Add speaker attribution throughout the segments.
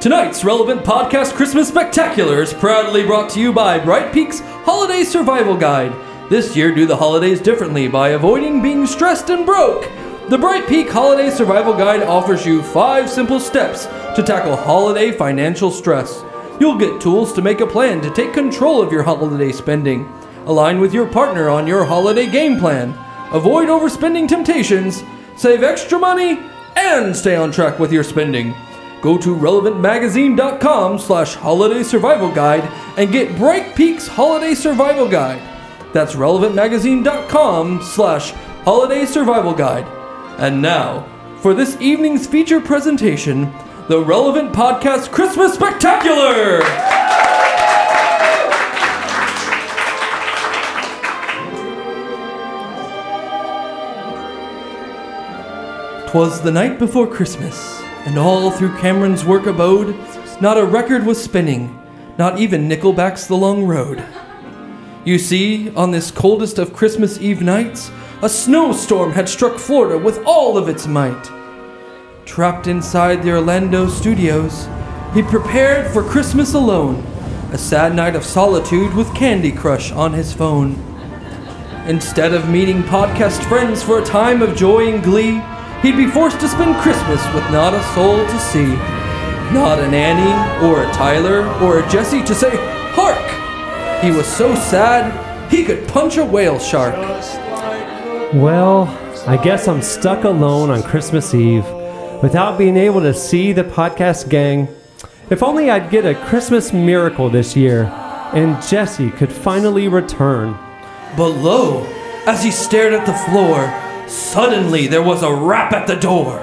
Speaker 1: Tonight's relevant podcast Christmas Spectacular is proudly brought to you by Bright Peaks Holiday Survival Guide. This year, do the holidays differently by avoiding being stressed and broke. The Bright Peak Holiday Survival Guide offers you five simple steps to tackle holiday financial stress. You'll get tools to make a plan to take control of your holiday spending, align with your partner on your holiday game plan, avoid overspending temptations, save extra money, and stay on track with your spending. Go to relevantmagazine.com slash holiday survival guide and get Bright Peaks Holiday Survival Guide. That's relevantmagazine.com slash holiday survival guide. And now, for this evening's feature presentation, the Relevant Podcast Christmas Spectacular! Twas the night before Christmas, and all through Cameron's work abode, not a record was spinning, not even Nickelback's The Long Road. You see, on this coldest of Christmas Eve nights, a snowstorm had struck Florida with all of its might. Trapped inside the Orlando studios, he prepared for Christmas alone, a sad night of solitude with Candy Crush on his phone. Instead of meeting podcast friends for a time of joy and glee, he'd be forced to spend Christmas with not a soul to see. Not an Annie, or a Tyler, or a Jesse to say, Hark! He was so sad, he could punch a whale shark.
Speaker 2: Well, I guess I'm stuck alone on Christmas Eve without being able to see the podcast gang. If only I'd get a Christmas miracle this year and Jesse could finally return.
Speaker 1: But lo, as he stared at the floor, suddenly there was a rap at the door.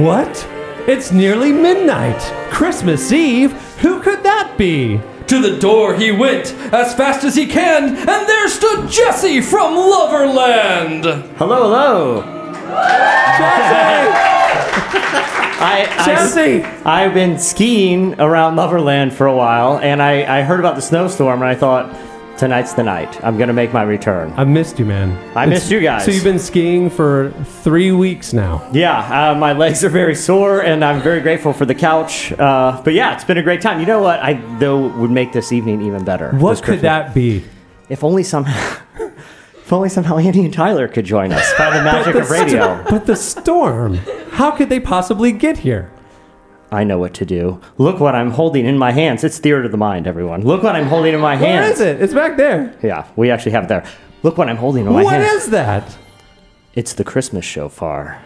Speaker 2: What? It's nearly midnight. Christmas Eve? Who could that be?
Speaker 1: To the door he went as fast as he can, and there stood Jesse from Loverland.
Speaker 3: Hello, hello.
Speaker 2: Jesse!
Speaker 3: I, I-
Speaker 2: Jesse!
Speaker 3: I've been skiing around Loverland for a while, and I, I heard about the snowstorm, and I thought, tonight's the night. I'm going to make my return.
Speaker 2: I missed you, man.
Speaker 3: I missed you guys.
Speaker 2: So you've been skiing for three weeks now.
Speaker 3: Yeah, uh, my legs are very sore, and I'm very grateful for the couch. Uh, but yeah, it's been a great time. You know what? I though would make this evening even better.
Speaker 2: What
Speaker 3: This
Speaker 2: could
Speaker 3: Christmas-
Speaker 2: that be?
Speaker 3: If only somehow. If only somehow Andy and Tyler could join us by the magic of radio.
Speaker 2: But the storm. How could they possibly get here?
Speaker 3: I know what to do. Look what I'm holding in my hands. It's theater of the mind, everyone. Look what I'm holding in my hands.
Speaker 2: Where is it? It's back there.
Speaker 3: Yeah, we actually have it there. Look what I'm holding in my
Speaker 2: What
Speaker 3: hand.
Speaker 2: is that?
Speaker 3: It's the Christmas shofar.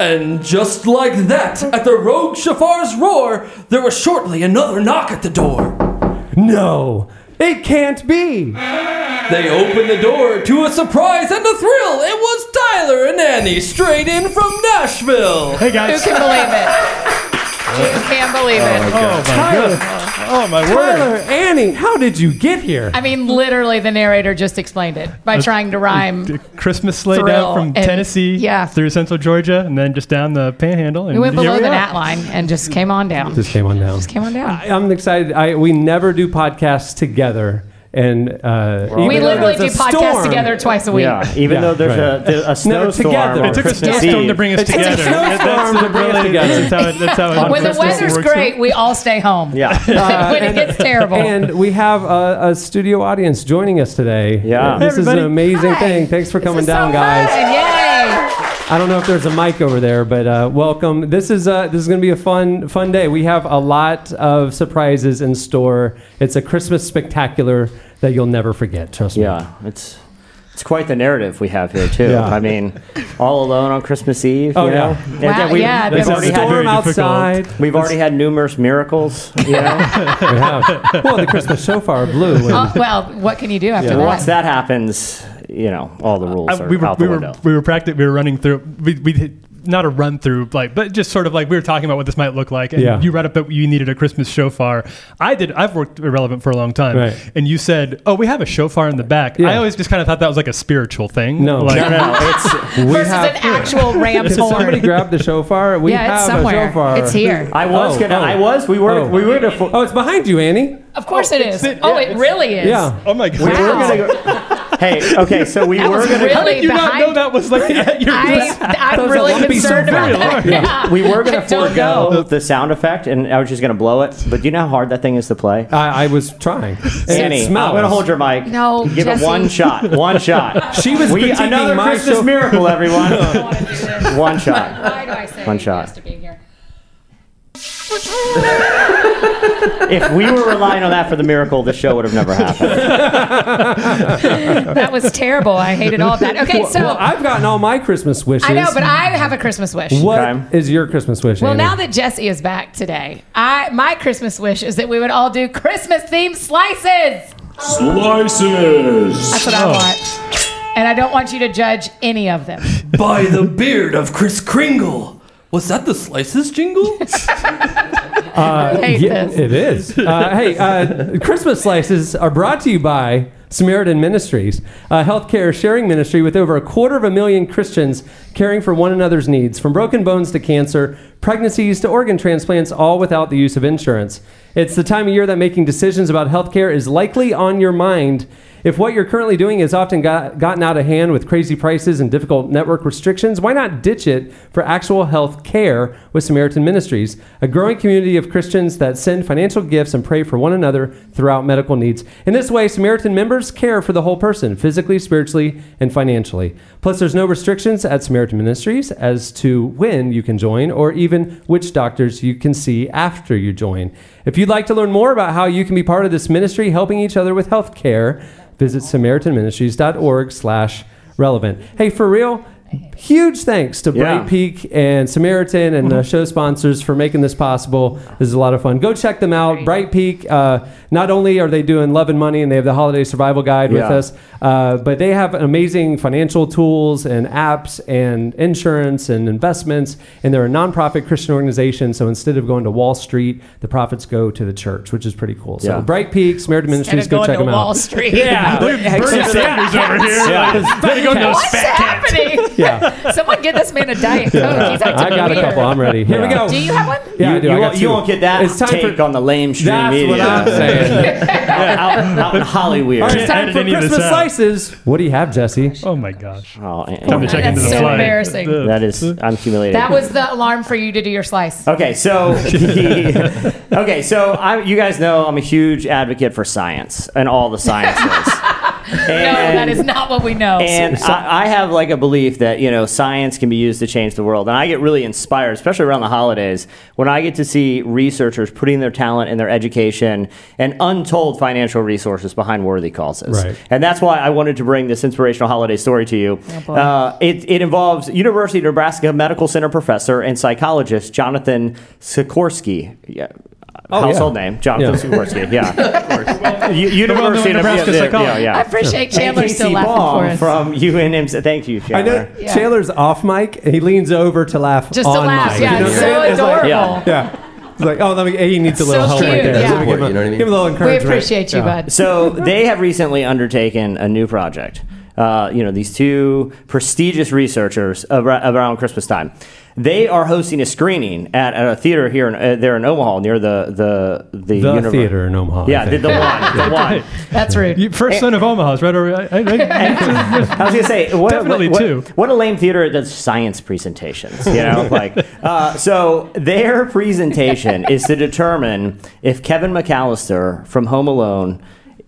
Speaker 1: And just like that, at the rogue Shafar's roar, there was shortly another knock at the door.
Speaker 2: No, it can't be.
Speaker 1: They opened the door to a surprise and a thrill. It was Tyler and Annie, straight in from Nashville.
Speaker 4: Hey guys.
Speaker 5: Who can believe it? You can't believe it.
Speaker 4: Oh my
Speaker 2: Tyler,
Speaker 4: Oh my
Speaker 2: Tyler, Annie, how did you get here?
Speaker 5: I mean, literally, the narrator just explained it by trying to rhyme.
Speaker 4: Christmas sleigh
Speaker 5: Thrill
Speaker 4: down from
Speaker 5: and-
Speaker 4: Tennessee
Speaker 5: yeah.
Speaker 4: through central Georgia and then just down the panhandle. And
Speaker 5: We went
Speaker 4: here
Speaker 5: below the
Speaker 4: are.
Speaker 5: nat line and just came on down.
Speaker 2: Just came on down.
Speaker 5: Came on down.
Speaker 2: I, I'm excited. I, we never do podcasts together, and uh, even
Speaker 5: We
Speaker 2: though
Speaker 5: literally do
Speaker 2: there's a
Speaker 5: podcasts
Speaker 2: storm,
Speaker 5: together twice a week.
Speaker 3: Yeah, even
Speaker 2: Yeah,
Speaker 3: though there's
Speaker 2: right.
Speaker 3: a, there's a snowstorm.
Speaker 2: together.
Speaker 3: on
Speaker 2: It
Speaker 4: It took a
Speaker 3: Christmas
Speaker 4: snowstorm
Speaker 3: Eve.
Speaker 4: to bring us
Speaker 2: It took a
Speaker 4: together.
Speaker 2: snowstorm
Speaker 4: that's
Speaker 2: to bring us
Speaker 4: really-
Speaker 2: together.
Speaker 4: That's how, that's how on
Speaker 5: When the
Speaker 4: Christmas it
Speaker 5: weather's
Speaker 4: works.
Speaker 5: great, we all stay home.
Speaker 3: Yeah.
Speaker 5: when it gets terrible.
Speaker 2: And we have a, a studio audience joining us today.
Speaker 3: Yeah.
Speaker 2: this is an
Speaker 4: Everybody.
Speaker 2: amazing
Speaker 5: Hi.
Speaker 2: thing. Thanks for
Speaker 5: This
Speaker 2: coming
Speaker 5: is
Speaker 2: down,
Speaker 5: so
Speaker 2: guys.
Speaker 5: fun. Yay!
Speaker 2: I don't know if there's a mic over there, but uh, welcome. This is uh, this is going to be a fun fun day. We have a lot of surprises in store. It's a Christmas spectacular that you'll never forget. Trust me.
Speaker 3: yeah, it's it's quite the narrative we have here too.
Speaker 2: Yeah.
Speaker 3: I mean, all alone on Christmas Eve.
Speaker 2: Oh,
Speaker 3: you know?
Speaker 2: yeah.
Speaker 3: And
Speaker 5: Wow,
Speaker 3: then we,
Speaker 5: yeah,
Speaker 3: we've
Speaker 2: There's
Speaker 5: It's
Speaker 2: a
Speaker 3: already
Speaker 4: very
Speaker 3: had.
Speaker 2: storm
Speaker 4: difficult.
Speaker 2: outside.
Speaker 3: We've already had numerous miracles, you know.
Speaker 2: We have. Well, the Christmas shofar blew. and-
Speaker 5: Uh, well, what can you do after
Speaker 3: And
Speaker 5: that?
Speaker 3: once that happens, you know, all the rules
Speaker 4: I-
Speaker 3: are
Speaker 4: we were
Speaker 3: out
Speaker 4: we
Speaker 3: the
Speaker 4: were
Speaker 3: window.
Speaker 4: we were practic- we were running through we we hit, not a run through like but just sort of like we were talking about what this might look like and
Speaker 2: Yeah.
Speaker 4: you read up that you needed a Christmas shofar. I did I've worked irrelevant for a long time
Speaker 2: Right.
Speaker 4: and you said oh we have a shofar in the back.
Speaker 2: Yeah.
Speaker 4: I always just kind of thought that was like a spiritual thing.
Speaker 2: No.
Speaker 4: like,
Speaker 3: no, no, it's.
Speaker 2: we
Speaker 5: Versus an actual ram's
Speaker 2: Did somebody
Speaker 5: horn.
Speaker 2: grab the shofar? We
Speaker 5: Yeah,
Speaker 2: have
Speaker 5: it's
Speaker 2: a
Speaker 5: somewhere.
Speaker 2: shofar.
Speaker 5: It's here.
Speaker 3: I was
Speaker 2: Oh,
Speaker 3: gonna.
Speaker 2: oh.
Speaker 3: I was. We were.
Speaker 2: Oh.
Speaker 3: We were gonna. fo-
Speaker 2: Oh, it's behind you, Annie.
Speaker 5: Of course it is.
Speaker 4: it-
Speaker 5: oh,
Speaker 4: yeah,
Speaker 5: it really is.
Speaker 2: Yeah.
Speaker 4: Oh my god.
Speaker 3: we were
Speaker 5: Wow.
Speaker 3: gonna go- hey, okay, so we
Speaker 5: That
Speaker 3: were
Speaker 5: was
Speaker 3: gonna
Speaker 5: really
Speaker 4: How did you
Speaker 5: behind-
Speaker 4: not know that was like at your
Speaker 5: I,
Speaker 2: Those
Speaker 5: I'm
Speaker 2: are
Speaker 5: really
Speaker 2: lumpy
Speaker 5: concerned about
Speaker 2: sounds.
Speaker 5: that. Yeah.
Speaker 3: we were
Speaker 5: I
Speaker 3: gonna
Speaker 5: don't know.
Speaker 2: Oh.
Speaker 3: forego the sound effect, and I was just gonna blow it. But do you know how hard that thing is to play?
Speaker 2: I, I was trying. And
Speaker 3: Annie,
Speaker 2: Uh, it
Speaker 3: I'm
Speaker 2: smells.
Speaker 3: gonna hold your mic.
Speaker 5: No,
Speaker 3: give
Speaker 5: Jesse.
Speaker 3: it one shot. One shot.
Speaker 2: She was
Speaker 3: we
Speaker 2: critiquing
Speaker 3: another
Speaker 2: my
Speaker 3: Christmas
Speaker 2: show-
Speaker 3: miracle, everyone.
Speaker 5: wanna do this.
Speaker 3: one shot.
Speaker 5: Why do I say
Speaker 3: One
Speaker 5: yes
Speaker 3: shot.
Speaker 5: to being here?
Speaker 3: If we were relying on that for the miracle, the show would have never happened.
Speaker 5: That was terrible. I hated all of that. Okay, so
Speaker 2: Well, I've gotten all my Christmas wishes.
Speaker 5: I know, but I have a Christmas wish.
Speaker 2: What
Speaker 3: Okay.
Speaker 2: is your Christmas wish?
Speaker 5: Well,
Speaker 2: Annie?
Speaker 5: now that Jesse is back today, I my Christmas wish is that we would all do Christmas themed slices.
Speaker 6: Slices!
Speaker 5: That's what
Speaker 2: Oh.
Speaker 5: I want. And I don't want you to judge any of them.
Speaker 1: By the beard of Chris Kringle. Was that the slices jingle?
Speaker 5: I hate
Speaker 2: Uh, Yeah,
Speaker 5: this.
Speaker 2: it is. Uh, hey, uh, Christmas slices are brought to you by Samaritan Ministries, a healthcare sharing ministry with over a quarter of a million Christians caring for one another's needs, from broken bones to cancer, pregnancies to organ transplants, all without the use of insurance. It's the time of year that making decisions about healthcare is likely on your mind. If what you're currently doing is often got, gotten out of hand with crazy prices and difficult network restrictions, why not ditch it for actual health care with Samaritan Ministries, a growing community of Christians that send financial gifts and pray for one another throughout medical needs. In this way, Samaritan members care for the whole person, physically, spiritually, and financially. Plus, there's no restrictions at Samaritan Ministries as to when you can join or even which doctors you can see after you join. If you'd like to learn more about how you can be part of this ministry helping each other with health care, visit samaritanministries.org slash relevant. Hey, for real, huge thanks to
Speaker 3: Yeah.
Speaker 2: Bright Peak and Samaritan and the show sponsors for making this possible. This is a lot of fun. Go check them out. Bright Peak, uh, not only are they doing Love and Money and they have the Holiday Survival Guide with
Speaker 3: Yeah.
Speaker 2: us, uh, but they have amazing financial tools and apps and insurance and investments. And they're a nonprofit Christian organization. So instead of going to Wall Street, the profits go to the church, which is pretty cool. So
Speaker 3: Yeah.
Speaker 2: Bright Peak, Samaritan
Speaker 5: Instead of
Speaker 2: Ministries, go
Speaker 5: going
Speaker 2: check
Speaker 5: to
Speaker 2: them
Speaker 5: Wall
Speaker 2: out.
Speaker 5: Street.
Speaker 2: Yeah,
Speaker 4: Look, Bernie Sanders over here.
Speaker 3: Yeah.
Speaker 4: Like, better go to those
Speaker 5: What's
Speaker 4: fat cats.
Speaker 5: happening?
Speaker 2: Yeah.
Speaker 5: Someone get this man a diet coke. He's acting
Speaker 2: I got a
Speaker 5: weird.
Speaker 2: couple. I'm ready. Here we
Speaker 3: Yeah.
Speaker 2: go.
Speaker 5: Do you have one?
Speaker 2: Yeah, I do.
Speaker 3: You,
Speaker 2: I got
Speaker 3: won't, you
Speaker 2: two.
Speaker 3: won't get that
Speaker 2: It's time
Speaker 3: take
Speaker 2: for-
Speaker 3: on the lame stream
Speaker 2: That's
Speaker 3: media.
Speaker 2: what I'm saying.
Speaker 3: out, out in Hollywood.
Speaker 2: All right, it's time
Speaker 4: edit
Speaker 2: for
Speaker 4: any of this
Speaker 2: Christmas
Speaker 4: out.
Speaker 2: slices. What do you have, Jesse?
Speaker 4: Oh my gosh.
Speaker 3: Oh,
Speaker 4: Time to check
Speaker 5: That's
Speaker 4: into the
Speaker 5: so
Speaker 4: flight.
Speaker 5: embarrassing.
Speaker 4: Uh,
Speaker 3: That is, I'm humiliated.
Speaker 5: That was the alarm for you to do your slice.
Speaker 3: Okay, so okay, so I, you guys know I'm a huge advocate for science and all the sciences.
Speaker 5: no, that is not what we know.
Speaker 3: And I, I have like a belief that you know science can be used to change the world, and I get really inspired, especially around the holidays, when I get to see researchers putting their talent and their education and untold financial resources behind worthy causes.
Speaker 2: Right.
Speaker 3: And that's why I wanted to bring this inspirational holiday story to you.
Speaker 5: boy.
Speaker 3: uh, it, it involves University of Nebraska Medical Center professor and psychologist Jonathan Sikorsky. Yeah.
Speaker 2: yeah.
Speaker 3: Household name, Jonathan
Speaker 2: Yeah.
Speaker 3: Sikorsky. Yeah. U- University of
Speaker 4: Nebraska
Speaker 3: yeah, yeah,
Speaker 4: psychologist.
Speaker 3: yeah.
Speaker 5: I appreciate
Speaker 3: And
Speaker 5: Chandler
Speaker 3: Casey
Speaker 5: still laughing
Speaker 3: Baum
Speaker 5: for us.
Speaker 3: from UNMC. Thank you,
Speaker 2: I
Speaker 3: Chandler.
Speaker 2: know
Speaker 5: Yeah.
Speaker 2: Chandler's off mic. and He leans over to laugh.
Speaker 5: Just to
Speaker 2: on
Speaker 5: laugh,
Speaker 2: mic.
Speaker 5: yeah,
Speaker 2: You know
Speaker 5: it's
Speaker 2: what I'm
Speaker 5: so
Speaker 2: saying? It's like-
Speaker 5: adorable.
Speaker 3: Yeah.
Speaker 2: yeah. It's like, oh, let me, he needs a little
Speaker 5: So
Speaker 2: help right
Speaker 5: cute,
Speaker 2: there.
Speaker 5: yeah.
Speaker 2: Let me give, him,
Speaker 6: Support, you know what I mean?
Speaker 2: give him a little
Speaker 5: we
Speaker 2: encouragement.
Speaker 5: appreciate you,
Speaker 2: Yeah.
Speaker 5: bud.
Speaker 3: So they have recently undertaken a new project. Uh, you know, these two prestigious researchers abra- around Christmas time. They are hosting a screening at, at a theater here in, uh, there in Omaha near the the the,
Speaker 2: The
Speaker 3: univer-
Speaker 2: theater in Omaha. I
Speaker 3: Yeah, the,
Speaker 2: think.
Speaker 3: the one, the one.
Speaker 5: That's rude.
Speaker 4: You, first son of Omaha is right over. I, I,
Speaker 3: I was gonna say, what,
Speaker 4: Definitely
Speaker 3: what,
Speaker 4: two.
Speaker 3: What, what a lame theater that does science presentations. You know, like uh, so. Their presentation is to determine if Kevin McAllister from Home Alone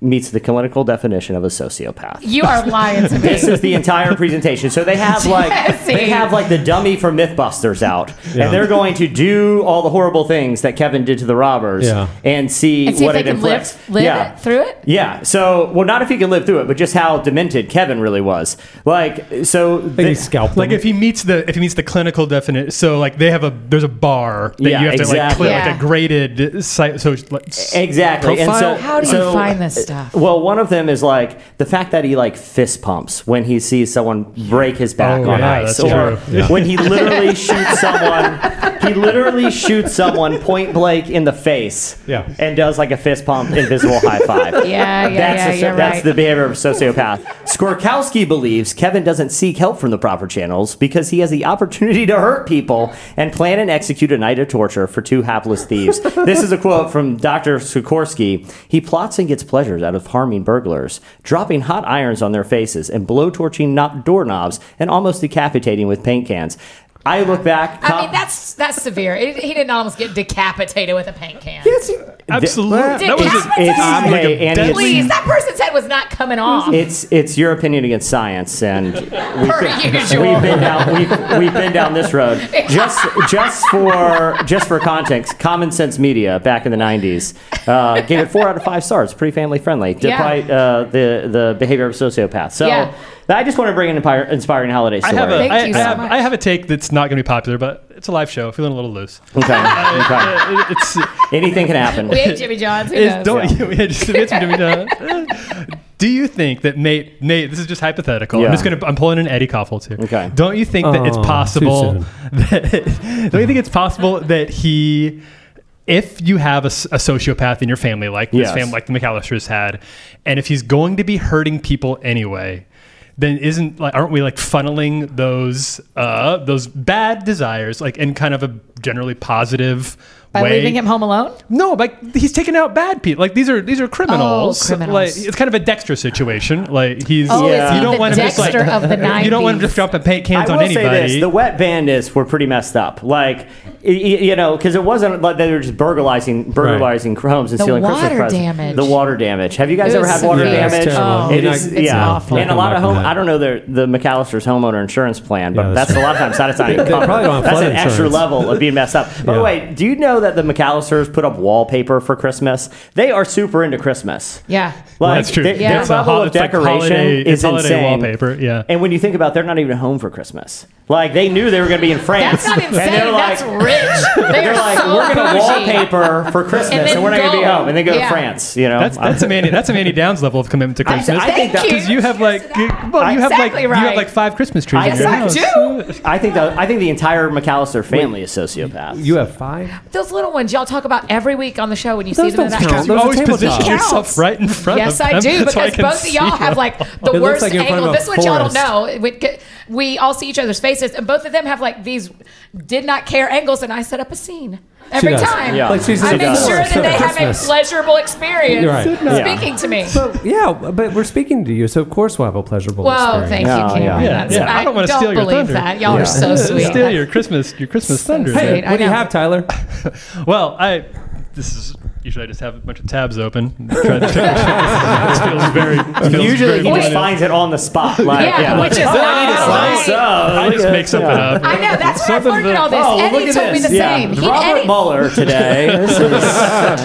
Speaker 3: meets the clinical definition of a sociopath.
Speaker 5: You are lying to
Speaker 3: This
Speaker 5: me.
Speaker 3: is the entire presentation. So they have like
Speaker 5: Jesse.
Speaker 3: they have like the dummy from MythBusters out,
Speaker 2: Yeah.
Speaker 3: and they're going to do all the horrible things that Kevin did to the robbers,
Speaker 2: Yeah.
Speaker 3: and see,
Speaker 5: And see if
Speaker 3: what
Speaker 5: they
Speaker 3: it
Speaker 5: can
Speaker 3: inflicts.
Speaker 5: live, live
Speaker 3: yeah.
Speaker 5: it through it.
Speaker 3: Yeah. So, well, not if he can live through it, but just how demented Kevin really was. Like, so
Speaker 2: I think
Speaker 3: they-
Speaker 2: he scalped
Speaker 4: like
Speaker 2: him.
Speaker 4: if he meets the if he meets the clinical definition, so like they have a there's a bar that
Speaker 3: Yeah,
Speaker 4: you have to like
Speaker 3: exactly.
Speaker 4: click
Speaker 5: Yeah.
Speaker 4: like a graded site. So it's like, s-
Speaker 3: exactly.
Speaker 4: Profile?
Speaker 3: And so,
Speaker 5: How do you
Speaker 3: so- uh,
Speaker 5: find this stuff?
Speaker 3: Well, one of them is like the fact that he like fist pumps when he sees someone break his back
Speaker 4: Oh,
Speaker 3: on
Speaker 4: yeah,
Speaker 3: ice,
Speaker 4: that's
Speaker 3: or
Speaker 4: true. Yeah.
Speaker 3: when he literally shoots someone. He he literally shoots someone point blank in the face.
Speaker 2: Yeah.
Speaker 3: And does like a fist pump, invisible high five.
Speaker 5: Yeah, yeah,
Speaker 3: that's
Speaker 5: yeah,
Speaker 3: the,
Speaker 5: you're
Speaker 3: that's
Speaker 5: right.
Speaker 3: the behavior of a sociopath. Skorkowski believes Kevin doesn't seek help from the proper channels because he has the opportunity to hurt people and plan and execute a night of torture for two hapless thieves. this is a quote from Dr. Sikorsky. He plots and gets pleasures out of harming burglars, dropping hot irons on their faces and blowtorching not doorknobs and almost decapitating with paint cans. I look back.
Speaker 5: I mean,
Speaker 3: cop-
Speaker 5: that's that's severe. It, he didn't almost get decapitated with a paint can.
Speaker 4: Absolutely. That was
Speaker 5: It's-
Speaker 4: a,
Speaker 5: it's-
Speaker 4: that was like
Speaker 3: hey,
Speaker 4: a
Speaker 3: Annie,
Speaker 4: deadly-
Speaker 5: Please, that person's head was not coming off.
Speaker 3: It's it's your opinion against science, and we've
Speaker 5: Per
Speaker 3: been,
Speaker 5: usual.
Speaker 3: we've been down we've, we've been down this road. Just just for just for context, Common Sense Media back in the '90s uh, gave it four out of five stars. Pretty family friendly, despite uh, the the behavior of sociopaths. So
Speaker 5: Yeah.
Speaker 3: I just want to bring an empire, inspiring holiday
Speaker 4: I
Speaker 3: story.
Speaker 4: have a,
Speaker 5: Thank
Speaker 4: I,
Speaker 5: you
Speaker 4: I
Speaker 5: so
Speaker 4: have,
Speaker 5: much.
Speaker 4: I have a take that's not going to be popular, but it's a live show. Feeling a little loose.
Speaker 3: okay, okay.
Speaker 4: Uh, it- it's
Speaker 3: anything can happen.
Speaker 5: we ate Jimmy John's. Who
Speaker 4: Is,
Speaker 5: knows?
Speaker 4: don't yeah, just admit to Jimmy John. Uh, Do you think that Nate? Nate, this is just hypothetical.
Speaker 3: Yeah.
Speaker 4: I'm just gonna. I'm pulling an Eddie Koffel here.
Speaker 3: Okay.
Speaker 4: Don't you think that it's
Speaker 2: Oh, too
Speaker 4: possible?
Speaker 2: soon.
Speaker 4: That, don't you think it's possible that he, if you have a, s- a sociopath in your family, like this
Speaker 3: Yes.
Speaker 4: family, like the McAllisters had, and if he's going to be hurting people anyway. Then isn't like aren't we like funneling those uh those bad desires like in kind of a generally positive
Speaker 5: By
Speaker 4: way
Speaker 5: leaving him home alone?
Speaker 4: no, like he's taking out bad people. Like these are these are criminals.
Speaker 5: Oh, criminals.
Speaker 4: Like it's kind of a Dexter situation. Like he's
Speaker 5: Oh,
Speaker 3: is he
Speaker 4: you don't
Speaker 5: the
Speaker 4: want him just like
Speaker 5: Dexter of the
Speaker 4: you don't want him
Speaker 5: 90s?
Speaker 4: just dropping paint cans
Speaker 3: I
Speaker 4: on
Speaker 3: will
Speaker 4: anybody.
Speaker 3: say this: the wet bandits were pretty messed up. Like, y- y- you know, because it wasn't like they were just burglarizing, burglarizing homes and
Speaker 5: The
Speaker 3: stealing Christmas
Speaker 5: water
Speaker 3: presents.
Speaker 5: damage.
Speaker 3: The water damage. Have you guys
Speaker 5: It
Speaker 3: ever
Speaker 5: was
Speaker 3: had water
Speaker 5: severe. Yeah,
Speaker 3: damage?
Speaker 5: it's terrible.
Speaker 3: It
Speaker 2: Oh,
Speaker 3: is,
Speaker 2: it's
Speaker 3: yeah.
Speaker 5: awful.
Speaker 3: And a lot of
Speaker 2: Not
Speaker 3: home.
Speaker 2: good.
Speaker 3: I don't know the the McAllister's homeowner insurance plan, but
Speaker 2: Yeah,
Speaker 3: that's,
Speaker 2: that's
Speaker 3: a lot of times not a sign.
Speaker 2: They probably don't have
Speaker 3: that's
Speaker 2: flood
Speaker 3: an extra
Speaker 2: insurance.
Speaker 3: level of being messed up. By the
Speaker 2: Yeah.
Speaker 3: way, do you know that the McAllisters put up wallpaper for Christmas? They are super into Christmas.
Speaker 5: Yeah.
Speaker 3: Like,
Speaker 4: That's true.
Speaker 3: Their,
Speaker 5: Yeah.
Speaker 3: their
Speaker 5: It's
Speaker 4: a
Speaker 3: level
Speaker 4: hol-
Speaker 3: of
Speaker 4: it's like
Speaker 3: decoration
Speaker 4: holiday-
Speaker 3: is
Speaker 4: it's holiday
Speaker 3: insane.
Speaker 4: wallpaper, yeah.
Speaker 3: And when you think about, it, they're not even home for Christmas. Like they knew they were going to be in France.
Speaker 5: That's not
Speaker 3: and
Speaker 5: insane.
Speaker 3: they're like,
Speaker 5: That's rich. They
Speaker 3: they're
Speaker 5: are
Speaker 3: like,
Speaker 5: so
Speaker 3: we're going to
Speaker 5: bougie.
Speaker 3: wallpaper for Christmas, and,
Speaker 5: then
Speaker 3: we're not going to be
Speaker 5: go.
Speaker 3: home, and they go to
Speaker 5: Yeah.
Speaker 3: France. You know,
Speaker 4: that's that's a Manny that's a Manny Downs level of commitment to Christmas.
Speaker 3: I think that-
Speaker 5: Thank
Speaker 4: because you have like you- well, you have
Speaker 5: Exactly
Speaker 4: like you have
Speaker 5: right.
Speaker 4: like five Christmas trees.
Speaker 3: I-
Speaker 4: in your
Speaker 3: Yes,
Speaker 4: house.
Speaker 5: I do.
Speaker 3: I think the I think the entire McAllister family is sociopaths.
Speaker 2: You have five?
Speaker 5: Those little ones y'all talk about every week on the show when you see
Speaker 2: Those
Speaker 5: them in
Speaker 2: don't
Speaker 5: that house.
Speaker 2: count.
Speaker 4: Because you
Speaker 2: Those are
Speaker 4: always position
Speaker 2: tabletops.
Speaker 4: yourself right in front
Speaker 5: Yes,
Speaker 4: of
Speaker 5: I
Speaker 4: them.
Speaker 5: do
Speaker 4: so
Speaker 5: because
Speaker 4: can
Speaker 5: both of
Speaker 4: see
Speaker 5: y'all have
Speaker 4: them.
Speaker 5: like the
Speaker 2: looks
Speaker 5: worst
Speaker 2: like you're in front
Speaker 5: angle.
Speaker 2: of a
Speaker 5: This one y'all don't
Speaker 2: forest.
Speaker 5: know. It would get- We all see each other's faces, and both of them have like these did not care angles, and I set up a scene every
Speaker 2: does.
Speaker 5: time.
Speaker 3: Yeah.
Speaker 2: Like she's
Speaker 5: I
Speaker 2: in
Speaker 5: make
Speaker 3: does.
Speaker 5: sure that they have a
Speaker 2: Christmas.
Speaker 5: pleasurable experience
Speaker 2: You're right.
Speaker 3: Yeah.
Speaker 5: speaking to me.
Speaker 2: But yeah, but we're speaking to you, so of course we'll have a pleasurable
Speaker 5: Whoa,
Speaker 2: experience.
Speaker 5: thank you,
Speaker 3: Yeah,
Speaker 5: Cameron.
Speaker 3: yeah.
Speaker 5: That's-
Speaker 4: Yeah, I
Speaker 5: I,
Speaker 4: don't wanna
Speaker 5: don't
Speaker 4: steal your
Speaker 5: believe
Speaker 4: thunder.
Speaker 5: that. Y'all
Speaker 2: Yeah.
Speaker 5: are so sweet.
Speaker 4: Steal
Speaker 5: That's-
Speaker 4: your Christmas your Christmas
Speaker 5: So
Speaker 4: thunder.
Speaker 5: sweet.
Speaker 4: there.
Speaker 2: Hey,
Speaker 5: Great, I
Speaker 2: what do you
Speaker 5: know.
Speaker 2: have, Tyler?
Speaker 4: Well, I this is usually I just have a bunch of tabs open. Try to- this feels very this
Speaker 3: Usually
Speaker 4: feels very
Speaker 3: he just
Speaker 4: millennial.
Speaker 3: finds it on the spot. Like,
Speaker 5: Yeah, which is not
Speaker 3: So,
Speaker 5: right.
Speaker 4: I just make something up.
Speaker 5: I know. That's where I
Speaker 4: Something's
Speaker 5: flirted
Speaker 4: up.
Speaker 5: all this.
Speaker 3: Oh, well,
Speaker 5: Eddie
Speaker 3: look
Speaker 5: told
Speaker 3: at
Speaker 5: me the
Speaker 3: this. Yeah.
Speaker 5: same. He,
Speaker 3: Robert
Speaker 5: Eddie,
Speaker 3: Mueller today. This is-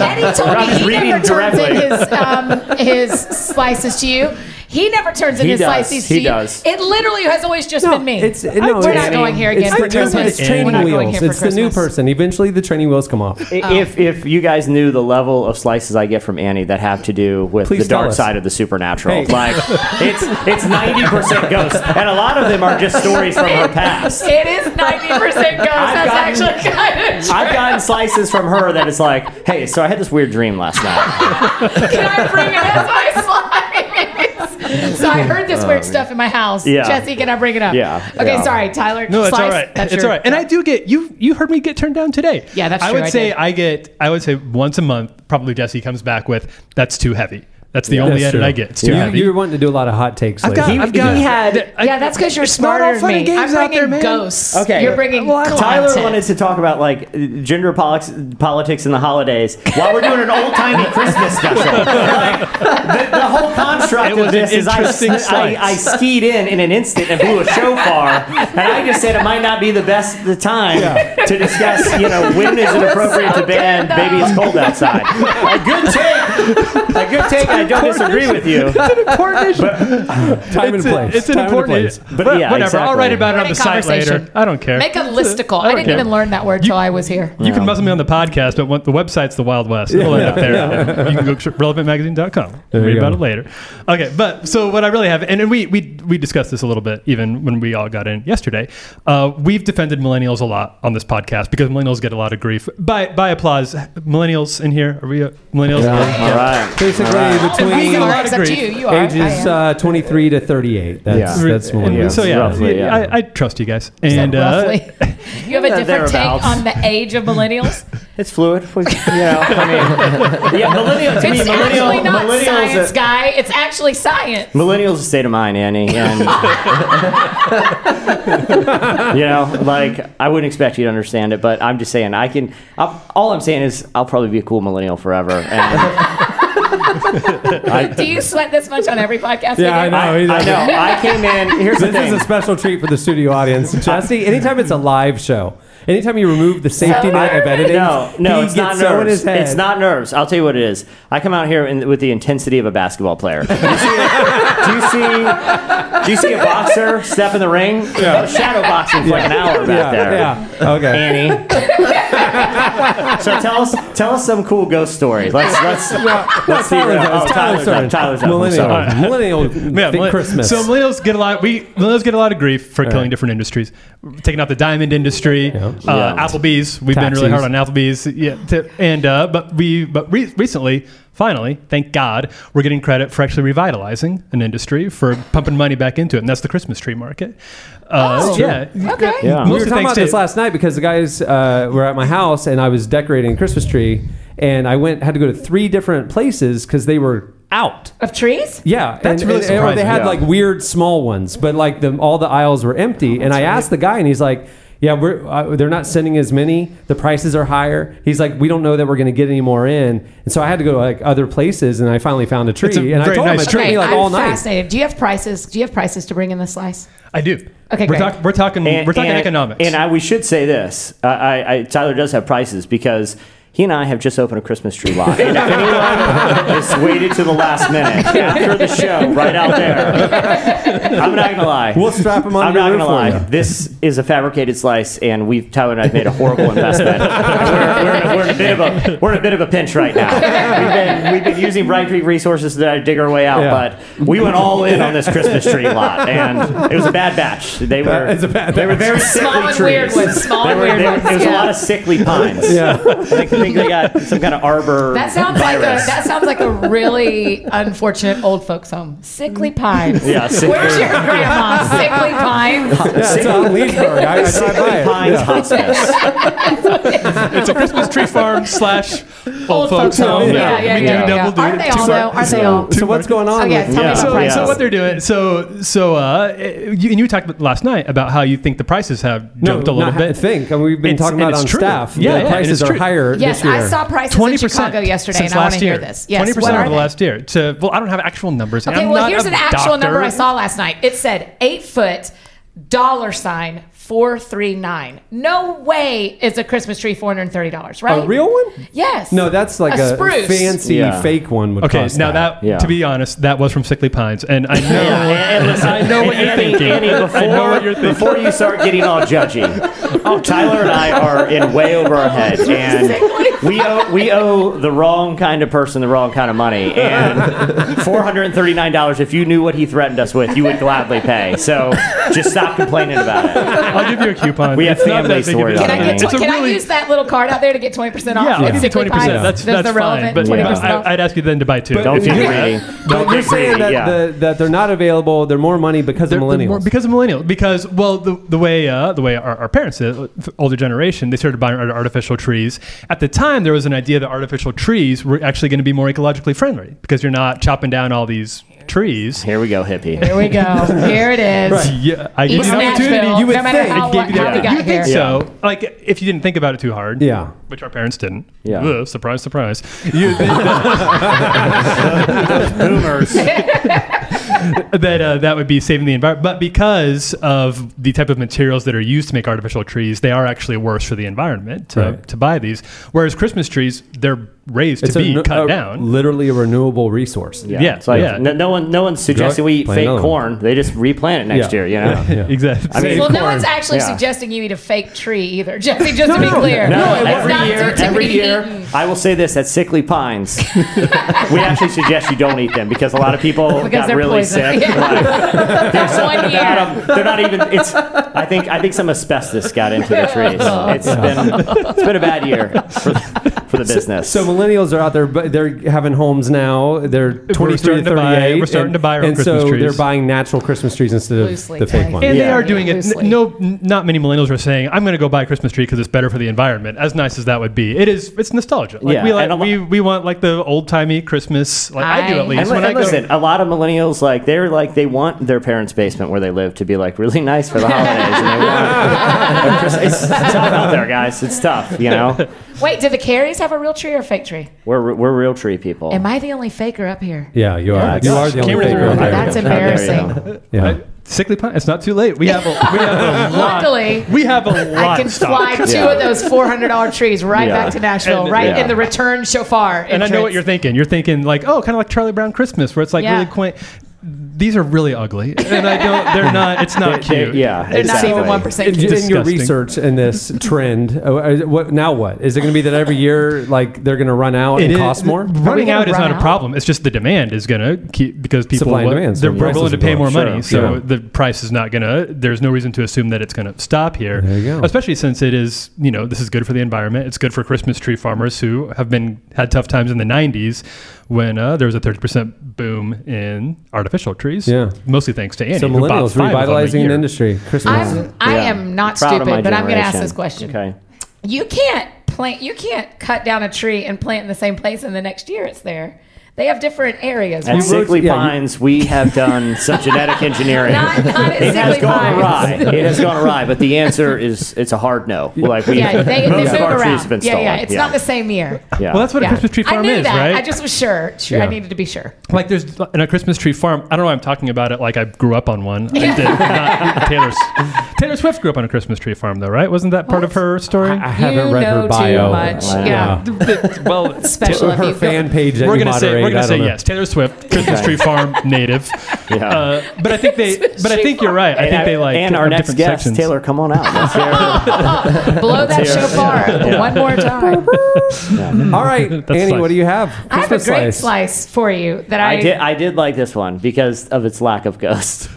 Speaker 5: Eddie told me
Speaker 3: Rob's
Speaker 5: he
Speaker 3: reading
Speaker 5: never turns in
Speaker 3: directly.
Speaker 5: his um, his slices to you. He never turns in
Speaker 3: He
Speaker 5: his
Speaker 3: does.
Speaker 5: slices
Speaker 3: He
Speaker 5: to you.
Speaker 3: does.
Speaker 5: It literally has always just been me.
Speaker 2: It's, no,
Speaker 5: We're
Speaker 2: it's-
Speaker 5: not going here
Speaker 2: it's
Speaker 5: again for
Speaker 2: pretend-
Speaker 5: Christmas.
Speaker 2: It's
Speaker 5: We're
Speaker 2: training
Speaker 5: not going
Speaker 2: wheels.
Speaker 5: here for
Speaker 2: It's the new
Speaker 5: Christmas.
Speaker 2: person. Eventually, the training wheels come off.
Speaker 3: if if you guys knew the level of slices I get from Annie that have to do with
Speaker 2: Please
Speaker 3: the
Speaker 2: tell
Speaker 3: dark
Speaker 2: us.
Speaker 3: side of the supernatural,
Speaker 2: Hey.
Speaker 3: like it's it's ninety percent ghosts, and a lot of them are just stories from her past.
Speaker 5: It is 90% ghost. That's
Speaker 3: gotten-
Speaker 5: actually kind of true.
Speaker 3: I've gotten slices from her that it's like, hey, so I had this weird dream last night.
Speaker 5: Can I bring it as my slides? So I heard this weird stuff in my house.
Speaker 3: Oh, Yeah.
Speaker 5: Jesse, can I bring it up?
Speaker 3: Yeah,
Speaker 5: Okay,
Speaker 3: yeah.
Speaker 5: sorry, Tyler.
Speaker 4: No, it's
Speaker 5: slice,
Speaker 4: all right.
Speaker 5: That's
Speaker 4: it's
Speaker 5: your-
Speaker 4: all right. And I do get you. You heard me get turned down today.
Speaker 5: Yeah, that's
Speaker 4: I
Speaker 5: true,
Speaker 4: would
Speaker 5: I
Speaker 4: say
Speaker 5: did.
Speaker 4: I get. I would say once a month. Probably Jesse comes back with that's too heavy. That's the only
Speaker 2: That's
Speaker 4: edit
Speaker 2: true.
Speaker 4: I get. It's too
Speaker 2: You-
Speaker 4: heavy.
Speaker 2: You're wanting to do a lot of hot takes.
Speaker 4: I've
Speaker 2: lately.
Speaker 4: got, I've got,
Speaker 3: he had-
Speaker 4: I-
Speaker 5: yeah, that's because you're
Speaker 4: It's not
Speaker 5: smarter
Speaker 4: all
Speaker 5: than
Speaker 4: fun and
Speaker 5: me.
Speaker 4: games
Speaker 5: I'm
Speaker 4: out
Speaker 5: bringing
Speaker 4: there, man.
Speaker 5: ghosts.
Speaker 3: Okay.
Speaker 5: You're bringing content.
Speaker 3: Tyler wanted to talk about like gender politics, politics in the holidays while we're doing an old timey Christmas special. Like, the, the whole construct
Speaker 4: It was
Speaker 3: of this
Speaker 4: an
Speaker 3: is I,
Speaker 4: interesting
Speaker 3: I,
Speaker 4: slice.
Speaker 3: I skied in in an instant and blew a shofar, and I just said it might not be the best the time to discuss, you know, when is it appropriate to ban "Baby It's Cold Outside." A good take, a good take. I don't disagree with you.
Speaker 2: important issue. Time and
Speaker 4: It's, a,
Speaker 2: place.
Speaker 4: it's an
Speaker 2: Time and
Speaker 4: important
Speaker 2: place.
Speaker 4: But
Speaker 3: yeah,
Speaker 4: whatever. I'll
Speaker 3: exactly.
Speaker 4: write about it on the site later. I don't care.
Speaker 5: Make a listicle. I,
Speaker 4: don't
Speaker 5: didn't
Speaker 4: care.
Speaker 5: even learn that word till I was here.
Speaker 4: you can muzzle me on the podcast, but what, the website's the Wild West. We'll end up there. You can go to relevantmagazine.com.
Speaker 2: you
Speaker 4: Read
Speaker 2: go.
Speaker 4: about it later. Okay, but so what I really have, and, and we, we we discussed this a little bit even when we all got in yesterday. Uh, we've defended millennials a lot on this podcast because millennials get a lot of grief. By by applause, millennials in here. Are we uh, millennials?
Speaker 3: All right.
Speaker 2: Basically,
Speaker 5: We
Speaker 2: between
Speaker 4: a lot
Speaker 5: are,
Speaker 4: of
Speaker 5: except
Speaker 4: grief.
Speaker 5: you. You are. I
Speaker 2: ages
Speaker 5: am.
Speaker 2: uh, 23 to 38. That's
Speaker 3: Yeah.
Speaker 2: that's
Speaker 4: And
Speaker 2: one.
Speaker 3: Yeah.
Speaker 4: so yeah,
Speaker 3: roughly, yeah.
Speaker 4: I, I trust you guys.
Speaker 5: Said
Speaker 4: And
Speaker 5: roughly.
Speaker 4: uh,
Speaker 5: you have a
Speaker 3: Yeah,
Speaker 5: different take
Speaker 3: thereabouts.
Speaker 5: on the age of millennials.
Speaker 3: It's fluid. We, you know, I mean, yeah, millennials. To me,
Speaker 5: It's
Speaker 3: millennial,
Speaker 5: actually not science,
Speaker 3: millennials. Are,
Speaker 5: guy. It's actually science.
Speaker 3: millennials is a state of mind, Annie. And, you know, like I wouldn't expect you to understand it, but I'm just saying I can. i all I'm saying is I'll probably be a cool millennial forever. And
Speaker 5: Do you sweat this much on every podcast?
Speaker 2: Yeah,
Speaker 5: we do?
Speaker 2: I know.
Speaker 3: I know. I came in. Here's the
Speaker 2: Oh, This
Speaker 3: thing.
Speaker 2: is a special treat for the studio audience. Jesse, Uh, anytime it's a live show, anytime you remove the safety net of editing,
Speaker 3: No, no,
Speaker 2: he
Speaker 3: it's not
Speaker 2: gets so in
Speaker 3: nerves.
Speaker 2: his head.
Speaker 3: It's not nerves. I'll tell you what it is. I come out here in, with the intensity of a basketball player. Do you see? Do you see, do you see a boxer step in the ring? I was shadow boxing for like an hour
Speaker 2: Yeah,
Speaker 3: back there.
Speaker 2: yeah. Okay.
Speaker 3: Annie. so tell us, tell us some cool ghost stories. Let's let's let's see.
Speaker 2: Tyler's up.
Speaker 3: Oh, Tyler's up. Tyler's up. I'm
Speaker 2: Millennial.
Speaker 3: sorry.
Speaker 2: Millennial.
Speaker 4: Yeah,
Speaker 2: think
Speaker 4: millenn-
Speaker 2: Christmas.
Speaker 4: So millennials get a lot. We millennials get a lot of grief for killing different industries, taking out the diamond industry, uh,
Speaker 3: Yeah.
Speaker 4: Applebee's. We've been really
Speaker 2: Taxis.
Speaker 4: hard on Applebee's. Yeah, to, and uh, but we but re- recently, finally, thank God, we're getting credit for actually revitalizing an industry for pumping money back into it, and that's the Christmas tree market. Uh,
Speaker 5: Oh,
Speaker 4: yeah.
Speaker 5: okay.
Speaker 3: Yeah.
Speaker 2: we were
Speaker 4: Mostly
Speaker 2: talking
Speaker 4: thanks
Speaker 2: about this
Speaker 4: to
Speaker 2: last night because the guys uh, were at my house and I was decorating a Christmas tree and I went had to go to three different places because they were out.
Speaker 5: Of trees?
Speaker 2: Yeah,
Speaker 4: That's
Speaker 2: and,
Speaker 4: really
Speaker 2: and- or they
Speaker 4: surprising.
Speaker 2: had
Speaker 3: Yeah.
Speaker 2: like weird small ones, but like the, all the aisles were empty. and I asked the guy, and he's like, "Yeah, we're uh, they're not sending as many. The prices are higher." He's like, "We don't know that we're going to get any more in." And so I had to go to like other places, and I finally found a tree.
Speaker 4: a
Speaker 2: and I
Speaker 4: very
Speaker 2: told him
Speaker 4: nice
Speaker 2: it took
Speaker 4: tree.
Speaker 2: me like
Speaker 5: I'm
Speaker 2: all night.
Speaker 5: fascinated. Do you have prices? Do you have prices to bring in the slice?
Speaker 4: I do.
Speaker 5: Okay,
Speaker 4: we're,
Speaker 5: great.
Speaker 4: talk, we're talking.
Speaker 3: And-
Speaker 4: we're talking
Speaker 3: Mm-hmm. and-
Speaker 4: economics.
Speaker 3: And I, we should say this: I, I, I, Tyler does have prices because he and I have just opened a Christmas tree lot. And if anyone is waited to the last minute after the show, right out there, I'm not gonna lie.
Speaker 2: We'll strap him on
Speaker 3: I'm
Speaker 2: your
Speaker 3: not
Speaker 2: roof
Speaker 3: gonna
Speaker 2: for
Speaker 3: lie.
Speaker 2: you.
Speaker 3: This is a fabricated slice, and we Tyler and I've made a horrible investment. we're, we're, in a, we're in a bit of a we're in a bit of a pinch right now. We've been we've been using Bright Creek resources to try to dig our way out,
Speaker 2: Yeah.
Speaker 3: but we went all in on this Christmas tree lot, and it was a bad batch. They were
Speaker 2: It's a bad
Speaker 3: they were very
Speaker 5: Small
Speaker 3: sickly
Speaker 5: and
Speaker 3: trees.
Speaker 5: weird ones. Small
Speaker 3: They
Speaker 5: and
Speaker 3: were,
Speaker 5: weird
Speaker 3: they,
Speaker 5: ones.
Speaker 3: There was a
Speaker 5: yeah.
Speaker 3: lot of sickly pines.
Speaker 2: Yeah.
Speaker 3: I think, I think they got some kind of arbor.
Speaker 5: That sounds like a
Speaker 3: virus.
Speaker 5: that sounds like a really unfortunate old folks home. Sickly pines.
Speaker 3: Yeah, sickly-
Speaker 5: Where's your grandma? Sickly pines.
Speaker 2: Yeah, it's out in Leesburg. I, I drive by
Speaker 3: Sickly
Speaker 2: it.
Speaker 3: pines
Speaker 2: Yeah.
Speaker 3: hospice.
Speaker 4: it's a Christmas tree farm slash old, folks home.
Speaker 5: Yeah, yeah,
Speaker 4: we
Speaker 5: yeah.
Speaker 4: do
Speaker 5: yeah.
Speaker 4: double
Speaker 5: Aren't
Speaker 4: duty.
Speaker 5: they all
Speaker 4: Two-
Speaker 5: though? Aren't they all?
Speaker 2: So what's going on?
Speaker 5: Oh yeah,
Speaker 2: with-
Speaker 5: tell me
Speaker 3: Yeah.
Speaker 5: about
Speaker 4: So,
Speaker 5: prices.
Speaker 4: so what they're doing? So so uh, you, and you talked about last night about how you think the prices have jumped a little
Speaker 2: not
Speaker 4: bit.
Speaker 2: Think. I mean, we've been
Speaker 4: It's-
Speaker 2: talking
Speaker 4: and
Speaker 2: about
Speaker 4: it's
Speaker 2: on
Speaker 4: true.
Speaker 2: staff.
Speaker 4: Yeah,
Speaker 2: the
Speaker 4: yeah, and
Speaker 2: prices
Speaker 4: it's
Speaker 2: are
Speaker 4: true.
Speaker 2: higher
Speaker 5: Yes,
Speaker 2: this year.
Speaker 5: I saw prices in
Speaker 4: 20%
Speaker 5: Chicago yesterday,
Speaker 4: since
Speaker 5: and I want
Speaker 4: last
Speaker 5: to
Speaker 4: year.
Speaker 5: hear this. Yes,
Speaker 4: 20%
Speaker 5: what
Speaker 4: over
Speaker 5: are
Speaker 4: the
Speaker 5: they?
Speaker 4: last year. To, well, I don't have actual numbers. and
Speaker 5: Okay,
Speaker 4: I'm
Speaker 5: well,
Speaker 4: not
Speaker 5: here's
Speaker 4: a
Speaker 5: an actual
Speaker 4: doctor.
Speaker 5: number I saw last night. It said eight foot dollar sign four three nine. No way is a Christmas tree four hundred and thirty dollars, right?
Speaker 2: A real one?
Speaker 5: Yes.
Speaker 2: No, that's like a,
Speaker 5: spruce.
Speaker 2: fancy
Speaker 3: Yeah.
Speaker 2: fake one. Would
Speaker 4: Okay,
Speaker 2: cost
Speaker 4: now that,
Speaker 3: Yeah.
Speaker 4: to be honest, that was from Sickly Pines, and I know,
Speaker 3: And listen,
Speaker 4: I know what
Speaker 3: and
Speaker 4: you're
Speaker 3: Annie-
Speaker 4: thinking.
Speaker 3: Annie, before,
Speaker 4: I know what you're thinking.
Speaker 3: before you start getting all judgy, oh, Tyler and I are in way over our head, and we owe we owe the wrong kind of person the wrong kind of money. And four hundred and thirty nine dollars, if you knew what he threatened us with, you would gladly pay. So just stop complaining about it.
Speaker 4: I'll give you a coupon.
Speaker 3: We have
Speaker 4: It's not that
Speaker 3: families
Speaker 4: big
Speaker 3: to
Speaker 4: of
Speaker 3: worry
Speaker 4: a-
Speaker 5: Can I
Speaker 3: about.
Speaker 5: get?
Speaker 4: It's a
Speaker 5: can I
Speaker 4: really-
Speaker 5: use that little card out there to get twenty percent off?
Speaker 4: Yeah, I'll give you
Speaker 5: Sickly
Speaker 4: twenty percent.
Speaker 5: pies?
Speaker 4: That's
Speaker 5: There's
Speaker 4: that's
Speaker 5: the
Speaker 4: fine.
Speaker 5: relevant
Speaker 4: But
Speaker 5: 20%
Speaker 4: I-
Speaker 5: off.
Speaker 4: I'd ask you then to buy two.
Speaker 3: Don't be
Speaker 2: Yeah.
Speaker 3: greedy. Don't
Speaker 2: But
Speaker 3: be
Speaker 2: you're saying
Speaker 3: greedy,
Speaker 2: that,
Speaker 3: yeah.
Speaker 2: the, that they're not available. They're more money because of
Speaker 4: They're- they're
Speaker 2: millennials.
Speaker 4: more- because of millennials. Because well, the the way uh, the way our, our parents, did, it, the older generation, they started buying art- artificial trees. At the time, there was an idea that artificial trees were actually going to be more ecologically friendly because you're not chopping down all these trees.
Speaker 3: Here we go, hippie.
Speaker 5: Here we go. Here it is.
Speaker 4: Yeah, I
Speaker 5: East
Speaker 4: gave you an opportunity.
Speaker 5: Nashville,
Speaker 4: You would
Speaker 5: no matter
Speaker 4: think
Speaker 5: how-
Speaker 4: I gave you the
Speaker 5: how we
Speaker 4: opportunity.
Speaker 5: got
Speaker 4: You would think
Speaker 5: here.
Speaker 4: so. Like if you didn't think about it too hard.
Speaker 2: yeah.
Speaker 4: Which our parents didn't.
Speaker 3: Yeah.
Speaker 4: Ugh, surprise, surprise. You would think that
Speaker 3: Boomers.
Speaker 4: that, uh, that would be saving the environment, but because of the type of materials that are used to make artificial trees, they are actually worse for the environment to,
Speaker 2: Right.
Speaker 4: to buy these. Whereas Christmas trees, they're raised
Speaker 2: It's
Speaker 4: to be
Speaker 2: a-
Speaker 4: cut
Speaker 2: a-
Speaker 4: down.
Speaker 2: Literally a renewable resource.
Speaker 4: Yeah,
Speaker 3: So like,
Speaker 4: yeah.
Speaker 3: No, no one, no one's suggesting we eat
Speaker 2: plant
Speaker 3: fake
Speaker 2: another one.
Speaker 3: corn. They just replant it next
Speaker 2: Yeah.
Speaker 3: year. You know.
Speaker 2: Yeah.
Speaker 4: Exactly.
Speaker 3: I mean,
Speaker 5: Well, no one's actually
Speaker 3: Yeah.
Speaker 5: suggesting you eat a fake tree either, Jesse. Just to be
Speaker 2: no,
Speaker 5: clear,
Speaker 3: No,
Speaker 5: It's
Speaker 3: every
Speaker 5: not
Speaker 3: year,
Speaker 5: due to
Speaker 3: every
Speaker 5: be
Speaker 3: year,
Speaker 5: eaten.
Speaker 3: I will say this at Sickly Pines, we actually suggest you don't eat them because a lot of people
Speaker 5: Because
Speaker 3: got
Speaker 5: they're
Speaker 3: really
Speaker 5: poison.
Speaker 3: sick.
Speaker 5: Yeah.
Speaker 3: Like, there's something
Speaker 5: One year.
Speaker 3: about 'em. They're not even. It's. I think. I think some asbestos got into the trees. It's been. It's been a bad year for, for the business.
Speaker 2: So millennials are out there, but they're having homes now. They're 23
Speaker 4: starting
Speaker 2: to 38.
Speaker 4: to buy- we're
Speaker 2: and-
Speaker 4: starting to buy our own
Speaker 2: And
Speaker 4: Christmas
Speaker 2: so
Speaker 4: trees.
Speaker 2: they're buying natural Christmas trees instead of
Speaker 5: Loosely
Speaker 2: the fake
Speaker 5: tied.
Speaker 2: one.
Speaker 4: And they
Speaker 3: Yeah.
Speaker 4: are doing it.
Speaker 5: Loosely.
Speaker 4: n- No, n- not many millennials are saying, "I'm going to go buy a Christmas tree because it's better for the environment." As nice as that would be, it is. It's nostalgia. Like
Speaker 3: Yeah,
Speaker 4: we like
Speaker 3: and a lo-
Speaker 4: we, we want like the old timey Christmas. Like I, do
Speaker 5: I-
Speaker 4: at least
Speaker 3: And,
Speaker 4: when
Speaker 3: li-
Speaker 4: I
Speaker 3: and
Speaker 4: go.
Speaker 3: listen, a lot of millennials like they're like they want their parents' basement where they live to be like really nice for the holidays. and they want- it's, it's tough out there, guys. It's tough, you know.
Speaker 5: Wait, do the Carries have a real tree or a fake tree?
Speaker 3: We're we're real tree people.
Speaker 5: Am I the only faker up here?
Speaker 2: Yeah, you are. you are the only
Speaker 4: Cameron's
Speaker 2: fake
Speaker 4: the
Speaker 2: one
Speaker 4: only
Speaker 2: there.
Speaker 5: That's
Speaker 3: Oh, there
Speaker 5: embarrassing.
Speaker 3: you go.
Speaker 2: Yeah.
Speaker 4: Sickly pine. It's not too late. We have a, we have a lot.
Speaker 5: Luckily,
Speaker 4: we have a lot.
Speaker 5: I can
Speaker 4: of stock.
Speaker 5: fly two
Speaker 3: Yeah.
Speaker 5: of those four hundred dollar trees right
Speaker 3: Yeah.
Speaker 5: back to Nashville,
Speaker 4: And-
Speaker 5: right
Speaker 3: yeah.
Speaker 5: in the return shofar.
Speaker 4: And I know what you're
Speaker 5: entrance.
Speaker 4: thinking. You're thinking like, oh, kind of like Charlie Brown Christmas, where it's like
Speaker 5: Yeah.
Speaker 4: really quaint. These are really ugly, and I don't. They're not. It's not
Speaker 3: They-
Speaker 4: cute.
Speaker 3: yeah,
Speaker 5: They're
Speaker 3: exactly.
Speaker 5: not even one percent.
Speaker 2: In, in your
Speaker 4: Disgusting.
Speaker 2: research in this trend, uh, uh, what now? What is it going to be that every year, like they're going to run out and
Speaker 4: It is-
Speaker 2: cost more?
Speaker 4: Running
Speaker 5: gonna
Speaker 4: out is
Speaker 5: run
Speaker 4: not
Speaker 5: out?
Speaker 4: a problem. It's just the demand is going to keep because people
Speaker 2: Supply and
Speaker 4: wa-
Speaker 2: demand, so
Speaker 4: they're
Speaker 2: the
Speaker 4: willing
Speaker 2: prices
Speaker 4: to pay
Speaker 2: go
Speaker 4: more
Speaker 2: up.
Speaker 4: money, so
Speaker 2: sure.
Speaker 4: the price is not going to. There's no reason to assume that it's going to stop here.
Speaker 2: There you go.
Speaker 4: Especially since it is, you know, this is good for the environment. It's good for Christmas tree farmers who have been had tough times in the '90s when uh, there was a 30 percent boom in artificial trees.
Speaker 2: Yeah.
Speaker 4: mostly thanks to Andy.
Speaker 2: So
Speaker 4: who
Speaker 2: millennials
Speaker 4: bought five of them a
Speaker 2: revitalizing an
Speaker 4: year.
Speaker 2: industry. Christmas.
Speaker 5: I'm, I
Speaker 3: Yeah.
Speaker 5: am not
Speaker 3: Proud of my
Speaker 5: stupid, but I'm going to ask
Speaker 3: generation.
Speaker 5: this question.
Speaker 3: Okay.
Speaker 5: You can't plant. You can't cut down a tree and plant in the same place, and the next year it's there. They have different areas.
Speaker 3: At
Speaker 5: right?
Speaker 3: Sickly
Speaker 2: yeah, you-
Speaker 3: Pines, we have done some genetic engineering.
Speaker 5: Not, not at
Speaker 3: it has
Speaker 5: Sibley
Speaker 3: gone awry.
Speaker 5: Pines.
Speaker 3: It has gone awry, but the answer is it's a hard no. Like we,
Speaker 5: Yeah, they, they
Speaker 3: most
Speaker 5: move
Speaker 3: of our trees
Speaker 5: around.
Speaker 3: have been
Speaker 5: yeah,
Speaker 3: stolen.
Speaker 5: yeah, it's not the same year.
Speaker 3: Yeah.
Speaker 4: Well, that's what
Speaker 5: Yeah.
Speaker 4: a Christmas tree farm
Speaker 5: I knew
Speaker 4: is,
Speaker 5: that.
Speaker 4: right?
Speaker 5: I just was sure. Sure, I
Speaker 2: Yeah.
Speaker 5: needed to be sure.
Speaker 4: Like there's in a Christmas tree farm. I don't know. why I'm talking about it like I grew up on one. I did not. Taylor, Taylor Swift grew up on a Christmas tree farm, though, right? Wasn't that part of her story?
Speaker 2: I haven't
Speaker 5: you
Speaker 2: read
Speaker 5: know
Speaker 2: her bio.
Speaker 5: too much.
Speaker 3: Wow.
Speaker 5: Yeah.
Speaker 4: well,
Speaker 5: Special of
Speaker 2: Her
Speaker 5: you.
Speaker 2: fan page. That
Speaker 4: we're
Speaker 2: you
Speaker 4: gonna say
Speaker 2: moderate,
Speaker 4: we're
Speaker 2: I
Speaker 4: gonna
Speaker 2: don't
Speaker 4: say
Speaker 2: know.
Speaker 4: yes. Taylor Swift, Christmas
Speaker 3: Okay.
Speaker 4: tree farm native.
Speaker 3: Yeah.
Speaker 4: Uh, but I think they. But I think you're right. I
Speaker 3: And
Speaker 4: think they like
Speaker 3: and our
Speaker 4: have
Speaker 3: next
Speaker 4: different
Speaker 3: guest,
Speaker 4: sections.
Speaker 3: Taylor, come on out. Let's hear-
Speaker 5: Blow that shofar one more time.
Speaker 2: All right, Annie,
Speaker 4: nice.
Speaker 2: what do you have?
Speaker 5: I have a
Speaker 2: Christmas
Speaker 5: great slice for you that I,
Speaker 3: I did. I did like this one because of its lack of ghosts,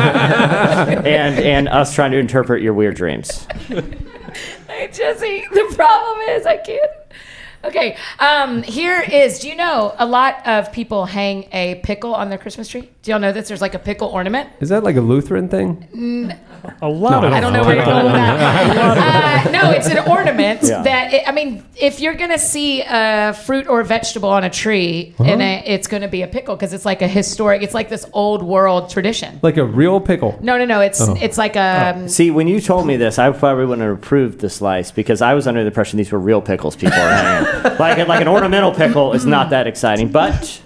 Speaker 3: and and us trying to interpret your weird dreams.
Speaker 5: Hey, Jesse, the problem is I can't. Okay, um, here is. Do you know a lot of people hang a pickle on their Christmas tree? Do y'all know this? There's like a pickle ornament.
Speaker 2: Is that like a Lutheran thing?
Speaker 4: A lot of
Speaker 5: I don't know where you're going with that. Uh, no, it's an ornament
Speaker 3: Yeah.
Speaker 5: that it, I mean, if you're gonna see a fruit or vegetable on a tree, and a, it's gonna be a pickle because it's like a historic. It's like this old world tradition.
Speaker 2: Like a real pickle?
Speaker 5: No, no, no. It's it's like um, a.
Speaker 3: See, when you told me this, I probably wouldn't have approved the slice because I was under the impression these were real pickles people are hanging. like like an ornamental pickle is not that exciting, but.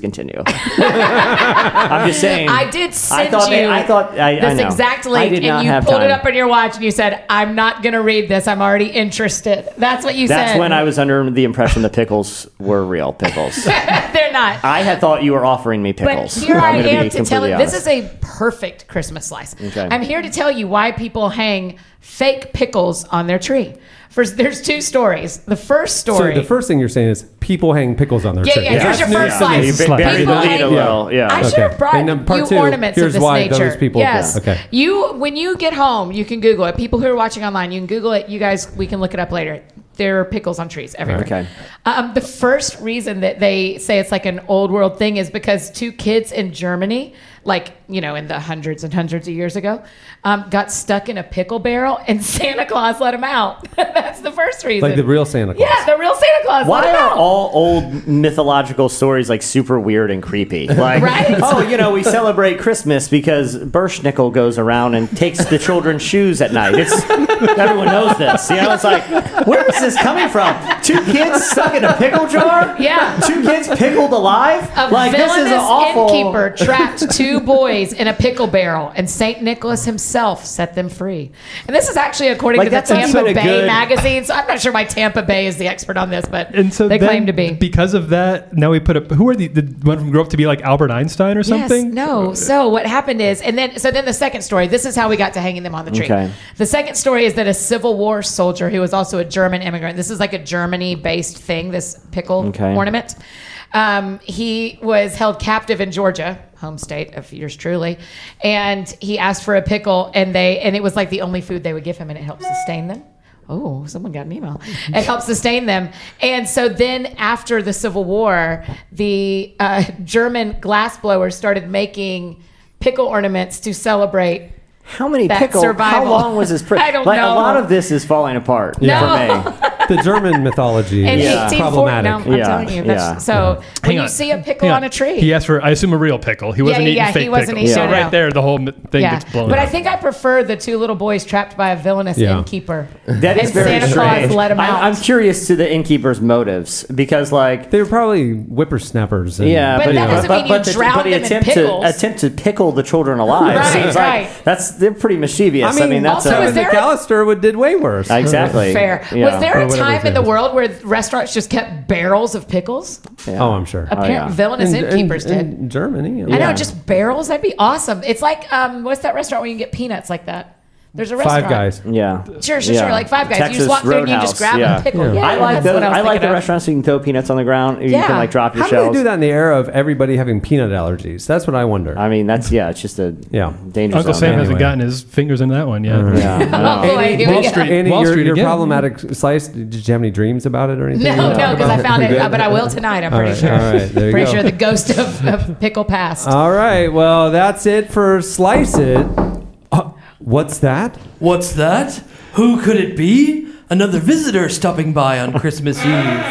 Speaker 3: continue. I'm just saying.
Speaker 5: I did send
Speaker 3: I thought
Speaker 5: you.
Speaker 3: They, I thought I, I
Speaker 5: this
Speaker 3: know.
Speaker 5: exact
Speaker 3: I
Speaker 5: link,
Speaker 3: did
Speaker 5: and
Speaker 3: not
Speaker 5: you
Speaker 3: have
Speaker 5: pulled it
Speaker 3: time.
Speaker 5: up on your watch, and you said, "I'm not going to read this. I'm already interested." That's what you
Speaker 3: That's
Speaker 5: said.
Speaker 3: when I was under the impression the pickles were real pickles.
Speaker 5: They're not.
Speaker 3: I had thought you were offering me
Speaker 5: but
Speaker 3: pickles.
Speaker 5: here
Speaker 3: I'm
Speaker 5: I
Speaker 3: gonna
Speaker 5: am
Speaker 3: be
Speaker 5: to tell
Speaker 3: completely
Speaker 5: you, this
Speaker 3: honest.
Speaker 5: is a perfect Christmas slice.
Speaker 3: Okay.
Speaker 5: I'm here to tell you why people hang fake pickles on their tree. First, there's two stories. The first
Speaker 2: So
Speaker 5: story.
Speaker 2: the first thing you're saying is people hang pickles on their
Speaker 5: Yeah,
Speaker 2: tree.
Speaker 5: yeah, here's your first
Speaker 3: Yeah, you
Speaker 5: slice.
Speaker 3: buried
Speaker 5: People
Speaker 3: the lead a
Speaker 5: hang-
Speaker 3: little. Yeah.
Speaker 5: I should have brought
Speaker 2: And then part
Speaker 5: you
Speaker 2: two,
Speaker 5: ornaments
Speaker 2: here's
Speaker 5: of this
Speaker 2: why
Speaker 5: nature.
Speaker 2: those people-
Speaker 5: yes.
Speaker 2: Okay.
Speaker 5: You when you get home, you can Google it. People who are watching online, you can Google it. You guys, we can look it up later. There are pickles on trees everywhere.
Speaker 3: Okay.
Speaker 5: Um, the first reason that they say it's like an old world thing is because two kids in Germany, like you know, in the hundreds and hundreds of years ago, um, got stuck in a pickle barrel, and Santa Claus let them out. That's the first reason.
Speaker 2: Like the real Santa Claus.
Speaker 5: yeah, the real Santa Claus. let
Speaker 3: Why
Speaker 5: 'em
Speaker 3: are
Speaker 5: out.
Speaker 3: all old mythological stories like super weird and creepy? Like,
Speaker 5: Right?
Speaker 3: oh, you know, we celebrate Christmas because Bershnickel goes around and takes the children's shoes at night. It's everyone knows this. You know, it's like, where is this coming from? Two kids stuck in a pickle jar?
Speaker 5: Yeah.
Speaker 3: Two kids pickled alive?
Speaker 5: A
Speaker 3: like this
Speaker 5: villainous
Speaker 3: is an awful.
Speaker 5: innkeeper trapped two two boys in a pickle barrel, and Saint Nicholas himself set them free. And this is actually according
Speaker 3: Like,
Speaker 5: to the
Speaker 3: that's not
Speaker 5: Tampa
Speaker 3: even
Speaker 5: Bay
Speaker 3: a good-
Speaker 5: magazine. So I'm not sure why Tampa Bay is the expert on this, but
Speaker 4: And so
Speaker 5: they
Speaker 4: then,
Speaker 5: claim to be.
Speaker 4: because of that. Now we put up who are the, the one from grew up to be like Albert Einstein or something.
Speaker 5: Yes, no. So what happened is, and then so then the second story. This is how we got to hanging them on the tree.
Speaker 3: Okay.
Speaker 5: The second story is that a Civil War soldier who was also a German immigrant. This is like a Germany-based thing. This pickle
Speaker 3: Okay.
Speaker 5: ornament. Um, he was held captive in Georgia, home state of yours truly, and he asked for a pickle, and they and it was like the only food they would give him, and it helped sustain them. Oh, someone got an email. It helped sustain them. And so then after the Civil War, the uh, German glassblowers started making pickle ornaments to celebrate.
Speaker 3: How many
Speaker 5: That
Speaker 3: pickle?
Speaker 5: survival.
Speaker 3: How long was this? Pri-
Speaker 5: I don't
Speaker 3: like,
Speaker 5: know.
Speaker 3: A lot of this is falling apart
Speaker 5: No.
Speaker 3: for me.
Speaker 2: The German mythology
Speaker 5: In
Speaker 2: is
Speaker 5: 1840, no,
Speaker 2: problematic.
Speaker 5: I'm
Speaker 3: Yeah,
Speaker 5: telling you. That's,
Speaker 3: yeah.
Speaker 5: So when
Speaker 4: Hang
Speaker 5: you
Speaker 4: on,
Speaker 5: see a pickle
Speaker 4: hang
Speaker 5: on a tree,
Speaker 4: He asked for, I assume, a real pickle. He wasn't
Speaker 5: yeah,
Speaker 4: eating
Speaker 5: yeah,
Speaker 4: fake
Speaker 5: he wasn't
Speaker 4: pickles.
Speaker 5: eating-
Speaker 4: so
Speaker 5: no, no.
Speaker 4: right there, the whole m- thing
Speaker 5: yeah.
Speaker 4: gets blown.
Speaker 5: But I
Speaker 4: up.
Speaker 5: think I prefer the two little boys trapped by a villainous
Speaker 2: Yeah.
Speaker 5: innkeeper.
Speaker 3: That is
Speaker 5: And
Speaker 3: very
Speaker 5: Santa Claus
Speaker 3: strange.
Speaker 5: let 'em
Speaker 3: I'm-
Speaker 5: out.
Speaker 3: I'm, curious to the innkeeper's motives because, like,
Speaker 2: They were probably whippersnappers. And,
Speaker 3: yeah,
Speaker 5: But
Speaker 3: but,
Speaker 5: that
Speaker 3: but,
Speaker 5: doesn't
Speaker 3: but,
Speaker 5: mean you
Speaker 3: the-
Speaker 5: drown
Speaker 3: but the
Speaker 5: them in
Speaker 3: attempt
Speaker 5: pickles.
Speaker 3: to attempt to pickle the children alive
Speaker 5: Right,
Speaker 3: seems
Speaker 5: right.
Speaker 3: like that's they're pretty mischievous. I mean,
Speaker 2: I mean,
Speaker 3: that's
Speaker 5: also
Speaker 3: a, Uh,
Speaker 5: is there-
Speaker 2: McAllister would did way worse.
Speaker 3: exactly
Speaker 5: Fair.
Speaker 3: Yeah.
Speaker 5: Was there
Speaker 2: Or
Speaker 5: a
Speaker 2: whatever
Speaker 5: time
Speaker 2: it
Speaker 5: in the
Speaker 2: is.
Speaker 5: world where restaurants just kept barrels of pickles?
Speaker 2: Oh, I'm sure.
Speaker 5: Apparent
Speaker 3: yeah.
Speaker 5: villainous
Speaker 2: In- in-
Speaker 5: innkeepers
Speaker 2: in,
Speaker 5: did.
Speaker 2: Germany.
Speaker 5: I know,
Speaker 3: Yeah.
Speaker 5: just barrels. That'd be awesome. It's like, um, what's that restaurant where you can get peanuts like that? There's a restaurant.
Speaker 2: Five guys.
Speaker 3: Yeah.
Speaker 5: Sure, sure,
Speaker 3: Yeah.
Speaker 5: sure. Like Five Guys. you
Speaker 3: Texas
Speaker 5: just walk through and you just
Speaker 3: Roadhouse,
Speaker 5: grab
Speaker 3: yeah.
Speaker 5: a pickle. Yeah.
Speaker 2: Yeah.
Speaker 3: I like
Speaker 5: that's
Speaker 3: those.
Speaker 5: what was
Speaker 3: I like
Speaker 5: thinking
Speaker 3: the
Speaker 5: of.
Speaker 3: restaurants you can throw peanuts on the ground. You
Speaker 5: Yeah.
Speaker 3: can like drop your
Speaker 2: How do
Speaker 3: shells.
Speaker 2: they do that in the era of everybody having peanut allergies? That's what I wonder.
Speaker 3: I mean, that's yeah. It's just a
Speaker 2: Yeah.
Speaker 3: dangerous.
Speaker 4: Uncle Sam hasn't
Speaker 2: Anyway.
Speaker 4: gotten his Mm-hmm. fingers in that one yet.
Speaker 5: Oh, boy, here we
Speaker 4: Wall
Speaker 5: go.
Speaker 4: Street.
Speaker 2: Annie,
Speaker 4: Wall
Speaker 2: your,
Speaker 4: Street
Speaker 2: your
Speaker 4: again.
Speaker 2: problematic slice. Did you have any dreams about it or anything?
Speaker 5: No, no, because I found it, uh, but I will tonight. I'm
Speaker 2: All
Speaker 5: pretty
Speaker 2: right,
Speaker 5: sure.
Speaker 2: all right, there you
Speaker 5: pretty
Speaker 2: go. Uh,
Speaker 5: sure the ghost of, of pickle past.
Speaker 2: All right. Well, that's it for slice it. Uh, what's that?
Speaker 1: What's that? Who could it be? Another visitor stopping by on Christmas Eve.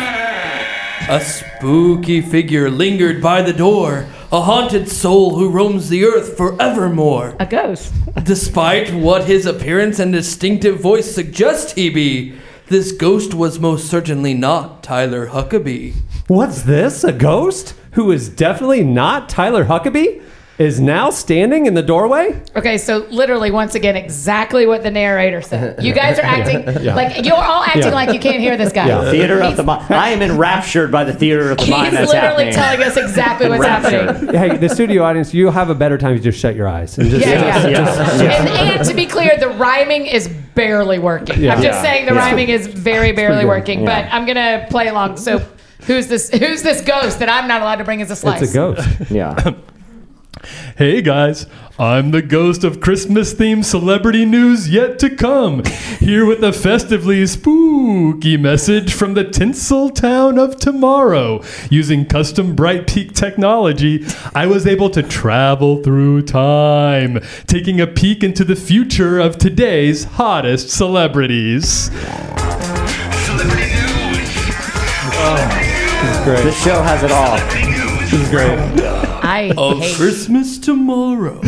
Speaker 1: A spooky figure lingered by the door, a haunted soul who roams the earth forevermore.
Speaker 5: a ghost.
Speaker 1: Despite what his appearance and distinctive voice suggest he be, this ghost was most certainly not Tyler Huckabee.
Speaker 2: What's this? A ghost who is definitely not Tyler Huckabee is now standing in the doorway.
Speaker 5: Okay, so literally, once again, exactly what the narrator said. You guys are acting like you're all acting
Speaker 2: Yeah.
Speaker 5: like you can't hear this guy.
Speaker 2: Yeah.
Speaker 3: Theater of
Speaker 5: He's-
Speaker 3: the mind. I am enraptured by the theater of the
Speaker 5: He's
Speaker 3: mind. That's
Speaker 5: literally
Speaker 3: happening.
Speaker 5: telling us exactly what's
Speaker 3: Enraptured.
Speaker 5: happening.
Speaker 2: Hey, the studio audience, you'll have a better time if you just shut your eyes and just.
Speaker 5: Yeah, yeah.
Speaker 3: Yeah.
Speaker 5: And, and to be clear, the rhyming is barely working. I'm just
Speaker 3: Yeah.
Speaker 5: saying the
Speaker 3: Yeah.
Speaker 5: rhyming is very barely
Speaker 2: good.
Speaker 5: working. But I'm gonna play along. So who's this? Who's this ghost that I'm not allowed to bring as a slice?
Speaker 2: It's a ghost.
Speaker 3: Yeah.
Speaker 4: Hey guys, I'm the ghost of Christmas themed celebrity news yet to come. Here with a festively spooky message from the tinsel town of tomorrow. Using custom Bright Peak technology, I was able to travel through time, taking a peek into the future of today's hottest celebrities.
Speaker 3: This show has it all.
Speaker 5: I
Speaker 1: Of
Speaker 5: hate.
Speaker 1: Christmas tomorrow.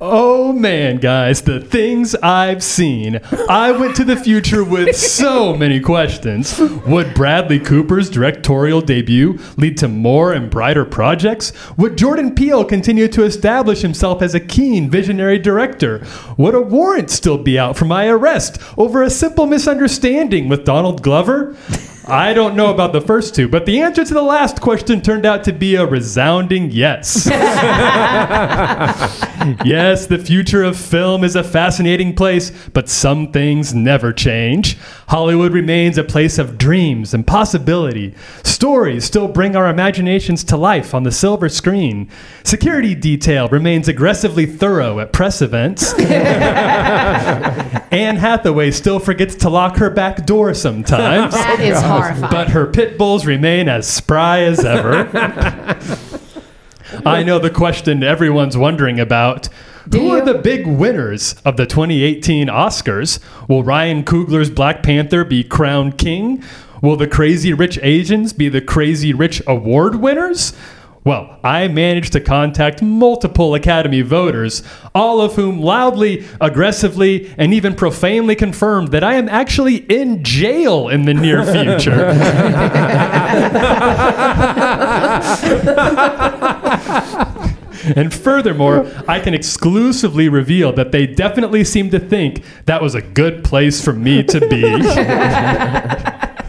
Speaker 4: Oh man, guys, the things I've seen. I went to the future with so many questions. Would Bradley Cooper's directorial debut lead to more and brighter projects? Would Jordan Peele continue to establish himself as a keen visionary director? Would a warrant still be out for my arrest over a simple misunderstanding with Donald Glover? I don't know about the first two, but the answer to the last question turned out to be a resounding yes. Yes, the future of film is a fascinating place, but some things never change. Hollywood remains a place of dreams and possibility. Stories still bring our imaginations to life on the silver screen. Security detail remains aggressively thorough at press events. Anne Hathaway still forgets to lock her back door sometimes.
Speaker 5: That
Speaker 2: Oh,
Speaker 5: is horrifying.
Speaker 4: But her pit bulls remain as spry as ever. I know the question everyone's wondering about. Who
Speaker 5: you?
Speaker 4: are the big winners of the 2018 Oscars? Will Ryan Coogler's Black Panther be crowned king? Will the Crazy Rich Asians be the Crazy Rich Award winners? Well, I managed to contact multiple Academy voters, all of whom loudly, aggressively, and even profanely confirmed that I am actually in jail in the near future. And furthermore, I can exclusively reveal that they definitely seem to think that was a good place for me to be.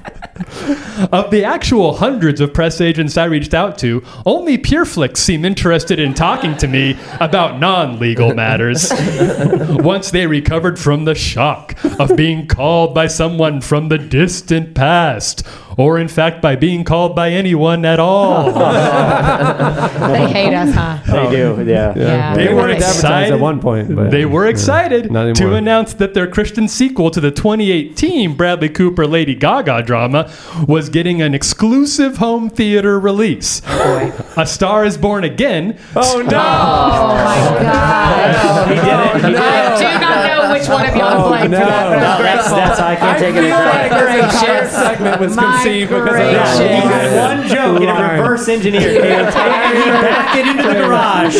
Speaker 4: of the actual hundreds of press agents I reached out to, only Pureflix seem interested in talking to me about non legal matters. Once they recovered from the shock of being called by someone from the distant past, or in fact by being called by anyone at all.
Speaker 5: They hate us, huh?
Speaker 3: They do, yeah.
Speaker 5: Yeah.
Speaker 4: They
Speaker 2: It
Speaker 4: were
Speaker 5: They-
Speaker 2: was advertised
Speaker 4: excited.
Speaker 2: at one point. But
Speaker 4: They were excited
Speaker 2: Not
Speaker 4: to
Speaker 2: anymore.
Speaker 4: announce that their Christian sequel to the 2018 Bradley Cooper Lady Gaga drama was getting an exclusive home theater release. A Star is Born Again.
Speaker 2: Oh no!
Speaker 5: Oh my God.
Speaker 3: Oh, He did it. He did it.
Speaker 5: I do not know which one of y'all played for
Speaker 2: no.
Speaker 5: that.
Speaker 3: No, that's, that's I can't take it.
Speaker 5: like this entire
Speaker 2: segment was
Speaker 5: My
Speaker 2: conceived because of that.
Speaker 5: gracious.
Speaker 3: You had one joke and it
Speaker 2: Line.
Speaker 3: reverse engineered. the entire- He backed it into the garage.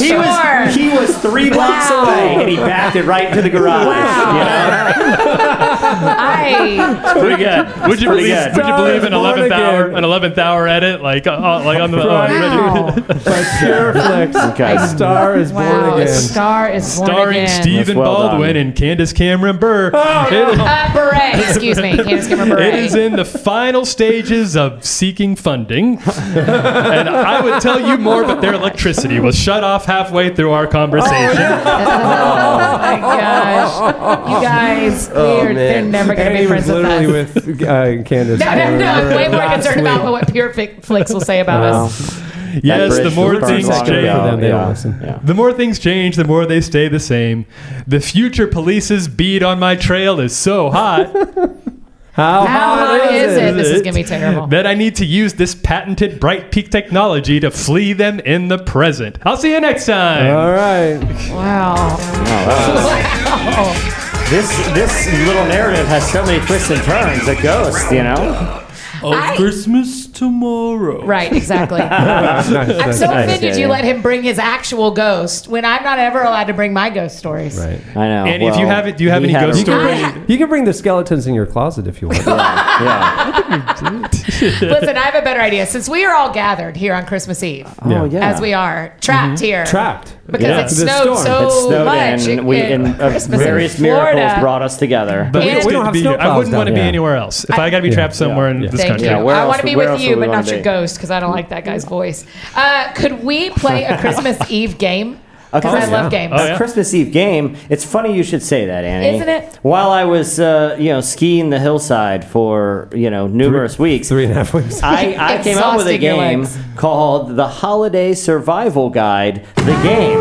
Speaker 3: He
Speaker 5: Sure.
Speaker 3: was he was three blocks
Speaker 5: Wow.
Speaker 3: away and he backed it right into the garage.
Speaker 5: Wow. I
Speaker 4: It's pretty good. Would you,
Speaker 3: pretty
Speaker 4: believe,
Speaker 3: good.
Speaker 4: would you believe
Speaker 2: Star is
Speaker 4: an
Speaker 2: Born
Speaker 4: 11th hour
Speaker 2: Again.
Speaker 4: an 11th hour edit like uh, uh, like on the uh,
Speaker 5: wow.
Speaker 2: But Pureflix,
Speaker 3: Okay.
Speaker 2: a star is
Speaker 5: Wow.
Speaker 2: born
Speaker 5: A
Speaker 2: again.
Speaker 5: star is born
Speaker 4: starring
Speaker 5: again.
Speaker 4: Stephen
Speaker 3: That's well done.
Speaker 4: Baldwin and Candace Cameron Burr?
Speaker 5: Uh, beret. Excuse me. Candace Cameron
Speaker 4: It
Speaker 5: Beret.
Speaker 4: is in the final stages of seeking funding. and I would tell you more, but their electricity was shut off halfway through our conversation.
Speaker 5: oh my gosh. You guys, we're, they're never going
Speaker 2: and
Speaker 5: to be
Speaker 2: he was
Speaker 5: friends with
Speaker 2: literally
Speaker 5: us.
Speaker 2: with uh, Candace.
Speaker 5: no, no, no. I'm way more
Speaker 2: Last
Speaker 5: concerned about
Speaker 2: week.
Speaker 5: what Pure Fi- Flicks will say about us.
Speaker 4: Yes, the more
Speaker 2: bridge
Speaker 4: things
Speaker 2: burns long
Speaker 4: change.
Speaker 2: ago. For them, they
Speaker 3: yeah.
Speaker 2: don't listen.
Speaker 3: Yeah.
Speaker 4: The more things change, the more they stay the same. The future police's bead on my trail is so hot
Speaker 2: How,
Speaker 5: How hot is it? This is going to be terrible.
Speaker 4: that I need to use this patented bright peak technology to flee them in the present. I'll see you next time.
Speaker 2: All right.
Speaker 5: Wow. Wow.
Speaker 3: This this little narrative has so many twists and turns. A ghost, you know.
Speaker 1: Of
Speaker 5: I-
Speaker 1: Christmas tomorrow.
Speaker 5: Right, exactly. I'm so
Speaker 3: nice.
Speaker 5: offended
Speaker 3: Yeah,
Speaker 5: you
Speaker 3: yeah.
Speaker 5: let him bring his actual ghost when I'm not ever allowed to bring my ghost stories.
Speaker 2: Right.
Speaker 3: I know.
Speaker 4: Andy, if you have it, do you have
Speaker 3: he
Speaker 4: any
Speaker 3: Uh, had
Speaker 4: ghost
Speaker 3: a-
Speaker 4: stories?
Speaker 2: You can bring the skeletons in your closet if you want.
Speaker 3: Yeah.
Speaker 5: Listen, I have a better idea. Since we are all gathered here on Christmas Eve,
Speaker 3: Oh, yeah. Mm-hmm.
Speaker 5: as we are trapped here,
Speaker 2: Trapped.
Speaker 5: because
Speaker 3: Yeah.
Speaker 5: it
Speaker 2: The
Speaker 5: snowed
Speaker 2: storm.
Speaker 5: so
Speaker 3: It snowed
Speaker 5: much,
Speaker 3: in. We
Speaker 5: in
Speaker 3: and uh,
Speaker 5: Christmas in
Speaker 3: various
Speaker 5: Florida.
Speaker 3: miracles brought us together.
Speaker 4: But
Speaker 5: And-
Speaker 4: it's
Speaker 5: We
Speaker 4: good
Speaker 2: don't
Speaker 4: to
Speaker 2: have
Speaker 4: be here. I
Speaker 2: snowplows
Speaker 4: wouldn't want to
Speaker 2: down
Speaker 4: be
Speaker 2: here.
Speaker 4: anywhere else. If I, got to be trapped somewhere in this
Speaker 5: Thank
Speaker 4: country,
Speaker 5: you.
Speaker 3: Yeah, where
Speaker 5: I
Speaker 3: else
Speaker 5: want to
Speaker 3: would-
Speaker 5: be
Speaker 3: where
Speaker 5: with
Speaker 3: else
Speaker 5: you,
Speaker 3: would we
Speaker 5: but
Speaker 3: wanna
Speaker 5: not your
Speaker 3: be?
Speaker 5: ghost because I don't like that guy's voice. Uh, could we play a Christmas Eve game? Because I
Speaker 3: course,
Speaker 5: love
Speaker 2: yeah.
Speaker 5: games.
Speaker 4: Oh, yeah.
Speaker 3: A Christmas Eve game. It's funny you should say that, Annie.
Speaker 5: Isn't it?
Speaker 3: While I was, uh, you know, skiing the hillside for you know numerous weeks,
Speaker 2: Three and a half weeks.
Speaker 3: I, I came up with a
Speaker 5: Exhausting your
Speaker 3: game
Speaker 5: legs.
Speaker 3: called the Holiday Survival Guide. The game.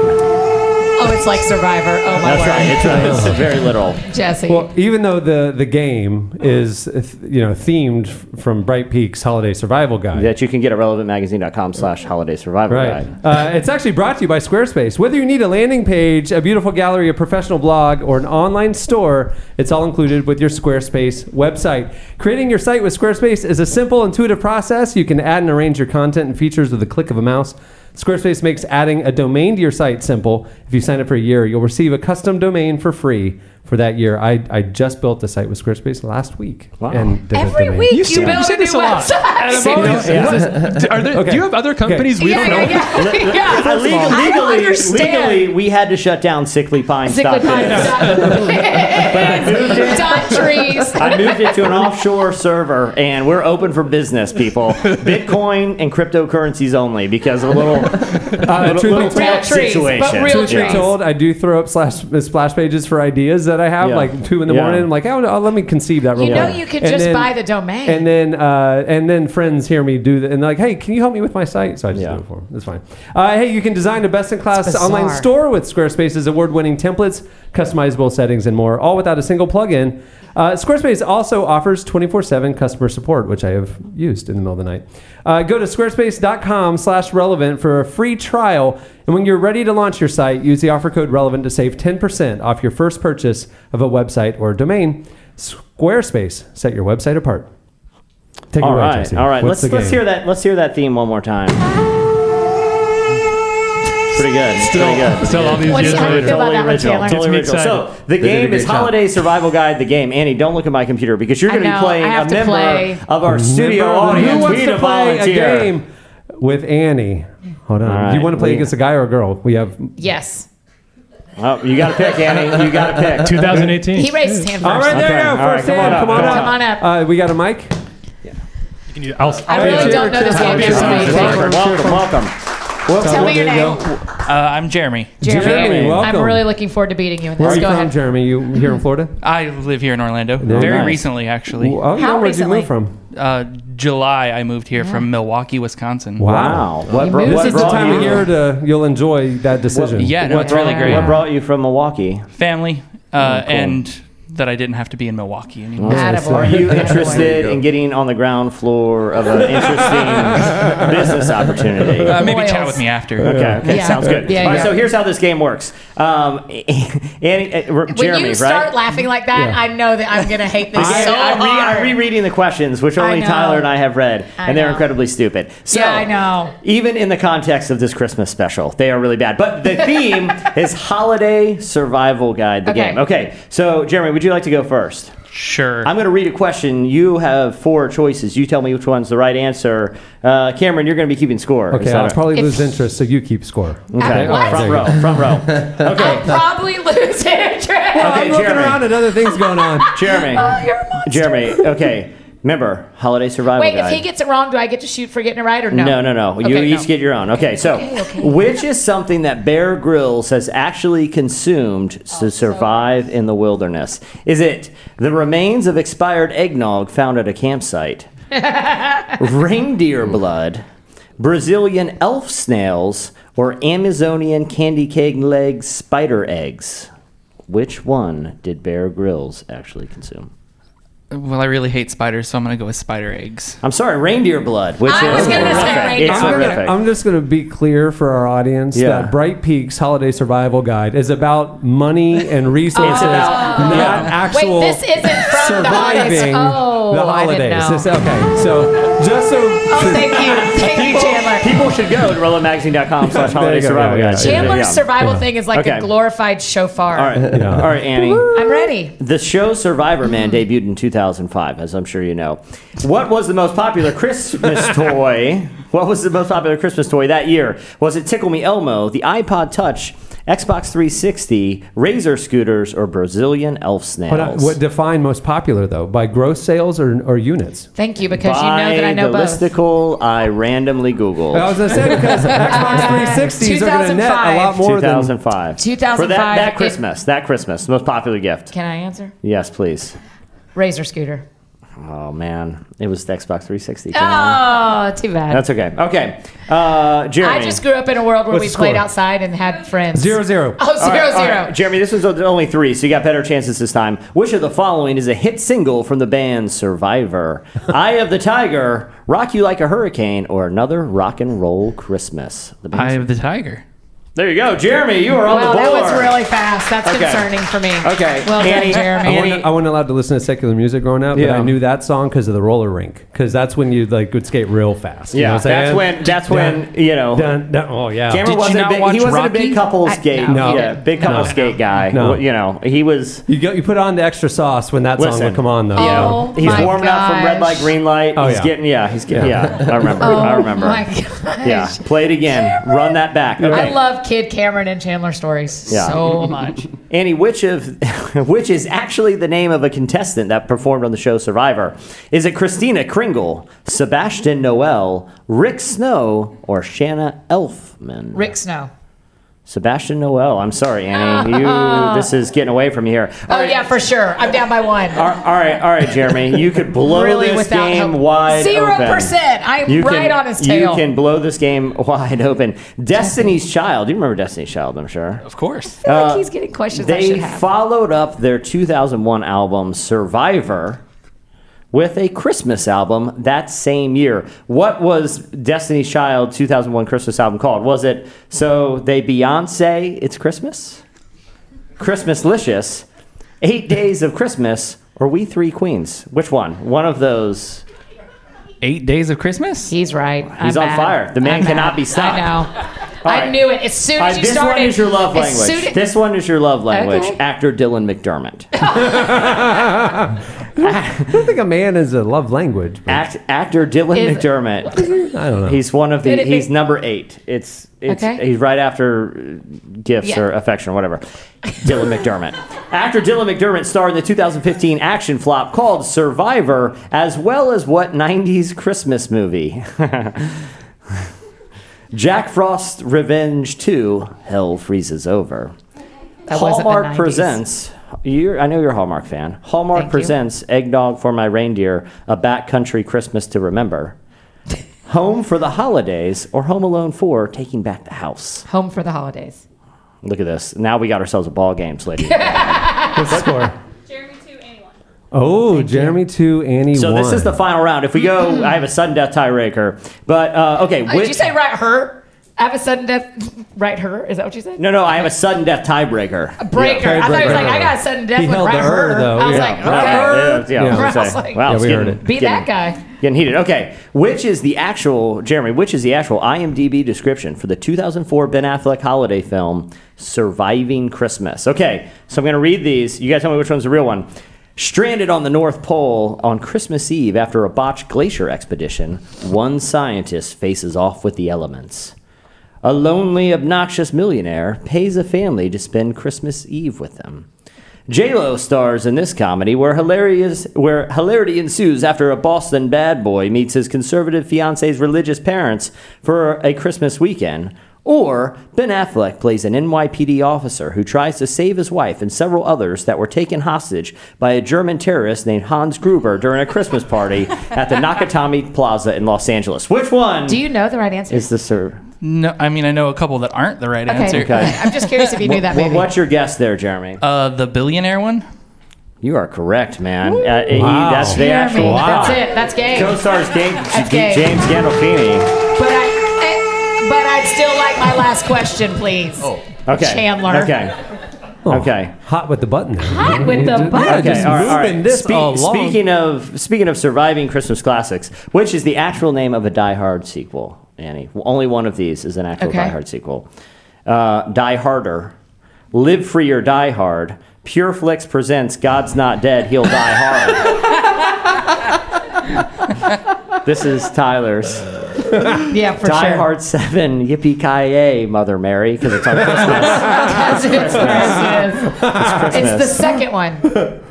Speaker 5: Oh, it's like Survivor. Oh my
Speaker 3: That's
Speaker 5: word,
Speaker 3: right. It's, uh, it's very literal.
Speaker 5: Jesse.
Speaker 2: Well, even though the, the game is uh, th- you know themed f- from Bright Peaks Holiday Survival Guide,
Speaker 3: that you can get at relevantmagazine.com slash holiday survival
Speaker 2: Right.
Speaker 3: guide.
Speaker 2: Uh, it's actually brought to you by Squarespace. Whether you need a landing page, a beautiful gallery, a professional blog, or an online store, it's all included with your Squarespace website. Creating your site with Squarespace is a simple, intuitive process. You can add and arrange your content and features with the click of a mouse. Squarespace makes adding a domain to your site simple. If you sign up for a year, you'll receive a custom domain for free for that year. I, I just built the site with Squarespace last week.
Speaker 3: Wow.
Speaker 2: And did a
Speaker 5: Every
Speaker 2: domain.
Speaker 5: week you,
Speaker 4: say-
Speaker 5: build
Speaker 4: say
Speaker 5: a new
Speaker 4: this a lot.
Speaker 5: website.
Speaker 4: Adam, always-
Speaker 2: Yeah.
Speaker 4: is this- are there-
Speaker 2: Okay.
Speaker 4: Do you have other companies we
Speaker 5: yeah,
Speaker 4: don't know?
Speaker 5: yeah, yeah, yeah.
Speaker 3: Uh, legal-
Speaker 5: I don't understand.
Speaker 3: legally, we had to shut down Sickly Pine
Speaker 5: Sickly
Speaker 3: Stop
Speaker 5: pine
Speaker 3: Business.
Speaker 5: stuff. Dot trees.
Speaker 3: I moved it to an offshore server, and we're open for business, people. Bitcoin and cryptocurrencies only because of a little,
Speaker 2: Uh,
Speaker 3: little,
Speaker 2: truth be
Speaker 3: little
Speaker 2: told-
Speaker 3: tax
Speaker 5: Real trees, but
Speaker 3: situation.
Speaker 5: real
Speaker 2: truth
Speaker 5: trees.
Speaker 2: be told, I do throw up slash, splash pages for ideas that I have,
Speaker 3: Yeah.
Speaker 2: like two in the
Speaker 3: Yeah.
Speaker 2: morning. I'm like, oh, no, let me conceive that. Real
Speaker 5: You know
Speaker 2: quick.
Speaker 5: you could
Speaker 2: And
Speaker 5: just
Speaker 2: then-
Speaker 5: buy the domain.
Speaker 2: And then, uh, and then friends hear me do that, and they're like, "Hey, can you help me with my site?" So I just
Speaker 3: Yeah.
Speaker 2: do it for them. That's fine. Uh, hey, you can design a best-in-class
Speaker 5: It's bizarre.
Speaker 2: online store with Squarespace's award-winning templates, customizable settings, and more, all without a single plugin. Uh, Squarespace also offers 24/7 customer support, which I have used in the middle of the night. Uh, go to squarespace.com/relevant for a free trial, and when you're ready to launch your site, use the offer code relevant to save 10% off your first purchase of a website or domain. Squarespace, set your website apart. Take it
Speaker 3: All
Speaker 2: away,
Speaker 3: right,
Speaker 2: Jesse.
Speaker 3: all right.
Speaker 2: What's
Speaker 3: Let's
Speaker 2: the
Speaker 3: let's
Speaker 2: game?
Speaker 3: hear that. Let's hear that theme one more time. Pretty good. Pretty good.
Speaker 4: Still all these
Speaker 5: What do
Speaker 4: years
Speaker 5: you- how do you feel about
Speaker 3: Totally
Speaker 4: later.
Speaker 5: that one,
Speaker 3: original.
Speaker 5: Taylor?
Speaker 3: Totally
Speaker 4: Gets me
Speaker 3: original. So
Speaker 4: excited.
Speaker 3: the game
Speaker 1: a
Speaker 3: is
Speaker 1: good job.
Speaker 3: Holiday Survival Guide. The game. Andy, don't look at my computer because you're
Speaker 5: I
Speaker 3: going to
Speaker 5: know,
Speaker 3: be playing
Speaker 5: I have
Speaker 3: a
Speaker 5: to
Speaker 3: member
Speaker 5: play.
Speaker 3: of our studio
Speaker 2: Remember,
Speaker 3: audience.
Speaker 2: Who wants
Speaker 3: we need
Speaker 2: to play
Speaker 3: volunteer.
Speaker 2: a game with Annie Hold on.
Speaker 3: All
Speaker 2: Do you
Speaker 3: right,
Speaker 2: want to play
Speaker 3: we-
Speaker 2: against a guy or a girl? We have.
Speaker 5: Yes.
Speaker 3: Oh, you got to pick, Annie. You got to pick.
Speaker 4: 2018.
Speaker 5: He raised his hand first.
Speaker 2: All right, there
Speaker 3: Okay,
Speaker 2: you go.
Speaker 3: all right,
Speaker 2: First
Speaker 3: come on
Speaker 2: hand.
Speaker 3: up,
Speaker 2: Come on
Speaker 3: come
Speaker 2: up.
Speaker 5: on up.
Speaker 2: Uh, we got a mic.
Speaker 4: You can use- I'll- I'll
Speaker 5: I
Speaker 4: be
Speaker 5: really
Speaker 4: the-
Speaker 5: don't know this game.
Speaker 4: I'll be the-
Speaker 5: Just wait.
Speaker 3: Welcome, welcome, welcome.
Speaker 5: Tell me your
Speaker 2: There you go.
Speaker 5: name.
Speaker 7: Uh, I'm Jeremy.
Speaker 5: Jeremy.
Speaker 2: Jeremy, welcome.
Speaker 5: I'm really looking forward to beating you in this.
Speaker 2: Where are you
Speaker 5: Go
Speaker 2: from,
Speaker 5: ahead. Uh,
Speaker 2: Jeremy? You here in Florida?
Speaker 7: I live here in Orlando. Very
Speaker 2: nice.
Speaker 7: recently, actually.
Speaker 2: Oh, you
Speaker 5: How
Speaker 2: know, where'd you
Speaker 5: recently?
Speaker 2: move from?
Speaker 7: Uh, July, I moved here from Milwaukee, Wisconsin.
Speaker 3: Wow. What, brought-
Speaker 5: moved-
Speaker 2: This
Speaker 3: what
Speaker 2: is the
Speaker 3: brought
Speaker 2: time of
Speaker 3: you-
Speaker 2: year to you'll enjoy that decision.
Speaker 7: Yeah, no,
Speaker 3: what
Speaker 7: it's really
Speaker 3: brought-
Speaker 7: great.
Speaker 3: What brought you from Milwaukee?
Speaker 7: Family, uh, and that I didn't have to be in Milwaukee anymore.
Speaker 5: Attaboy.
Speaker 3: Are you
Speaker 5: Attaboy.
Speaker 3: interested in getting on the ground floor of an interesting business opportunity?
Speaker 7: Uh, maybe
Speaker 5: Boils.
Speaker 7: chat with me after.
Speaker 3: Okay, okay,
Speaker 5: Yeah.
Speaker 3: sounds good.
Speaker 5: Yeah,
Speaker 3: All right,
Speaker 5: yeah.
Speaker 3: so here's how this game works. Um, Annie, uh, r-
Speaker 5: When
Speaker 3: Jeremy,
Speaker 5: you start
Speaker 3: right?
Speaker 5: laughing like that,
Speaker 2: Yeah.
Speaker 5: I know that I'm gonna hate this
Speaker 3: I,
Speaker 5: so
Speaker 3: I'm, re-
Speaker 5: hard.
Speaker 3: I'm rereading the questions, which only
Speaker 5: know.
Speaker 3: Tyler and I have read,
Speaker 5: I
Speaker 3: and they're
Speaker 5: know.
Speaker 3: incredibly stupid. So,
Speaker 5: Yeah, I know.
Speaker 3: Even in the context of this Christmas special, they are really bad. But the theme is Holiday Survival Guide, the
Speaker 5: Okay.
Speaker 3: game. Okay, so Jeremy, would you like to go first?
Speaker 7: Sure.
Speaker 3: I'm going to read a question. You have four choices. You tell me which one's the right answer. Uh, Cameron, you're going to be keeping score. Is
Speaker 2: Okay,
Speaker 3: that
Speaker 2: I'll
Speaker 3: right?
Speaker 2: probably
Speaker 5: If-
Speaker 2: lose interest, so you keep score.
Speaker 3: Okay,
Speaker 5: What?
Speaker 2: there
Speaker 3: front
Speaker 2: you go.
Speaker 3: row, front row.
Speaker 5: I'll probably lose interest.
Speaker 3: Okay,
Speaker 2: I'm looking
Speaker 3: Jeremy.
Speaker 2: around at other things going on.
Speaker 3: Jeremy,
Speaker 5: You're a monster.
Speaker 3: Jeremy. Okay, remember holiday survival
Speaker 5: Wait, if
Speaker 3: guide.
Speaker 5: he gets it wrong, do I get to shoot for getting it right or no?
Speaker 3: no, no, no. You
Speaker 5: Okay,
Speaker 3: each
Speaker 5: no.
Speaker 3: get your own. Okay, so which is something that Bear Grylls has actually consumed
Speaker 5: Oh,
Speaker 3: to survive in the wilderness? Is it the remains of expired eggnog found at a campsite, reindeer blood, Brazilian elf snails, or Amazonian candy cane leg spider eggs? Which one did Bear Grylls actually consume?
Speaker 7: well, I really hate spiders, so I'm going to go with spider eggs.
Speaker 3: I'm sorry, reindeer blood. Which
Speaker 5: I
Speaker 3: is
Speaker 5: was gonna say
Speaker 3: horrific.
Speaker 5: reindeer
Speaker 3: It's
Speaker 5: blood.
Speaker 2: I'm, gonna-
Speaker 3: horrific.
Speaker 2: I'm just going to be clear for our audience
Speaker 3: Yeah.
Speaker 2: that Bright Peaks Holiday Survival Guide is about money and resources,
Speaker 3: about-
Speaker 2: not
Speaker 3: yeah.
Speaker 2: actual
Speaker 5: Wait, this isn't from the holidays.
Speaker 2: surviving
Speaker 5: Oh,
Speaker 2: the
Speaker 5: I
Speaker 2: holidays.
Speaker 5: didn't know.
Speaker 2: It's- okay, so just so.
Speaker 5: Oh, thank you, thank you, Chandler.
Speaker 3: People should go to relomagazine.com slash
Speaker 2: There you
Speaker 3: holiday
Speaker 2: go,
Speaker 3: survival
Speaker 2: yeah,
Speaker 3: guide.
Speaker 2: yeah,
Speaker 5: Chandler's
Speaker 3: Yeah.
Speaker 5: survival thing is like
Speaker 3: Okay.
Speaker 5: a glorified shofar.
Speaker 3: All right.
Speaker 2: Yeah.
Speaker 3: All right, Annie.
Speaker 5: I'm ready.
Speaker 3: The show Survivor Man debuted in 2005, as I'm sure you know. What was the most popular Christmas toy? What was the most popular Christmas toy that year? Was it Tickle Me Elmo, the iPod Touch, Xbox 360, Razor scooters, or Brazilian elf snails?
Speaker 2: Hold on, what define most popular though by gross sales or, or units?
Speaker 5: Thank you because you
Speaker 3: By
Speaker 5: know that I know
Speaker 3: the
Speaker 5: both.
Speaker 3: listicle I randomly Googled.
Speaker 2: I was gonna say because Xbox 360s are gonna net a lot
Speaker 5: 2005.
Speaker 2: more than
Speaker 3: 2005. For
Speaker 5: 2005,
Speaker 3: that, that
Speaker 5: it-
Speaker 3: Christmas. that Christmas. Most popular gift.
Speaker 5: Can I answer?
Speaker 3: Yes, please.
Speaker 5: Razor scooter.
Speaker 3: Oh, man. It was the Xbox 360.
Speaker 5: Oh, too bad.
Speaker 3: That's okay. Okay. Uh, Jeremy.
Speaker 5: I just grew up in a world where
Speaker 2: What's
Speaker 5: we
Speaker 2: the
Speaker 5: played
Speaker 2: score?
Speaker 5: outside and had friends.
Speaker 2: zero zero.
Speaker 5: Oh,
Speaker 3: All right,
Speaker 5: zero,
Speaker 3: all
Speaker 5: zero.
Speaker 3: right. Jeremy, this was only three, so you got better chances this time. Which of the following is a hit single from the band Survivor? Eye of the Tiger, Rock You Like a Hurricane, or Another Rock and Roll Christmas? The band-
Speaker 7: Eye of the tiger.
Speaker 3: there you go. Jeremy, you are on
Speaker 5: Wow,
Speaker 3: the
Speaker 5: that
Speaker 3: board.
Speaker 5: was really fast. That's
Speaker 3: Okay.
Speaker 5: concerning for me.
Speaker 3: Okay.
Speaker 5: Well
Speaker 3: Annie-
Speaker 5: done, Jeremy.
Speaker 2: I
Speaker 3: Annie-
Speaker 2: wasn't, I wasn't allowed to listen to secular music growing up,
Speaker 3: Yeah.
Speaker 2: but I knew that song because of the roller rink. Because that's when you like would skate real fast. you know
Speaker 3: Yeah,
Speaker 2: what I'm
Speaker 3: that's
Speaker 2: saying?
Speaker 3: when, that's when, you know.
Speaker 2: Dun, dun, oh yeah.
Speaker 3: Cameron
Speaker 7: Did you
Speaker 3: wasn't a
Speaker 7: not
Speaker 3: big,
Speaker 7: watch
Speaker 3: he wasn't a
Speaker 7: Rocky?
Speaker 3: big couples skate.
Speaker 2: no.
Speaker 3: Yeah, big
Speaker 2: No.
Speaker 3: couples skate guy.
Speaker 2: No.
Speaker 3: Well, You know, he was.
Speaker 2: you go, you put on the extra sauce when that song
Speaker 3: Listen.
Speaker 2: would come on though.
Speaker 5: Oh,
Speaker 2: you know?
Speaker 3: He's
Speaker 5: my
Speaker 3: warming up from red
Speaker 5: gosh.
Speaker 3: light, green light.
Speaker 2: Oh,
Speaker 3: he's
Speaker 2: yeah.
Speaker 3: getting, yeah, he's getting, yeah. I remember,
Speaker 5: Oh,
Speaker 3: I remember.
Speaker 5: my gosh.
Speaker 3: Yeah, play it again. Run that back. Okay.
Speaker 5: I love Kid Cameron and Chandler stories
Speaker 3: Yeah.
Speaker 5: so much.
Speaker 3: Annie, which of which is actually the name of a contestant that performed on the show Survivor? Is it Christina Kringle, Sebastian Noel, Rick Snow, or Shanna Elfman?
Speaker 5: Rick Snow.
Speaker 3: Sebastian Noel. I'm sorry, Annie. You this is getting away from here.
Speaker 5: Oh, yeah, for sure. I'm down by one.
Speaker 3: All right, all right, all right, Jeremy. You could blow
Speaker 5: Really
Speaker 3: this
Speaker 5: without
Speaker 3: game
Speaker 5: hope.
Speaker 3: wide
Speaker 5: Zero
Speaker 3: open.
Speaker 5: percent. I'm
Speaker 3: You
Speaker 5: right
Speaker 3: can-
Speaker 5: on his tail.
Speaker 3: You can blow this game wide open. Destiny's Child. You remember Destiny's Child, I'm sure. Uh,
Speaker 7: Of course.
Speaker 5: I feel like he's getting questions I should
Speaker 3: They
Speaker 5: have.
Speaker 3: followed up their 2001 album Survivor with a Christmas album that same year. What was Destiny's Child 2001 Christmas album called? Was it So They Beyonce It's Christmas? Christmas Licious, Eight Days of Christmas, or We Three Queens? Which one? One of those.
Speaker 7: Eight days of Christmas?
Speaker 5: he's right.
Speaker 3: He's
Speaker 5: I'm
Speaker 3: on
Speaker 5: mad.
Speaker 3: fire. The man
Speaker 5: I'm
Speaker 3: cannot
Speaker 5: mad.
Speaker 3: be
Speaker 5: I
Speaker 3: stopped.
Speaker 5: know. I
Speaker 3: right.
Speaker 5: knew it as soon
Speaker 3: All
Speaker 5: as
Speaker 3: right,
Speaker 5: you
Speaker 3: this
Speaker 5: started.
Speaker 3: one is your love
Speaker 5: as
Speaker 3: language.
Speaker 5: soon-
Speaker 3: This one is your love language.
Speaker 5: Okay.
Speaker 3: Actor Dylan McDermott.
Speaker 2: I don't think a man is a love language. But
Speaker 3: Act, actor Dylan
Speaker 5: Is-
Speaker 3: McDermott.
Speaker 2: I don't know.
Speaker 3: He's one of the.
Speaker 5: Did it
Speaker 3: He's
Speaker 5: be-
Speaker 3: number eight. It's it's
Speaker 5: Okay.
Speaker 3: he's right after uh, gifts
Speaker 5: Yeah.
Speaker 3: or affection or whatever. Dylan McDermott. Actor Dylan McDermott starred in the 2015 action flop called Survivor, as well as what 90s Christmas movie? Jack Frost Revenge 2: Hell Freezes Over.
Speaker 5: That wasn't the
Speaker 3: Hallmark
Speaker 5: 90s.
Speaker 3: presents. You're, I know you're a Hallmark fan. Hallmark
Speaker 5: Thank you.
Speaker 3: presents Eggnog for My Reindeer, a backcountry Christmas to remember. Home for the Holidays or Home Alone 4, Taking Back the House.
Speaker 5: Home for the Holidays.
Speaker 3: Look at this. Now we got ourselves a ball game, lady.
Speaker 2: What's the score?
Speaker 8: Jeremy 2, anyone.
Speaker 2: Oh, Jeremy two, Annie
Speaker 3: so
Speaker 2: one.
Speaker 3: this is the final round. If we go, I have a sudden death tiebreaker. But uh, okay,
Speaker 5: Oh, did you say write her? I have a sudden death. Write her? Is that what you said?
Speaker 3: no, no, I have a sudden death tiebreaker.
Speaker 5: Breaker.
Speaker 2: Yeah,
Speaker 5: I thought he was
Speaker 2: tiebreaker.
Speaker 5: like, I got a sudden death
Speaker 2: He
Speaker 5: with
Speaker 2: held
Speaker 5: right
Speaker 2: the her,
Speaker 5: her.
Speaker 2: though.
Speaker 5: I was
Speaker 2: Yeah.
Speaker 5: like, okay.
Speaker 3: Yeah, yeah, yeah, I was
Speaker 5: I
Speaker 3: gonna
Speaker 5: was
Speaker 3: say.
Speaker 5: like,
Speaker 3: wow,
Speaker 2: Yeah,
Speaker 3: it's
Speaker 2: we heard
Speaker 3: getting-
Speaker 2: it.
Speaker 5: Be that
Speaker 3: getting-
Speaker 5: guy.
Speaker 3: Getting heated. Okay. Which is the actual, Jeremy, which is the actual IMDb description for the 2004 Ben Affleck holiday film, Surviving Christmas? Okay. So I'm going to read these. You guys tell me which one's the real one. Stranded on the North Pole on Christmas Eve after a botched glacier expedition, one scientist faces off with the elements. A lonely, obnoxious millionaire pays a family to spend Christmas Eve with them. J-Lo stars in this comedy where, hilarious, where hilarity ensues after a Boston bad boy meets his conservative fiance's religious parents for a Christmas weekend. Or Ben Affleck plays an NYPD officer who tries to save his wife and several others that were taken hostage by a German terrorist named Hans Gruber during a Christmas party at the Nakatomi Plaza in Los Angeles. Which one
Speaker 5: Do you know the right answer?
Speaker 3: is the sir?
Speaker 7: No, I mean I know a couple that aren't the right
Speaker 5: okay.
Speaker 7: answer.
Speaker 5: okay. I'm just curious if you knew that,
Speaker 3: Wha-
Speaker 5: maybe.
Speaker 3: What's your guess there, Jeremy?
Speaker 7: Uh, the billionaire one.
Speaker 3: you are correct, man. Uh, he-
Speaker 2: Wow.
Speaker 3: that's the
Speaker 5: Jeremy.
Speaker 3: actual.
Speaker 5: That's it. That's gay.
Speaker 3: Co-stars James,
Speaker 5: gay.
Speaker 3: James Gandolfini.
Speaker 5: But I, I- but I'd still like my last question, please. Oh.
Speaker 3: Okay.
Speaker 5: Chandler.
Speaker 3: Okay.
Speaker 2: Oh,
Speaker 3: Okay.
Speaker 2: Hot with the button.
Speaker 5: Hot with the button.
Speaker 3: Okay.
Speaker 2: just
Speaker 3: all right, all right.
Speaker 2: moving this
Speaker 3: Spe-
Speaker 2: along.
Speaker 3: Speaking of speaking of surviving Christmas classics, which is the actual name of a Die Hard sequel, Annie. Only one of these is an actual
Speaker 5: Okay.
Speaker 3: Die Hard sequel. Uh, die Harder, Live Free or Die Hard. Pure Flix presents God's Not Dead, He'll Die Hard. this is Tyler's.
Speaker 5: Yeah, for
Speaker 3: Die
Speaker 5: sure.
Speaker 3: Hard 7, Yippee Ki Yay, Mother Mary, because it's on Christmas.
Speaker 5: That's it. Yes. It's the
Speaker 3: Christmas.
Speaker 5: second one.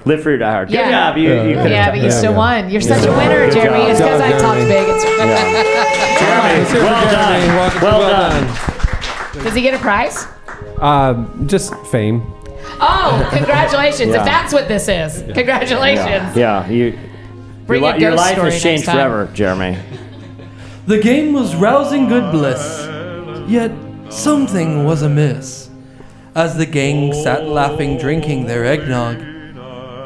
Speaker 3: Live Free or Die Hard. Good
Speaker 5: Yeah.
Speaker 3: job. You,
Speaker 2: Uh,
Speaker 3: you could've
Speaker 5: Yeah,
Speaker 3: done
Speaker 5: but
Speaker 3: it.
Speaker 5: you still
Speaker 2: yeah.
Speaker 5: won. You're such a winner,
Speaker 3: Good
Speaker 5: Jeremy.
Speaker 3: job.
Speaker 5: It's because
Speaker 2: Good
Speaker 5: I
Speaker 2: job,
Speaker 5: talked
Speaker 2: Jeremy.
Speaker 5: big. It's,
Speaker 2: Jeremy,
Speaker 3: well done. Well done.
Speaker 5: does he get a prize?
Speaker 2: Um, just fame.
Speaker 5: Oh, congratulations!
Speaker 3: Yeah.
Speaker 5: If that's what this is, congratulations.
Speaker 3: Yeah, you.
Speaker 5: Bring
Speaker 3: your
Speaker 5: a
Speaker 3: li- your
Speaker 5: ghost
Speaker 3: life
Speaker 5: story
Speaker 3: has
Speaker 5: next
Speaker 3: changed
Speaker 5: time.
Speaker 3: forever, Jeremy.
Speaker 1: The game was rousing good bliss, yet something was amiss. As the gang sat laughing, drinking their eggnog,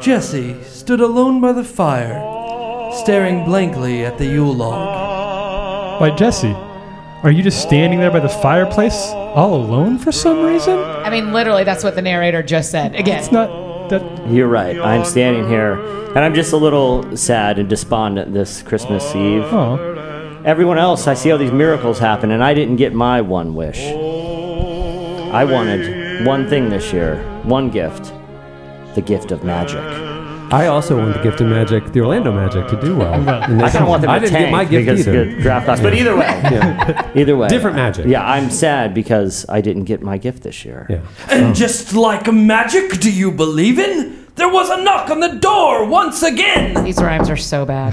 Speaker 1: Jesse stood alone by the fire, staring blankly at the Yule log.
Speaker 4: Why, Jesse, are you just standing there by the fireplace all alone for some reason?
Speaker 5: I mean, literally, that's what the narrator just said. Again,
Speaker 4: It's not that.
Speaker 3: You're right. I'm standing here, and I'm just a little sad and despondent this Christmas Eve.
Speaker 4: Oh.
Speaker 3: Everyone else, I see all these miracles happen, and I didn't get my one wish.
Speaker 2: Oh,
Speaker 3: I wanted one thing this year, one gift the gift of magic.
Speaker 2: I also won the gift of magic, the Orlando Magic, to do well. And
Speaker 3: I
Speaker 2: they-
Speaker 3: kind of want them to
Speaker 2: I didn't
Speaker 3: tank
Speaker 2: get my gift
Speaker 3: because of
Speaker 2: either.
Speaker 3: the draft class. But either way, either way,
Speaker 2: Different magic.
Speaker 3: Yeah, I'm sad because I didn't get my gift this year.
Speaker 2: Yeah.
Speaker 1: And just like magic, do you believe in? There was a knock on the door once again!
Speaker 5: these rhymes are so bad.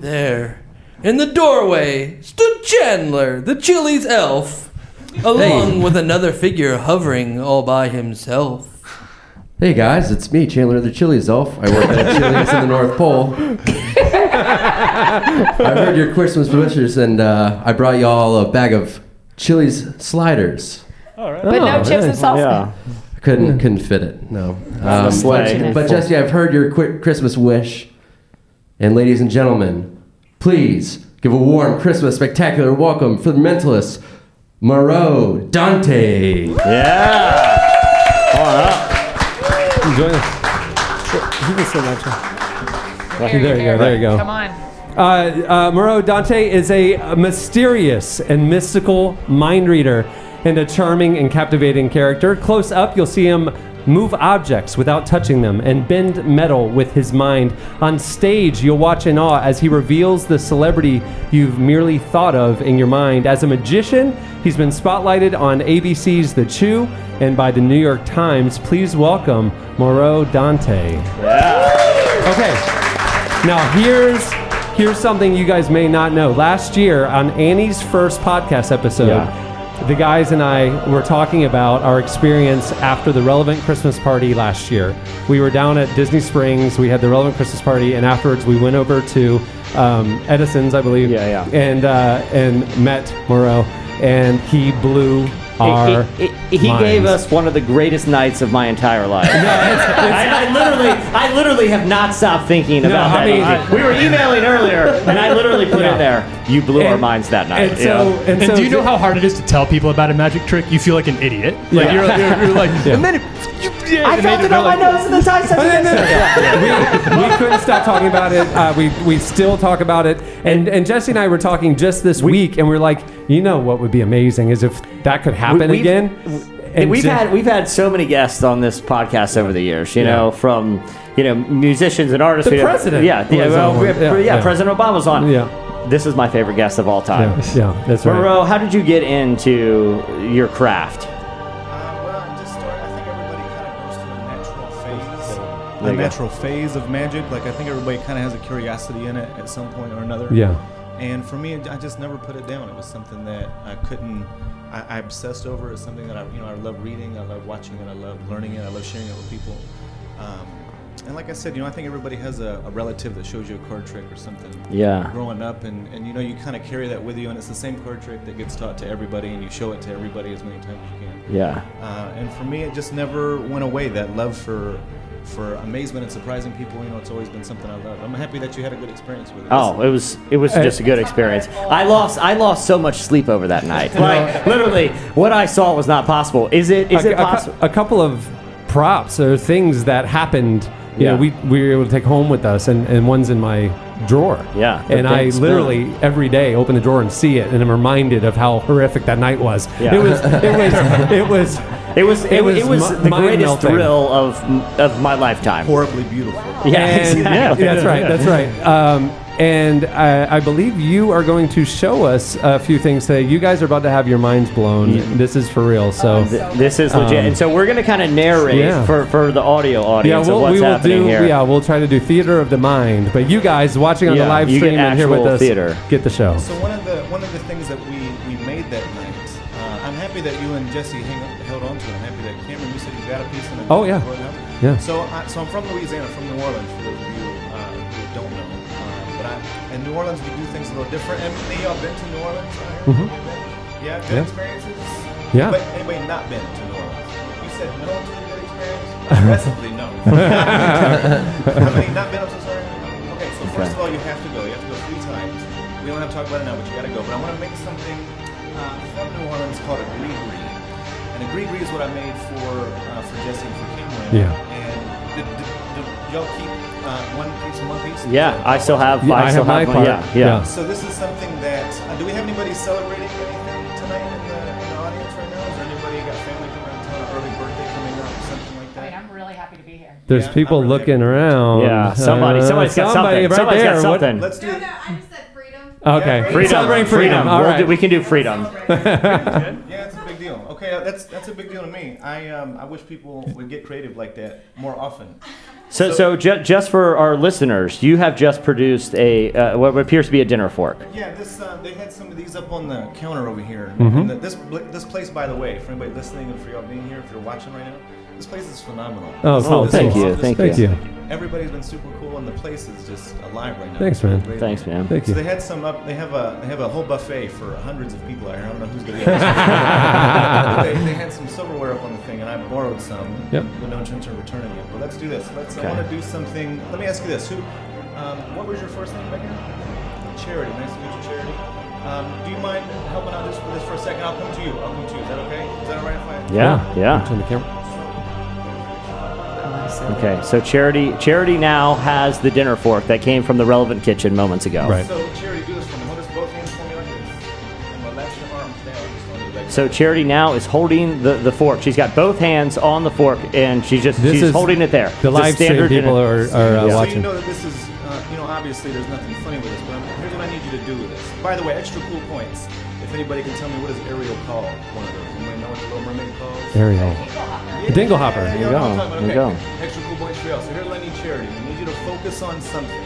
Speaker 1: There, in the doorway, stood Chandler, the Chili's elf, along with another figure hovering all by himself.
Speaker 9: Hey guys, it's me, Chandler the Chili's Elf. I work at Chili's in the North Pole. I heard your Christmas wishes, and uh, I brought y'all a bag of Chili's sliders.
Speaker 5: But no
Speaker 2: Oh,
Speaker 5: chips and
Speaker 2: nice.
Speaker 5: salsa.
Speaker 3: Yeah.
Speaker 9: I couldn't couldn't fit it. No, um,
Speaker 3: Unfortunate.
Speaker 9: but, but Jesse, I've heard your quick Christmas wish, and ladies and gentlemen, please give a warm Christmas spectacular welcome for the mentalist Moreau Dante.
Speaker 3: Yeah. Come on up.
Speaker 2: Enjoy this. You can sit down, Chad.
Speaker 5: There,
Speaker 2: There you go, there you go.
Speaker 5: Come on.
Speaker 2: uh, uh, Moreau Dante is a mysterious and mystical mind reader and a charming and captivating character. Close up, you'll see him move objects without touching them, and bend metal with his mind. On stage, you'll watch in awe as he reveals the celebrity you've merely thought of in your mind. As a magician, he's been spotlighted on ABC's The Chew and by the New York Times. Please welcome Moreau Dante. Okay. Now here's here's something you guys may not know. Last year on Annie's first podcast episode, the guys and I were talking about our experience after the relevant Christmas party last year. We were down at Disney Springs. We had the relevant Christmas party, and afterwards we went over to um, Edison's, I believe.
Speaker 3: Yeah, yeah.
Speaker 2: And uh, and met Moreau, and he blew our.
Speaker 3: He, he- he gave
Speaker 2: minds.
Speaker 3: us one of the greatest nights of my entire life. I, I literally, I literally have not stopped thinking about
Speaker 2: I
Speaker 3: that.
Speaker 2: mean-
Speaker 3: I- we were emailing earlier, and I literally put
Speaker 2: Yeah.
Speaker 3: in there. You blew our
Speaker 2: And-
Speaker 3: minds that night.
Speaker 2: And so,
Speaker 3: Yeah.
Speaker 2: and,
Speaker 4: And
Speaker 2: so
Speaker 4: do you know how hard it is to tell people about a magic trick? You feel like an idiot. Like
Speaker 2: Yeah.
Speaker 4: you're, you're, you're like,
Speaker 2: Yeah.
Speaker 4: and then it, you, yeah,
Speaker 3: I
Speaker 4: and
Speaker 3: felt
Speaker 4: then
Speaker 3: it on my
Speaker 4: like-
Speaker 3: nose in the time
Speaker 2: Oh, no, no, no. we, we couldn't stop talking about it. Uh, we we still talk about it. And and Jesse and I were talking just this week, and we are like, you know, what would be amazing is if that could happen
Speaker 3: we've-
Speaker 2: again.
Speaker 3: And we've
Speaker 2: ju-
Speaker 3: had we've had so many guests on this podcast over the years, you
Speaker 2: Yeah.
Speaker 3: know, from you know musicians and artists.
Speaker 2: The
Speaker 3: We have-
Speaker 2: president
Speaker 3: yeah, yeah,
Speaker 2: was
Speaker 3: well,
Speaker 2: on
Speaker 3: we
Speaker 2: one.
Speaker 3: have-
Speaker 2: Yeah,
Speaker 3: yeah,
Speaker 2: yeah.
Speaker 3: President Obama's on.
Speaker 2: Yeah.
Speaker 3: this is my favorite guest of all time.
Speaker 2: yeah, yeah, that's right.
Speaker 3: Monroe, how did you get into your craft?
Speaker 8: Uh, well, I just started. I think everybody kind of goes through
Speaker 3: There
Speaker 8: a natural phase, a
Speaker 3: you go.
Speaker 8: natural phase of magic. Like I think everybody kind of has a curiosity in it at some point or another.
Speaker 2: Yeah.
Speaker 8: And for me, I just never put it down. It was something that I couldn't. I, I obsessed over. It's something that I, you know, I love reading. I love watching it. I love learning it. I love sharing it with people. Um, and like I said, you know, I think everybody has a, a relative that shows you a card trick or something.
Speaker 3: Yeah.
Speaker 8: Growing up, and, and you know, you kind of carry that with you, and it's the same card trick that gets taught to everybody, and you show it to everybody as many times as you can.
Speaker 3: Yeah,
Speaker 8: Uh, and for me, it just never went away. That love for for amazement and surprising people, you know, it's always been something I love. I'm happy that you had a good experience with it.
Speaker 3: Oh, it was it was just a good experience. I lost I lost so much sleep over that night. Like literally, what I saw was not possible. Is it is
Speaker 2: a,
Speaker 3: it
Speaker 2: a cou-
Speaker 3: possible?
Speaker 2: a couple of props or things that happened. You know,
Speaker 3: Yeah.
Speaker 2: we, we were able to take home with us, and, and one's in my drawer.
Speaker 3: Yeah, the
Speaker 2: And I
Speaker 3: big spoon.
Speaker 2: literally every day open the drawer and see it, and I'm reminded of how horrific that night was.
Speaker 3: Yeah.
Speaker 2: It was, it was, it was,
Speaker 3: It was it,
Speaker 2: it
Speaker 3: was,
Speaker 2: was
Speaker 3: it was
Speaker 2: mi-
Speaker 3: the
Speaker 2: mind
Speaker 3: greatest
Speaker 2: melting.
Speaker 3: thrill of of my lifetime.
Speaker 8: horribly beautiful.
Speaker 3: Yeah,
Speaker 2: And-
Speaker 3: exactly.
Speaker 2: that's right. That's right. Um, and I, I believe you are going to show us a few things today. You guys are about to have your minds blown. This is for real. So.
Speaker 3: Oh, Th- This is legit, and so we're gonna kind of narrate
Speaker 2: Um, Yeah.
Speaker 3: for, for the audio
Speaker 2: yeah,
Speaker 3: audience
Speaker 2: we'll,
Speaker 3: of what's
Speaker 2: we will
Speaker 3: happening
Speaker 2: do.
Speaker 3: here.
Speaker 2: Yeah, we'll try to do theater of the mind. But you guys watching on the
Speaker 3: Yeah,
Speaker 2: live
Speaker 3: you get
Speaker 2: stream and here with
Speaker 3: actual
Speaker 2: us,
Speaker 3: theater.
Speaker 2: get the show.
Speaker 8: So one of the one of the things that we, we made that night, uh, I'm happy that you and Jesse hang held on to. it. I'm happy that Cameron, you said you got a piece in it.
Speaker 2: Oh, yeah. Yeah.
Speaker 8: So I, so I'm from Louisiana, from New Orleans. For those of you uh, who don't know, uh, but I, in New Orleans we do things a little different. And any of y'all been to New Orleans?
Speaker 2: Mhm.
Speaker 8: Yeah, good
Speaker 2: Yeah.
Speaker 8: experiences.
Speaker 2: Yeah.
Speaker 8: But anybody not been to New Orleans? You said no to a good experience. Aggressively no. How many not been up to Missouri? Okay, so first of all, you have to go. You have to go three times. We don't have to talk about it now, but you got to go. But I want to make something uh, from New Orleans called a gree-gree. And a gree-gree is what I made for uh, for Jesse and for Cameron.
Speaker 2: Yeah.
Speaker 8: And did, did, did y'all keep uh, one piece and one piece?
Speaker 3: Yeah, I still have.
Speaker 2: Yeah,
Speaker 3: I,
Speaker 2: I
Speaker 3: still have,
Speaker 2: have my
Speaker 3: one.
Speaker 2: part.
Speaker 3: Yeah, yeah.
Speaker 2: Yeah.
Speaker 8: So this is something that. Uh, do we have anybody celebrating anything tonight in the, in the audience right now? Is there anybody got family coming to town, early birthday coming up, or something like that?
Speaker 5: I'm really happy to be here.
Speaker 2: There's
Speaker 8: Yeah,
Speaker 2: people
Speaker 8: I'm right
Speaker 2: looking around. Uh,
Speaker 3: Yeah, somebody- somebody's got
Speaker 2: somebody
Speaker 3: something.
Speaker 2: Right
Speaker 3: Somebody's got
Speaker 2: there. What-
Speaker 3: something.
Speaker 8: Let's do.
Speaker 10: No, no, I just said freedom.
Speaker 4: Uh,
Speaker 2: okay,
Speaker 8: Yeah,
Speaker 3: Freedom.
Speaker 2: celebrating freedom. All
Speaker 3: We'll
Speaker 2: right.
Speaker 3: do- we can do freedom.
Speaker 8: Yeah, it's a big deal. Okay, uh, that's that's a big deal to me. I um, I wish people would get creative like that more often.
Speaker 3: So, so ju- just for our listeners, you have just produced a uh, what appears to be a dinner fork.
Speaker 8: Yeah, this uh, they had some of these up on the counter over here.
Speaker 2: Mm-hmm.
Speaker 8: And the, this bl- this place, by the way, for anybody listening and for y'all being here, if you're watching right now, this place is phenomenal.
Speaker 2: Oh,
Speaker 8: This-
Speaker 2: cool.
Speaker 8: this
Speaker 2: Thank
Speaker 8: is-
Speaker 2: you.
Speaker 8: this
Speaker 3: Thank
Speaker 8: place-
Speaker 2: Thank you.
Speaker 8: Everybody's been super cool, and the place is just alive right now.
Speaker 2: Thanks, man.
Speaker 8: Great.
Speaker 3: Thanks, man.
Speaker 2: Thank
Speaker 8: So they
Speaker 2: you.
Speaker 8: had some up. They have a they have a whole buffet for hundreds of people out here. I don't know who's gonna. Get they, they had some silverware up on the thing, and I borrowed some.
Speaker 2: Yep.
Speaker 8: With no intention of returning it. But let's do this. Let's. I want to do something. Let me ask you this. Who? Um, what was your first name, Megan? Charity. Nice to meet you, Charity. Um, do you mind helping out just for this for a second? I'll come to you. I'll come to you. Is that okay? Is that all right if I?
Speaker 3: Yeah, yeah.
Speaker 2: Turn the camera.
Speaker 3: Okay, so charity, charity now has the dinner fork that came from the relevant kitchen moments ago.
Speaker 2: Right.
Speaker 8: So, Charity, do this for me. Hold this both hands for me like this. And relax your arms down. Just on your legs.
Speaker 3: So Charity now is holding the, the fork. She's got both hands on the fork and she's just
Speaker 2: This
Speaker 3: she's
Speaker 2: is
Speaker 3: holding it there.
Speaker 2: The
Speaker 3: It's a
Speaker 2: live stream
Speaker 3: standard in
Speaker 2: people
Speaker 3: a-
Speaker 2: are, are uh,
Speaker 3: Yeah.
Speaker 8: so you
Speaker 2: watching.
Speaker 4: Oh,
Speaker 8: know that this is, uh, you know, obviously there's nothing funny with this, but I'm, here's what I need you to do with this. By the way, extra cool points. If anybody can tell me what does Ariel call one of those? Anybody know what the Little Mermaid calls?
Speaker 2: Ariel.
Speaker 8: Yeah,
Speaker 2: The dingle
Speaker 8: yeah,
Speaker 2: hopper.
Speaker 8: yeah,
Speaker 2: There
Speaker 3: you
Speaker 8: yeah,
Speaker 3: go,
Speaker 8: I'm talking
Speaker 3: there
Speaker 8: about-
Speaker 3: you
Speaker 8: okay. Extra cool points for y'all. So here's what I need Charity. We need you to focus on something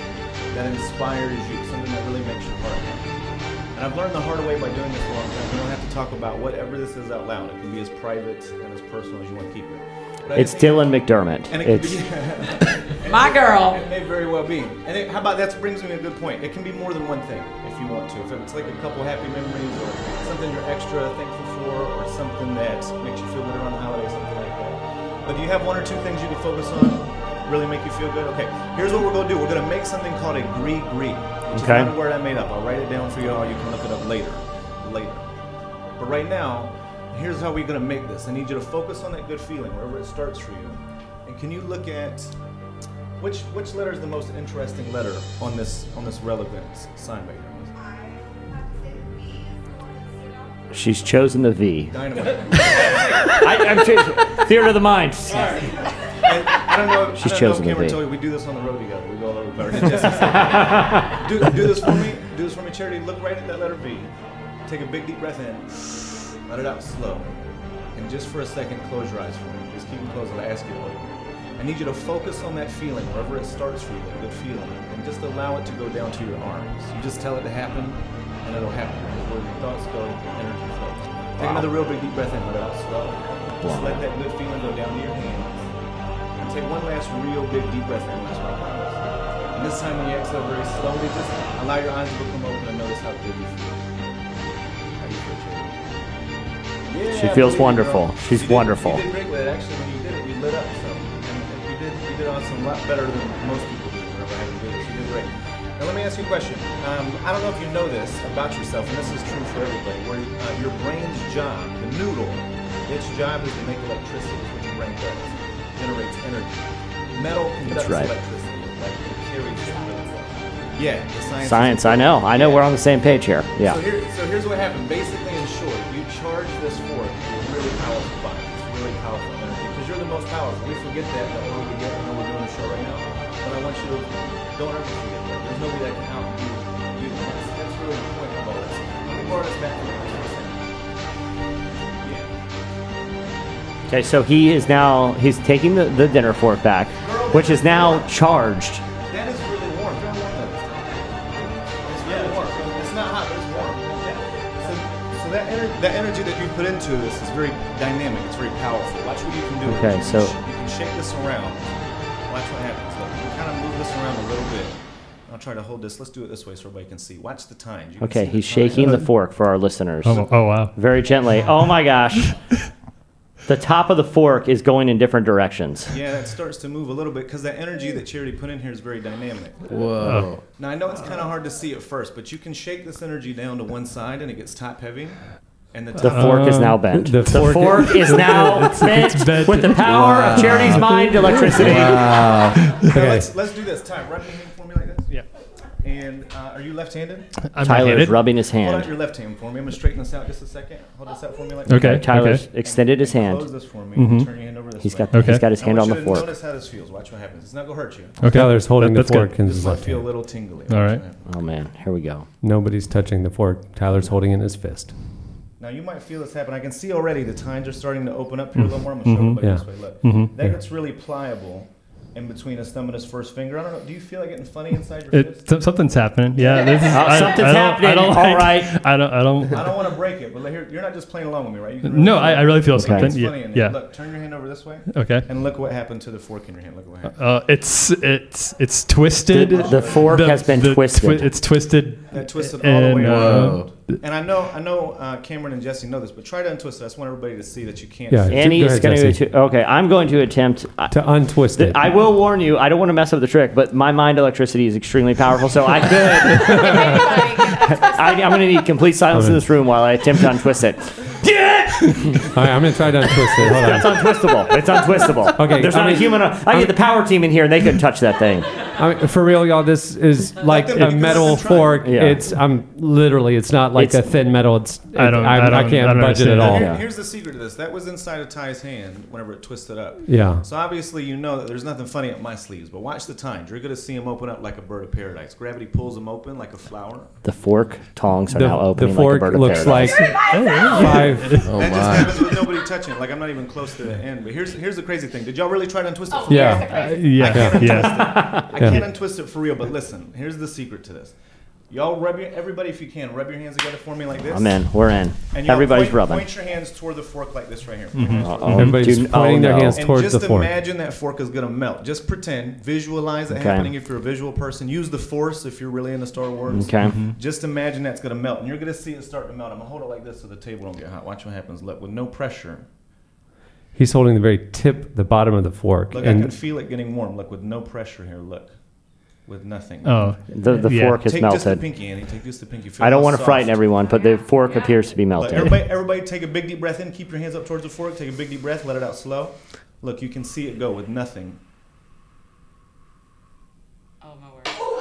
Speaker 8: that inspires you, something that really makes you heart happy. And I've learned the hard way by doing this a long time. You don't have to talk about whatever this is out loud. It can be as private and as personal as you want to keep it. But I
Speaker 3: It's
Speaker 8: just need-
Speaker 3: Dylan McDermott.
Speaker 8: And it
Speaker 3: It's
Speaker 8: could be,
Speaker 5: My girl.
Speaker 8: It may very well be. And it, how about that brings me to a good point. It can be more than one thing if you want to. If it's like a couple happy memories or something you're extra thankful for or something that makes you feel good around the holidays, something like that. But do you have one or two things you can focus on really make you feel good? Okay, here's what we're going to do. We're going to make something called a gree gree, which
Speaker 3: Okay.
Speaker 8: is not a word I made up. I'll write it down for y'all. You can look it up later. Later. But right now, here's how we're gonna make this. I need you to focus on that good feeling wherever it starts for you. And can you look at which which letter is the most interesting letter on this on this relevance sign right here?
Speaker 3: she's chosen the V.
Speaker 8: Dynamite.
Speaker 3: I, I'm changing- theater of the mind.
Speaker 8: And I don't know.
Speaker 3: She's
Speaker 8: I don't know if
Speaker 3: chosen the
Speaker 8: Cameron
Speaker 3: V.
Speaker 8: told you, we do this on the road together. We go all over Paris. do, do this for me. Do this for me, Charity. Look right at that letter V. Take a big deep breath in. Let it out slow. And just for a second, close your eyes for me. Just keep them closed. I'll ask you to later. I need you to focus on that feeling, wherever it starts for you, that good feeling, and just allow it to go down to your arms. You just tell it to happen, and it'll happen. Because where your thoughts go, your energy flows. Take another real big deep breath in. Let it out slow. Just let that good feeling go down to your hands. And take one last real big deep breath in. That's what I promise. And this time when you exhale very slowly, just allow your eyes to become open and notice how good you feel. How you feel, Charity?
Speaker 3: She
Speaker 8: Yeah,
Speaker 3: feels
Speaker 8: believe me,
Speaker 3: wonderful.
Speaker 8: girl.
Speaker 3: She's
Speaker 8: You did-
Speaker 3: wonderful.
Speaker 8: You did great with it. Actually, when you did it, you lit up. So and you did you did awesome. A lot better than most people do whenever I have to do this. You did great. Now let me ask you a question. Um, I don't know if you know this about yourself, and this is true for everybody. Where uh, your brain's job, the noodle, its job is to make electricity. Is what your brain does. It generates energy. Metal conducts
Speaker 3: right.
Speaker 8: electricity. Like it carries it with it. Yeah, the science.
Speaker 3: Science, I know. I know we're on the same page here.
Speaker 8: So,
Speaker 3: Yeah.
Speaker 8: here, so here's what happened. Basically, in short, you charge this fork with really powerful fire. It's really powerful energy because you're the most powerful. We forget that the older we get, the more we're doing the show right now. But I want you to don't ever forget that. There's nobody that can outdo you. That's, that's really the point of all this. Let me borrow this back for a second. Yeah.
Speaker 3: Okay, so he is now he's taking the, the dinner fork back, which is now charged.
Speaker 8: That is really warm. Feel warm though. It's really warm. It's not hot, but it's warm. So, so that, ener- that energy that you put into this is very dynamic. It's very powerful. Watch what you can do.
Speaker 3: Okay,
Speaker 8: you can
Speaker 3: so-
Speaker 8: sh- you can shake this around. Watch what happens. Look, you kind of move this around a little bit. I'll try to hold this. Let's do it this way so everybody can see. Watch the time. You can
Speaker 3: Okay,
Speaker 8: see
Speaker 3: he's
Speaker 8: time.
Speaker 3: shaking the fork for our listeners.
Speaker 4: Oh, oh wow.
Speaker 3: Very gently. Oh my gosh. The top of the fork is going in different directions.
Speaker 8: Yeah, that starts to move a little bit because that energy that Charity put in here is very dynamic.
Speaker 9: Whoa.
Speaker 8: Now I know it's kind of hard to see at first, but you can shake this energy down to one side and it gets top heavy, and the top
Speaker 3: The fork is now bent.
Speaker 2: the
Speaker 3: The,
Speaker 2: fork-
Speaker 3: fork, is now bent,
Speaker 4: bent.
Speaker 3: with the power of Charity's mind electricity.
Speaker 8: Now
Speaker 2: Okay.
Speaker 8: let's, let's do this. Ty, rub your hand for me like this.
Speaker 4: Yeah.
Speaker 8: And uh, are you left-handed?
Speaker 4: I'm
Speaker 3: Tyler is
Speaker 4: right-handed.
Speaker 3: rubbing his
Speaker 8: Hold out your
Speaker 3: hand.
Speaker 8: left hand for me. I'm gonna straighten this out just a second. Hold this out for me like
Speaker 4: Okay.
Speaker 8: that.
Speaker 3: Tyler's extended his
Speaker 8: Close
Speaker 3: hand.
Speaker 8: this for me. and Turn your hand over this
Speaker 3: He's
Speaker 8: way.
Speaker 3: got he's
Speaker 4: Okay. Oh,
Speaker 3: got his
Speaker 8: I
Speaker 3: hand
Speaker 8: want
Speaker 3: on the
Speaker 8: you to
Speaker 3: fork.
Speaker 8: Notice how this feels. Watch what happens. It's not gonna hurt you.
Speaker 4: Okay.
Speaker 2: Tyler's holding
Speaker 4: That-
Speaker 2: the
Speaker 4: that's good.
Speaker 2: fork in his
Speaker 8: This might
Speaker 2: left
Speaker 8: feel a
Speaker 2: hand.
Speaker 8: little tingly.
Speaker 4: All right.
Speaker 3: Oh man, here we go.
Speaker 2: Nobody's touching the fork. Tyler's holding it in his fist.
Speaker 8: Now you might feel this happen. I can see already the tines are starting to open up here a little more. I'm gonna show
Speaker 4: Mm-hmm.
Speaker 8: everybody
Speaker 2: yeah.
Speaker 8: this way. Look, that gets really pliable in between his thumb and his first finger. I don't know. Do you feel like getting funny inside your fist?
Speaker 4: It, some- something's happening. Yeah, this is,
Speaker 3: Oh, something's happening. All right.
Speaker 4: I don't. I don't.
Speaker 8: I don't want to break it, but here, you're not just playing along with me, right? You can really
Speaker 4: No,
Speaker 8: feel
Speaker 4: I,
Speaker 8: it.
Speaker 4: I really feel
Speaker 3: Okay.
Speaker 4: something.
Speaker 8: It's funny
Speaker 4: Yeah.
Speaker 8: in there.
Speaker 4: yeah.
Speaker 8: Look, turn your hand over this way.
Speaker 4: Okay.
Speaker 8: And look what happened to the fork in your hand. Look what happened.
Speaker 4: Uh, it's it's it's twisted.
Speaker 3: The- the fork has been twisted.
Speaker 4: it's twisted.
Speaker 8: That twisted all the way
Speaker 4: And, uh,
Speaker 8: around.
Speaker 9: Whoa.
Speaker 8: And I know, I know, uh, Cameron and Jesse know this, but try to untwist it. I just want everybody to see that you can't.
Speaker 2: Yeah.
Speaker 8: see it.
Speaker 3: Annie
Speaker 2: Go
Speaker 3: is
Speaker 2: ahead,
Speaker 3: going to,
Speaker 2: Jesse.
Speaker 3: Okay, I'm going to attempt. I,
Speaker 2: To untwist it.
Speaker 3: I will warn you. I don't want to mess up the trick, but my mind electricity is extremely powerful, so I could. I, I'm going to need complete silence in this room while I attempt to untwist it.
Speaker 2: All right, I'm going to try to untwist it. Hold on.
Speaker 3: It's untwistable. It's untwistable.
Speaker 2: Okay,
Speaker 3: There's
Speaker 2: I
Speaker 3: not
Speaker 2: mean-
Speaker 3: a human. I get the power team in here, and they couldn't touch that thing.
Speaker 2: I mean, for real, y'all, this is like a metal fork.
Speaker 3: Yeah.
Speaker 2: It's I'm literally. It's not like
Speaker 3: It's-
Speaker 2: a thin metal. It's
Speaker 4: I don't-
Speaker 2: it- I'm-
Speaker 4: I don't-
Speaker 2: can't
Speaker 4: I don't
Speaker 2: budget at
Speaker 4: understand
Speaker 2: all.
Speaker 4: that.
Speaker 8: Here-
Speaker 2: Yeah.
Speaker 8: Here's the secret to this. That was inside of Ty's hand whenever it twisted up.
Speaker 2: Yeah.
Speaker 8: So obviously you know that there's nothing funny up my sleeves, but watch the times. You're gonna see him open up like a bird of paradise. Gravity pulls him open like a flower.
Speaker 3: The fork tongs are now
Speaker 2: The,
Speaker 3: opening
Speaker 2: the fork
Speaker 3: like a bird
Speaker 2: looks
Speaker 3: of paradise.
Speaker 2: like five.
Speaker 9: Oh
Speaker 8: that just
Speaker 9: my.
Speaker 8: happens with nobody touching. it. Like I'm not even close to the end. But here's here's the crazy thing. Did y'all really try to untwist it? For
Speaker 2: Yeah.
Speaker 5: Oh,
Speaker 8: real?
Speaker 4: Yeah, yeah.
Speaker 8: I can't untwist it for real. But listen, here's the secret to this. Y'all rub your everybody if you can rub your hands together for me like this.
Speaker 3: I'm in. We're in.
Speaker 8: And y'all
Speaker 3: Everybody's
Speaker 8: point,
Speaker 3: rubbing.
Speaker 8: Point your hands toward the fork like this right here. Point your hands toward the
Speaker 3: Oh,
Speaker 2: Everybody's
Speaker 3: dude,
Speaker 2: pointing
Speaker 3: oh,
Speaker 2: their
Speaker 3: no.
Speaker 2: hands
Speaker 8: And
Speaker 2: Mm-hmm. towards
Speaker 8: just
Speaker 2: the fork.
Speaker 8: imagine that fork is gonna melt. Just pretend, visualize it
Speaker 3: Okay.
Speaker 8: happening. If you're a visual person, use the force. If you're really into Star Wars,
Speaker 3: Okay.
Speaker 2: Mm-hmm.
Speaker 8: Just imagine that's gonna melt, and you're gonna see it start to melt. I'm gonna hold it like this so the table don't get hot. Watch what happens. Look, with no pressure.
Speaker 2: He's holding the very tip, the bottom of the fork,
Speaker 8: Look, I can
Speaker 2: and
Speaker 8: feel it getting warm. Look, with no pressure here. Look, with nothing.
Speaker 4: Oh,
Speaker 3: The, the
Speaker 4: Yeah.
Speaker 3: fork has
Speaker 8: take just the
Speaker 3: melted.
Speaker 8: pinky, Andy. Take just the pinky. Feel
Speaker 3: I don't
Speaker 8: how
Speaker 3: want to
Speaker 8: soft.
Speaker 3: frighten everyone, but the fork appears to be
Speaker 8: Look,
Speaker 3: melting.
Speaker 8: everybody, everybody, take a big deep breath in. Keep your hands up towards the fork. Take a big deep breath. Let it out slow. Look, you can see it go with nothing.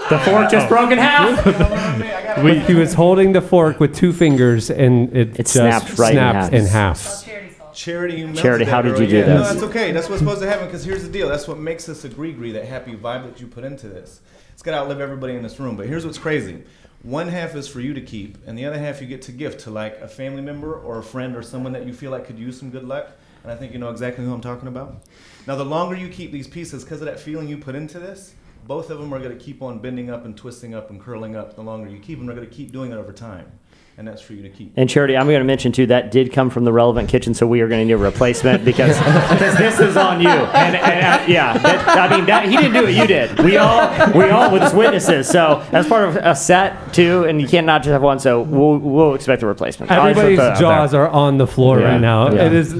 Speaker 3: The fork
Speaker 8: Oh.
Speaker 3: just broke in half.
Speaker 2: we, he was holding the fork with two fingers, and it,
Speaker 3: It
Speaker 2: just
Speaker 3: snapped right in half.
Speaker 2: snapped in half.
Speaker 8: Charity, you melted
Speaker 3: Charity,
Speaker 8: that
Speaker 3: how did
Speaker 8: girl.
Speaker 3: you do
Speaker 8: yeah, No,
Speaker 3: this?
Speaker 8: that's okay. That's what's supposed to happen. Because here's the deal. That's what makes us a gree that happy vibe that you put into this. It's got to outlive everybody in this room. But here's what's crazy. One half is for you to keep, and the other half you get to gift to like a family member or a friend or someone that you feel like could use some good luck. And I think you know exactly who I'm talking about. Now, the longer you keep these pieces, because of that feeling you put into this, both of them are going to keep on bending up and twisting up and curling up. The longer you keep them, they're going to keep doing it over time, and that's for you to keep.
Speaker 3: And Charity, I'm going to mention too that did come from the relevant kitchen, so we are going to need a replacement because because this is on you. And, and uh, yeah, that, I mean that he didn't do it, you did. We all we all were just witnesses. So that's part of a set too, and you can't not just have one. So we'll, we'll expect a replacement. I'll just put
Speaker 2: Everybody's
Speaker 3: that out
Speaker 2: jaws
Speaker 3: there.
Speaker 2: are on the floor
Speaker 3: Yeah.
Speaker 2: right now.
Speaker 3: Yeah.
Speaker 2: It is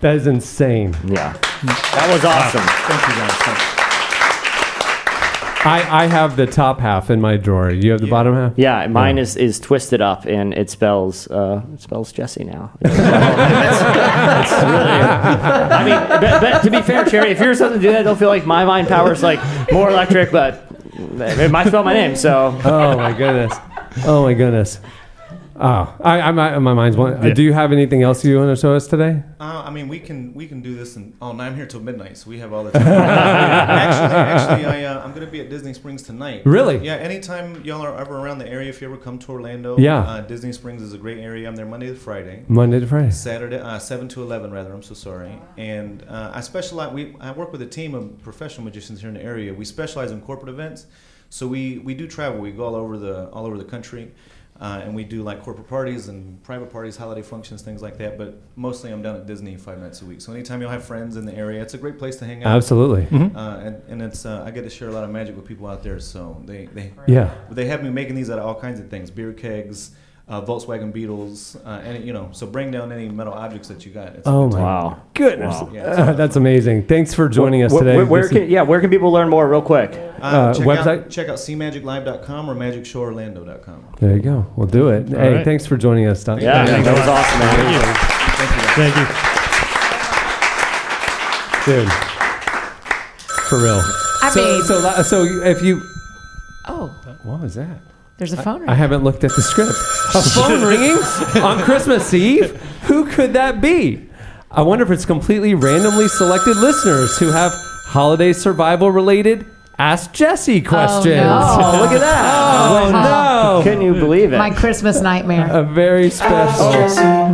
Speaker 2: that is insane.
Speaker 3: Yeah, that was awesome.
Speaker 8: Thank you guys. Thank you.
Speaker 2: I, I have the top half in my drawer. You have the bottom half.
Speaker 3: Yeah, mine is is twisted up, and it spells uh, it spells Jesse now. I mean, but, but to be fair, Cherry, if you're supposed to do that, don't feel like my mind power is like more electric, but it might spell my name. So
Speaker 2: Oh my goodness. Oh my goodness. Oh, I, I my, my mind's one.
Speaker 4: Yeah.
Speaker 2: Do you have anything else you want to show us today?
Speaker 8: Uh, I mean, we can we can do this, and oh, no, I'm here till midnight, so we have all the time. actually, actually, I, uh, I'm going to be at Disney Springs tonight.
Speaker 2: Really?
Speaker 8: Yeah. Anytime y'all are ever around the area, if you ever come to Orlando,
Speaker 2: Yeah.
Speaker 8: uh, Disney Springs is a great area. I'm there Monday to Friday.
Speaker 2: Monday to Friday.
Speaker 8: Saturday, uh, seven to eleven, rather. I'm so sorry. And uh, I specialize. We I work with a team of professional magicians here in the area. We specialize in corporate events, so we we do travel. We go all over the all over the country, uh, and we do like corporate parties and private parties, holiday functions, things like that. But mostly, I'm down at Disney five nights a week. So anytime you'll have friends in the area, it's a great place to hang out.
Speaker 2: Absolutely.
Speaker 3: Mm-hmm.
Speaker 8: Uh, and, and it's uh, I get to share a lot of magic with people out there. So they they
Speaker 2: Yeah.
Speaker 8: they have me making these out of all kinds of things: beer kegs, uh, Volkswagen Beetles, uh, and you know. So bring down any metal objects that you got. It's
Speaker 2: Oh my
Speaker 3: wow.
Speaker 2: goodness.
Speaker 8: Yeah,
Speaker 2: Uh, that's amazing. Thanks for joining us
Speaker 3: Where-
Speaker 2: today.
Speaker 3: Where, where
Speaker 2: This is-
Speaker 3: can, yeah, where can people learn more real quick?
Speaker 2: uh,
Speaker 8: check
Speaker 2: website?
Speaker 8: Out, check out cmagiclive.com or magicshoworlando.com.
Speaker 2: there you go. We'll do it. hey,
Speaker 4: right.
Speaker 2: thanks for joining us, Doc.
Speaker 3: Yeah,
Speaker 4: Thank
Speaker 3: that
Speaker 4: you.
Speaker 3: was awesome, man.
Speaker 4: Thank you.
Speaker 2: Dude. For real.
Speaker 5: I
Speaker 2: So,
Speaker 5: mean-
Speaker 2: so, la- so you- if you,
Speaker 5: Oh,
Speaker 2: what was that?
Speaker 5: there's a phone
Speaker 2: I
Speaker 5: ring.
Speaker 2: haven't looked at the script. A phone ringing on Christmas Eve? Who could that be? I wonder if it's completely randomly selected listeners who have holiday survival related Ask Jesse questions.
Speaker 5: Oh, no.
Speaker 3: Look at that.
Speaker 2: Oh, no.
Speaker 3: Couldn't you believe it?
Speaker 5: My Christmas nightmare.
Speaker 2: A very special,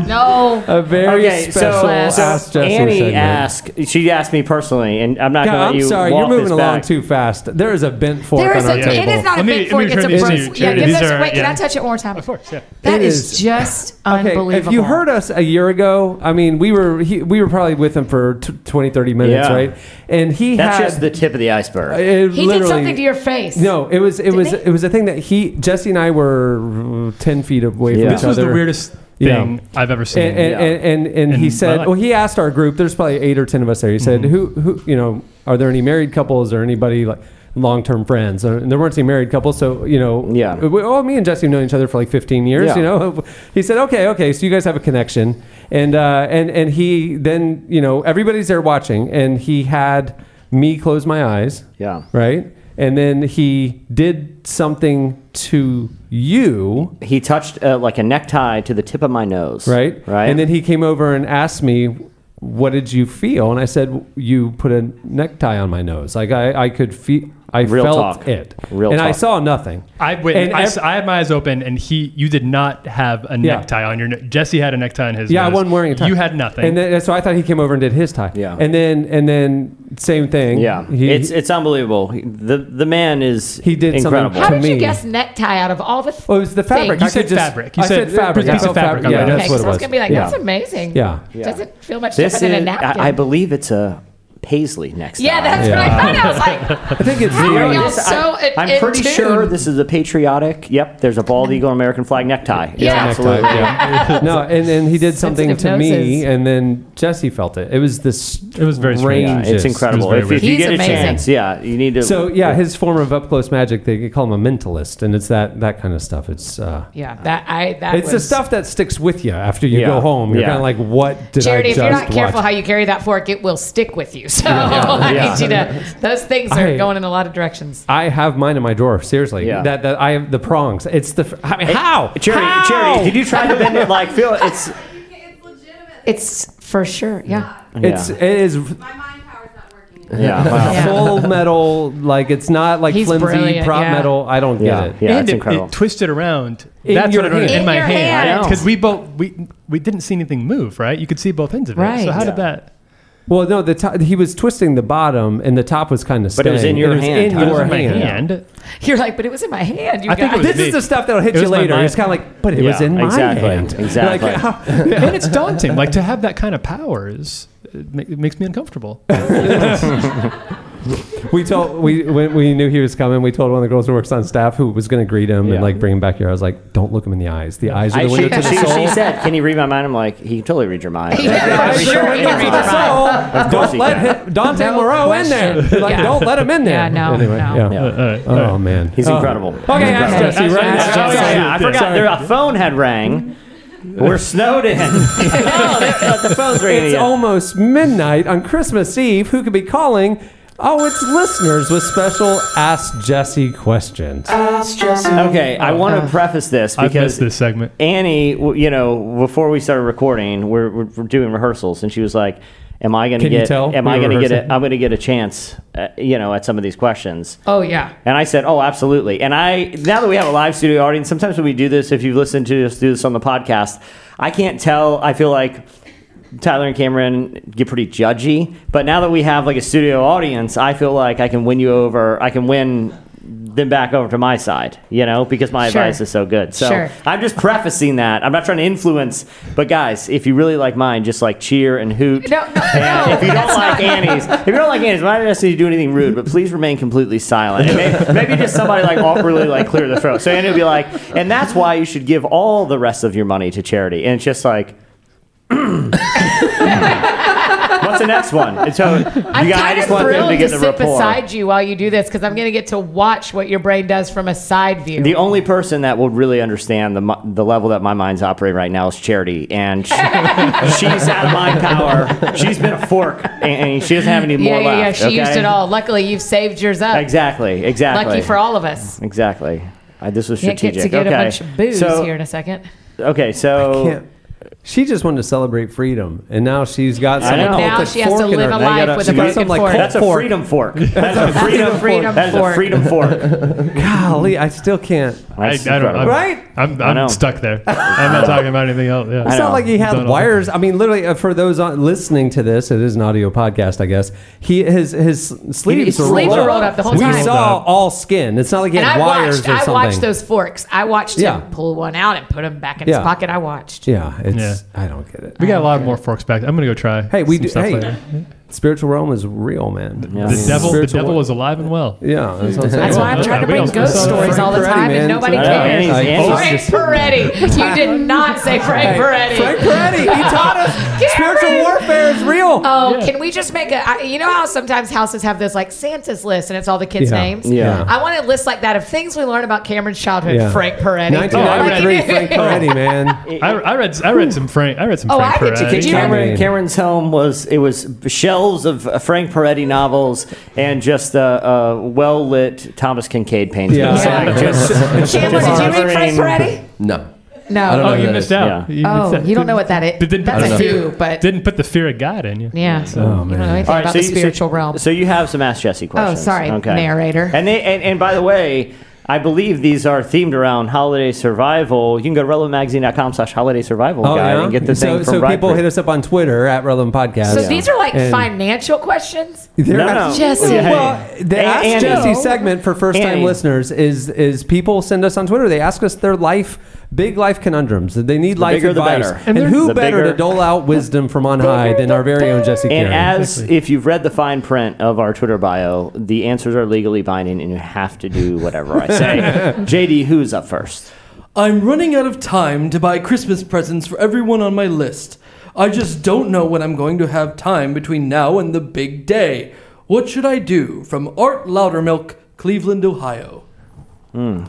Speaker 5: No.
Speaker 2: a very
Speaker 3: Okay, so,
Speaker 2: special
Speaker 3: so
Speaker 2: Ask Jesse
Speaker 3: Annie
Speaker 2: segment.
Speaker 3: asked. She asked me personally, and I'm not
Speaker 2: Yeah,
Speaker 3: going to let
Speaker 2: I'm
Speaker 3: you.
Speaker 2: sorry,
Speaker 3: walk
Speaker 2: you're moving
Speaker 3: this
Speaker 2: along
Speaker 3: back.
Speaker 2: too fast. There is a bent fork
Speaker 5: There is
Speaker 2: on our
Speaker 5: a,
Speaker 2: table.
Speaker 5: it is not a
Speaker 4: Let me-
Speaker 5: big
Speaker 4: let
Speaker 5: fork.
Speaker 4: me
Speaker 5: It's a
Speaker 4: turn these to you,
Speaker 5: brooch. Yeah,
Speaker 4: Charity.
Speaker 5: give
Speaker 4: These
Speaker 5: this,
Speaker 4: are-
Speaker 5: wait, can
Speaker 4: yeah.
Speaker 5: I touch it one more time?
Speaker 4: Of course, yeah.
Speaker 5: That
Speaker 2: It
Speaker 5: is,
Speaker 2: is.
Speaker 5: just
Speaker 2: Okay,
Speaker 5: unbelievable.
Speaker 2: if you heard us a year ago, I mean, we were he, we were probably with him for t- 20, 30 minutes,
Speaker 3: Yeah.
Speaker 2: right? And he
Speaker 3: That's
Speaker 2: had
Speaker 3: just the tip of the iceberg.
Speaker 2: Uh, it
Speaker 5: he did
Speaker 2: literally-
Speaker 5: something to your face.
Speaker 2: No, it was it was
Speaker 5: he?
Speaker 2: it was a thing that he Jesse and I were uh, ten feet away
Speaker 3: Yeah.
Speaker 2: from each
Speaker 4: This was
Speaker 2: other.
Speaker 4: the weirdest
Speaker 2: Yeah.
Speaker 4: thing I've ever seen.
Speaker 2: And and, and, and, and
Speaker 4: In
Speaker 2: he
Speaker 4: my
Speaker 2: said,
Speaker 4: life.
Speaker 2: well, he asked our group. There's probably eight or ten of us there. He said,
Speaker 3: Mm-hmm.
Speaker 2: who who you know, are there any married couples or anybody like long term friends? Uh, And there weren't any married couples, so you know,
Speaker 3: Yeah.
Speaker 2: We, oh, me and Jesse have known each other for like 15 years.
Speaker 3: Yeah.
Speaker 2: You know, he said, okay, okay, so you guys have a connection, and uh, and and he then you know everybody's there watching, and he had me close my eyes
Speaker 3: yeah.
Speaker 2: right? and then he did something to you,
Speaker 3: He touched uh, like a necktie to the tip of my nose.
Speaker 2: right?
Speaker 3: Right.
Speaker 2: And then he came over and asked me, "What did you feel?" And I said, "You put a necktie on my nose. Like I, I could feel, I
Speaker 3: Real
Speaker 2: felt
Speaker 3: talk.
Speaker 2: it,
Speaker 3: Real
Speaker 2: and I
Speaker 3: talk.
Speaker 2: saw nothing.
Speaker 4: I wait.
Speaker 2: And
Speaker 4: I, s-
Speaker 2: ev-
Speaker 4: I had my eyes open, and he. You did not have a
Speaker 2: Yeah.
Speaker 4: necktie on your. Ne- Jesse had a necktie on his.
Speaker 2: Yeah, I
Speaker 4: nose.
Speaker 2: wasn't wearing a tie.
Speaker 4: You had nothing.
Speaker 2: And then, so I thought he came over and did his tie.
Speaker 3: Yeah.
Speaker 2: And then and then same thing.
Speaker 3: Yeah,
Speaker 2: He,
Speaker 3: it's it's unbelievable. The the man is
Speaker 2: He did something
Speaker 3: incredible.
Speaker 5: How
Speaker 2: to
Speaker 5: did you
Speaker 2: me-
Speaker 5: guess necktie out of all the? Th-
Speaker 2: well, oh, it was the fabric.
Speaker 5: Thing?
Speaker 4: You
Speaker 2: I
Speaker 4: said
Speaker 2: could just-
Speaker 4: fabric. You
Speaker 2: I said
Speaker 4: said
Speaker 2: fabric.
Speaker 4: piece
Speaker 2: I
Speaker 4: of
Speaker 2: felt
Speaker 4: fabric.
Speaker 2: Yeah,
Speaker 4: Okay,
Speaker 2: that's
Speaker 5: okay,
Speaker 2: what
Speaker 5: 'cause
Speaker 2: it
Speaker 5: I
Speaker 2: was.
Speaker 5: was gonna be like,
Speaker 2: yeah.
Speaker 5: that's amazing.
Speaker 2: Yeah.
Speaker 5: Doesn't feel much
Speaker 3: this
Speaker 5: different
Speaker 3: is,
Speaker 5: than a napkin.
Speaker 3: I, I believe it's a paisley next.
Speaker 5: yeah, that's what I thought. I was like,
Speaker 2: I think it's
Speaker 5: How are
Speaker 2: the-
Speaker 5: y'all so in-
Speaker 3: I'm
Speaker 5: in
Speaker 3: pretty
Speaker 5: tune?
Speaker 3: sure this is a patriotic. Yep, there's a bald eagle American flag necktie. It's
Speaker 5: Yeah.
Speaker 3: absolutely.
Speaker 2: Necktie, yeah. no, and then he did something to
Speaker 5: Sensitive
Speaker 2: me,
Speaker 5: noses.
Speaker 2: and then Jesse felt it. It was this.
Speaker 4: It was very strange.
Speaker 3: Yeah, it's incredible.
Speaker 4: very
Speaker 3: If, if
Speaker 5: weird.
Speaker 3: you get a
Speaker 5: He's amazing.
Speaker 3: chance, yeah, you need to.
Speaker 2: So yeah, his form of up close magic, they call him a mentalist, and it's that that kind of stuff. It's uh,
Speaker 5: Yeah, that I that
Speaker 2: it's the
Speaker 5: was-
Speaker 2: stuff that sticks with you after you
Speaker 3: Yeah.
Speaker 2: go home. You're
Speaker 3: Yeah.
Speaker 2: kind of like, what did
Speaker 5: Charity,
Speaker 2: I
Speaker 5: if
Speaker 2: just
Speaker 5: you're not careful
Speaker 2: watch?
Speaker 5: how you carry that fork, it will stick with you. So I
Speaker 3: Yeah.
Speaker 5: need you to. Those things are
Speaker 2: I-
Speaker 5: going in a lot of directions.
Speaker 2: I have mine in my drawer. Seriously,
Speaker 3: Yeah.
Speaker 2: that that I have the prongs. It's the fr- I mean, how
Speaker 3: Charity,
Speaker 2: How?
Speaker 3: Charity, did you try to bend it? Like, feel it's.
Speaker 5: It's for sure. Yeah.
Speaker 2: It's
Speaker 3: yeah.
Speaker 2: it is
Speaker 10: My mind power's not working.
Speaker 3: yeah, wow.
Speaker 5: Yeah.
Speaker 2: full metal. Like it's not like
Speaker 5: He's
Speaker 2: flimsy
Speaker 5: brilliant,
Speaker 2: prop
Speaker 5: yeah.
Speaker 2: metal. I don't
Speaker 3: yeah,
Speaker 2: get it.
Speaker 3: yeah,
Speaker 4: and
Speaker 3: it's
Speaker 4: it,
Speaker 3: incredible.
Speaker 4: it twisted around.
Speaker 2: In
Speaker 4: That's
Speaker 2: your
Speaker 4: what I noticed
Speaker 2: hand.
Speaker 4: in
Speaker 5: In
Speaker 4: my
Speaker 5: your
Speaker 4: hand
Speaker 5: hand.
Speaker 4: because we both we we didn't see anything move. Right, you could see both ends of it.
Speaker 5: Right.
Speaker 4: So how
Speaker 3: Yeah.
Speaker 4: did that?
Speaker 2: Well, no, the top, he was twisting the bottom and the top was kind of.
Speaker 3: But it was in your hand,
Speaker 2: In
Speaker 3: Tyler.
Speaker 2: your
Speaker 4: in my
Speaker 2: hand.
Speaker 4: hand.
Speaker 5: You're like, but it was in my hand. You
Speaker 4: I think it
Speaker 5: guys."
Speaker 4: was
Speaker 2: This is
Speaker 4: me.
Speaker 2: the stuff that'll hit
Speaker 4: It
Speaker 2: you
Speaker 4: was my
Speaker 2: later.
Speaker 4: mind.
Speaker 2: It's kind of like, but it was
Speaker 3: Yeah,
Speaker 2: in my
Speaker 3: exactly,
Speaker 2: hand.
Speaker 3: exactly.
Speaker 2: Like, how-
Speaker 4: and it's daunting. Like to have that kind of power is it, ma- it makes me uncomfortable.
Speaker 2: we told we when we knew he was coming. We told one of the girls who works on staff who was going to greet him
Speaker 3: Yeah.
Speaker 2: and like bring him back here. I was like, don't look him in the eyes. The eyes are
Speaker 3: I,
Speaker 2: the window
Speaker 3: she,
Speaker 2: to the
Speaker 3: she,
Speaker 2: soul.
Speaker 3: she said, "Can you read my mind?" I'm like, "He can totally read your mind."
Speaker 5: Yeah, for
Speaker 2: Eyes are
Speaker 5: sure.
Speaker 2: the window to the soul.
Speaker 3: course he
Speaker 2: Don't let
Speaker 3: can.
Speaker 2: him, Dante
Speaker 5: No
Speaker 2: Moreau in
Speaker 5: question.
Speaker 2: there. Like,
Speaker 5: Yeah.
Speaker 2: don't let him in there.
Speaker 5: Yeah, no,
Speaker 2: Anyway,
Speaker 5: no.
Speaker 2: yeah.
Speaker 3: Yeah.
Speaker 2: Oh man,
Speaker 3: He's
Speaker 2: Oh.
Speaker 3: incredible.
Speaker 2: Okay, ask
Speaker 5: incredible.
Speaker 2: Jesse, right?
Speaker 5: Ask
Speaker 3: Oh,
Speaker 5: Jesse.
Speaker 3: yeah, yeah. I forgot. There, a phone had rang. We're snowed in. no, the, the phone's ringing.
Speaker 2: It's
Speaker 3: again.
Speaker 2: almost midnight on Christmas Eve. Who could be calling? Oh, it's listeners with special Ask Jesse questions.
Speaker 3: okay, I want
Speaker 2: Uh,
Speaker 3: to preface this
Speaker 4: I missed
Speaker 3: because
Speaker 4: this segment.
Speaker 3: Annie, w- you know, before we started recording, we're, we're we're doing rehearsals, and she was like, "Am I going to
Speaker 2: Can you
Speaker 3: get?
Speaker 2: tell
Speaker 3: Am
Speaker 2: we
Speaker 3: I
Speaker 2: were
Speaker 3: going to get?
Speaker 2: rehearsing?
Speaker 3: A, I'm going to get a chance, uh, you know, at some of these questions."
Speaker 5: Oh yeah.
Speaker 3: And I said, "Oh, absolutely." And I now that we have a live studio audience, sometimes when we do this, if you've listened to us do this on the podcast, I can't tell. I feel like Tyler and Cameron get pretty judgy, but now that we have like a studio audience, I feel like I can win you over. I can win them back over to my side, you know, because my
Speaker 5: Sure.
Speaker 3: advice is so good. So
Speaker 5: Sure.
Speaker 3: I'm just prefacing that. I'm not trying to influence, but guys, if you really like mine, just like cheer and hoot.
Speaker 5: No, no,
Speaker 3: And
Speaker 5: no.
Speaker 3: if you don't like Annie's, if you don't like Annie's, I'm not asking you to do anything rude, but please remain completely silent. And may- maybe, just somebody like awkwardly like clear the throat. So Annie would be like, and that's why you should give all the rest of your money to charity. And it's just like. "Hmm." What's the next one? And so you
Speaker 5: I'm
Speaker 3: guys, I
Speaker 5: kind of
Speaker 3: just want them
Speaker 5: thrilled
Speaker 3: to
Speaker 5: to,
Speaker 3: get the
Speaker 5: sit
Speaker 3: rapport.
Speaker 5: beside you while you do this because I'm going to get to watch what your brain does from a side view.
Speaker 3: The only person that will really understand the mi- the level that my mind's operating right now is Charity, and she, she's out of my power. She's been a fork, and, and she doesn't have any
Speaker 5: yeah,
Speaker 3: more
Speaker 5: yeah, yeah.
Speaker 3: left.
Speaker 5: She used
Speaker 3: okay?
Speaker 5: it all. Luckily, you've saved yours up.
Speaker 3: Exactly, exactly.
Speaker 5: Uh, Lucky for all of us.
Speaker 3: Exactly. I, this was
Speaker 5: Can't
Speaker 3: strategic.
Speaker 5: get to get
Speaker 3: okay.
Speaker 5: a bunch of booze
Speaker 3: so,
Speaker 5: here in a second.
Speaker 3: Okay, so
Speaker 2: Can't- She just wanted to celebrate freedom, and now she's got
Speaker 3: I
Speaker 2: some
Speaker 3: know.
Speaker 2: occulted
Speaker 5: Now she has to
Speaker 2: fork in
Speaker 5: live
Speaker 2: her
Speaker 5: a
Speaker 2: neck.
Speaker 5: life
Speaker 3: got a-
Speaker 5: with
Speaker 3: she
Speaker 5: a
Speaker 3: got
Speaker 5: broken
Speaker 2: something like
Speaker 5: fork.
Speaker 2: Colt
Speaker 3: that's a
Speaker 2: Fork.
Speaker 3: freedom fork. That's a freedom
Speaker 5: freedom
Speaker 3: fork. That is a
Speaker 5: fork.
Speaker 3: freedom fork.
Speaker 2: Golly, I still can't.
Speaker 4: I, I
Speaker 3: That's
Speaker 4: don't know.
Speaker 3: incredible.
Speaker 4: I'm-
Speaker 2: Right?
Speaker 4: I'm,
Speaker 3: I
Speaker 4: I'm,
Speaker 3: know.
Speaker 4: stuck there. I'm not talking about anything else. Yeah.
Speaker 2: It's
Speaker 3: know.
Speaker 2: not like he
Speaker 4: Don't
Speaker 2: had
Speaker 4: know.
Speaker 2: wires. I mean, literally, uh, for those on, listening to this, it is an audio podcast, I guess. He his his sleeves,
Speaker 5: His
Speaker 2: were
Speaker 5: sleeves
Speaker 2: rolled
Speaker 5: were
Speaker 2: up.
Speaker 5: rolled up the whole
Speaker 2: we
Speaker 5: time.
Speaker 2: saw all skin. It's not like he
Speaker 5: And I
Speaker 2: had wires
Speaker 5: watched.
Speaker 2: or
Speaker 5: I
Speaker 2: something.
Speaker 5: watched those forks. I watched
Speaker 2: Yeah.
Speaker 5: him pull one out and put them back in
Speaker 2: Yeah.
Speaker 5: his pocket. I watched.
Speaker 2: Yeah, it's I don't get it.
Speaker 4: We got a lot more forks back. I'm gonna go try.
Speaker 2: Hey, we
Speaker 4: some
Speaker 2: do.
Speaker 4: stuff
Speaker 2: Hey,
Speaker 4: later.
Speaker 2: spiritual realm is real, man.
Speaker 3: Yeah.
Speaker 4: The devil, the
Speaker 2: spiritual
Speaker 4: devil
Speaker 2: world.
Speaker 4: is alive and well.
Speaker 2: Yeah, that's, what I'm
Speaker 5: That's
Speaker 2: saying.
Speaker 5: why I'm
Speaker 4: Well,
Speaker 5: trying to
Speaker 4: we
Speaker 5: bring
Speaker 4: don't-
Speaker 5: ghost
Speaker 4: we don't-
Speaker 5: stories all the
Speaker 2: Frank
Speaker 5: time
Speaker 2: Peretti,
Speaker 5: and
Speaker 2: man.
Speaker 5: nobody
Speaker 2: I
Speaker 3: know.
Speaker 5: cares.
Speaker 3: Annie's- Annie's
Speaker 5: Frank
Speaker 2: just-
Speaker 5: Peretti. You did not say Frank Peretti.
Speaker 2: Frank Peretti, he taught us spiritual warfare is real.
Speaker 5: Oh,
Speaker 4: Yeah.
Speaker 5: can we just make a? I- You know how sometimes houses have those like Santa's list and it's all the kids'
Speaker 2: Yeah.
Speaker 5: names.
Speaker 3: Yeah.
Speaker 5: I want a list like that of things we learned about Cameron's childhood.
Speaker 2: Yeah.
Speaker 5: Frank Peretti.
Speaker 2: Oh,
Speaker 5: Like
Speaker 2: 1993,
Speaker 5: he knew-
Speaker 2: Frank Peretti, man.
Speaker 4: I, I read I read some Frank I read some
Speaker 5: Oh,
Speaker 4: Frank
Speaker 5: I bet you
Speaker 4: Peretti.
Speaker 5: could- Do you
Speaker 3: Cameron,
Speaker 2: remember-
Speaker 3: Cameron's home was it was shell shelves of uh, Frank Peretti novels and just uh, uh, well lit Thomas Kincaid paintings.
Speaker 2: Yeah.
Speaker 3: So I
Speaker 5: Yeah.
Speaker 3: just,
Speaker 5: Chandler,
Speaker 3: just
Speaker 5: did you read Frank
Speaker 3: bartering-
Speaker 5: Peretti?
Speaker 9: No.
Speaker 5: No.
Speaker 9: I don't know.
Speaker 4: Oh,
Speaker 9: who
Speaker 4: you
Speaker 9: that
Speaker 4: missed
Speaker 9: is.
Speaker 4: out.
Speaker 3: Yeah.
Speaker 4: You
Speaker 5: Oh,
Speaker 4: missed out.
Speaker 5: you don't know what that is.
Speaker 4: Did- didn't put
Speaker 5: That's
Speaker 4: the
Speaker 5: a
Speaker 4: fear-
Speaker 5: do, but
Speaker 4: Didn't put the fear of God in you.
Speaker 5: yeah, you don't know anything
Speaker 3: All right,
Speaker 5: about
Speaker 3: so
Speaker 5: the
Speaker 3: you-
Speaker 5: spiritual realm. Oh,
Speaker 3: So you have some Ask Jesse questions.
Speaker 5: sorry, narrator.
Speaker 3: And, they, and and by the way, I believe these are themed around holiday survival. You can go to relevantmagazine.com slash holiday survival
Speaker 2: Oh,
Speaker 3: guide
Speaker 2: yeah?
Speaker 3: and get the
Speaker 2: so,
Speaker 3: thing from
Speaker 2: so
Speaker 3: Bright
Speaker 2: people
Speaker 3: Creek.
Speaker 2: hit us up on Twitter at Relevant Podcast.
Speaker 5: so these are like
Speaker 2: And-
Speaker 5: financial questions.
Speaker 2: They're
Speaker 3: No,
Speaker 2: not-
Speaker 3: no.
Speaker 5: Jesse.
Speaker 3: Yeah.
Speaker 2: Well, the
Speaker 3: Hey,
Speaker 2: Ask
Speaker 3: Annie.
Speaker 2: Jesse segment for first-time
Speaker 3: Annie.
Speaker 2: listeners is is people send us on Twitter. They ask us their life, big life conundrums. They need life
Speaker 3: bigger, the
Speaker 2: advice,
Speaker 3: better.
Speaker 2: and,
Speaker 3: And
Speaker 2: who
Speaker 3: the
Speaker 2: better to
Speaker 3: bigger-
Speaker 2: dole out wisdom from on high than our very own Jesse?
Speaker 3: And
Speaker 2: Karen.
Speaker 3: as if you've read the fine print of our Twitter bio, the answers are legally binding, and you have to do whatever I say. JD, who's up first?
Speaker 1: I'm running out of time to buy Christmas presents for everyone on my list. I just don't know when I'm going to have time between now and the big day. What should I do? From Art Loudermilk, Cleveland, Ohio.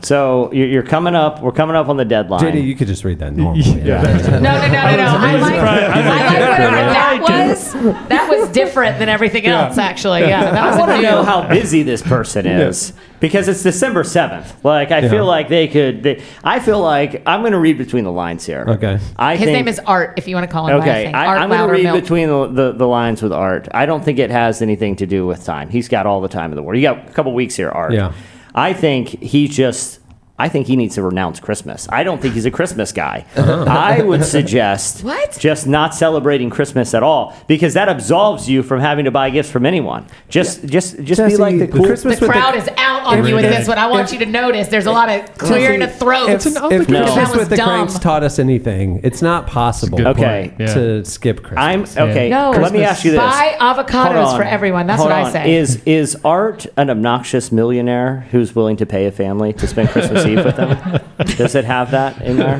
Speaker 3: So you're, you're coming up. We're coming up on the deadline.
Speaker 2: JD, you could just read that
Speaker 3: Oh,
Speaker 2: normally.
Speaker 5: No, no, no, no, no. I like, I like whatever that was. That was different than everything else, actually. Yeah, that
Speaker 3: I
Speaker 5: was
Speaker 3: want
Speaker 5: a
Speaker 3: to
Speaker 5: new.
Speaker 3: know how busy this person is because it's December seventh. Like I feel like they could. They, I feel like I'm going to read between the lines here.
Speaker 2: Okay.
Speaker 3: I
Speaker 5: His
Speaker 3: think,
Speaker 5: name is Art, if you want to call him. by his
Speaker 3: Okay,
Speaker 5: name.
Speaker 3: I,
Speaker 5: Art
Speaker 3: I'm going to read
Speaker 5: Loudermilk.
Speaker 3: between the, the, the lines with Art. I don't think it has anything to do with time. He's got all the time in the world. You got a couple weeks here, Art.
Speaker 2: Yeah.
Speaker 3: I think he just. I think he needs to renounce Christmas. I don't think he's a Christmas guy.
Speaker 2: Uh-huh.
Speaker 3: I would suggest
Speaker 5: What?
Speaker 3: just not celebrating Christmas at all because that absolves you from having to buy gifts from anyone. Just, just, just be
Speaker 2: Jesse,
Speaker 3: like the
Speaker 2: the
Speaker 3: cool.
Speaker 2: Christmas
Speaker 5: The
Speaker 2: with the-
Speaker 5: crowd is out on you with this one. I want you to notice there's a lot of clearing of throats.
Speaker 2: If,
Speaker 5: That
Speaker 2: if
Speaker 3: No.
Speaker 2: Christmas
Speaker 5: was
Speaker 2: with the
Speaker 5: dumb.
Speaker 2: Cranks taught us anything, it's not possible.
Speaker 4: Good
Speaker 3: Okay.
Speaker 4: point. Yeah.
Speaker 2: To skip Christmas.
Speaker 3: I'm okay.
Speaker 5: No,
Speaker 3: let me ask you this:
Speaker 5: buy avocados
Speaker 3: Hold on.
Speaker 5: for everyone. That's
Speaker 3: Hold
Speaker 5: what I
Speaker 3: on.
Speaker 5: say.
Speaker 3: Is is Art an obnoxious millionaire who's willing to pay a family to spend Christmas Eve with them? Does it have that in there?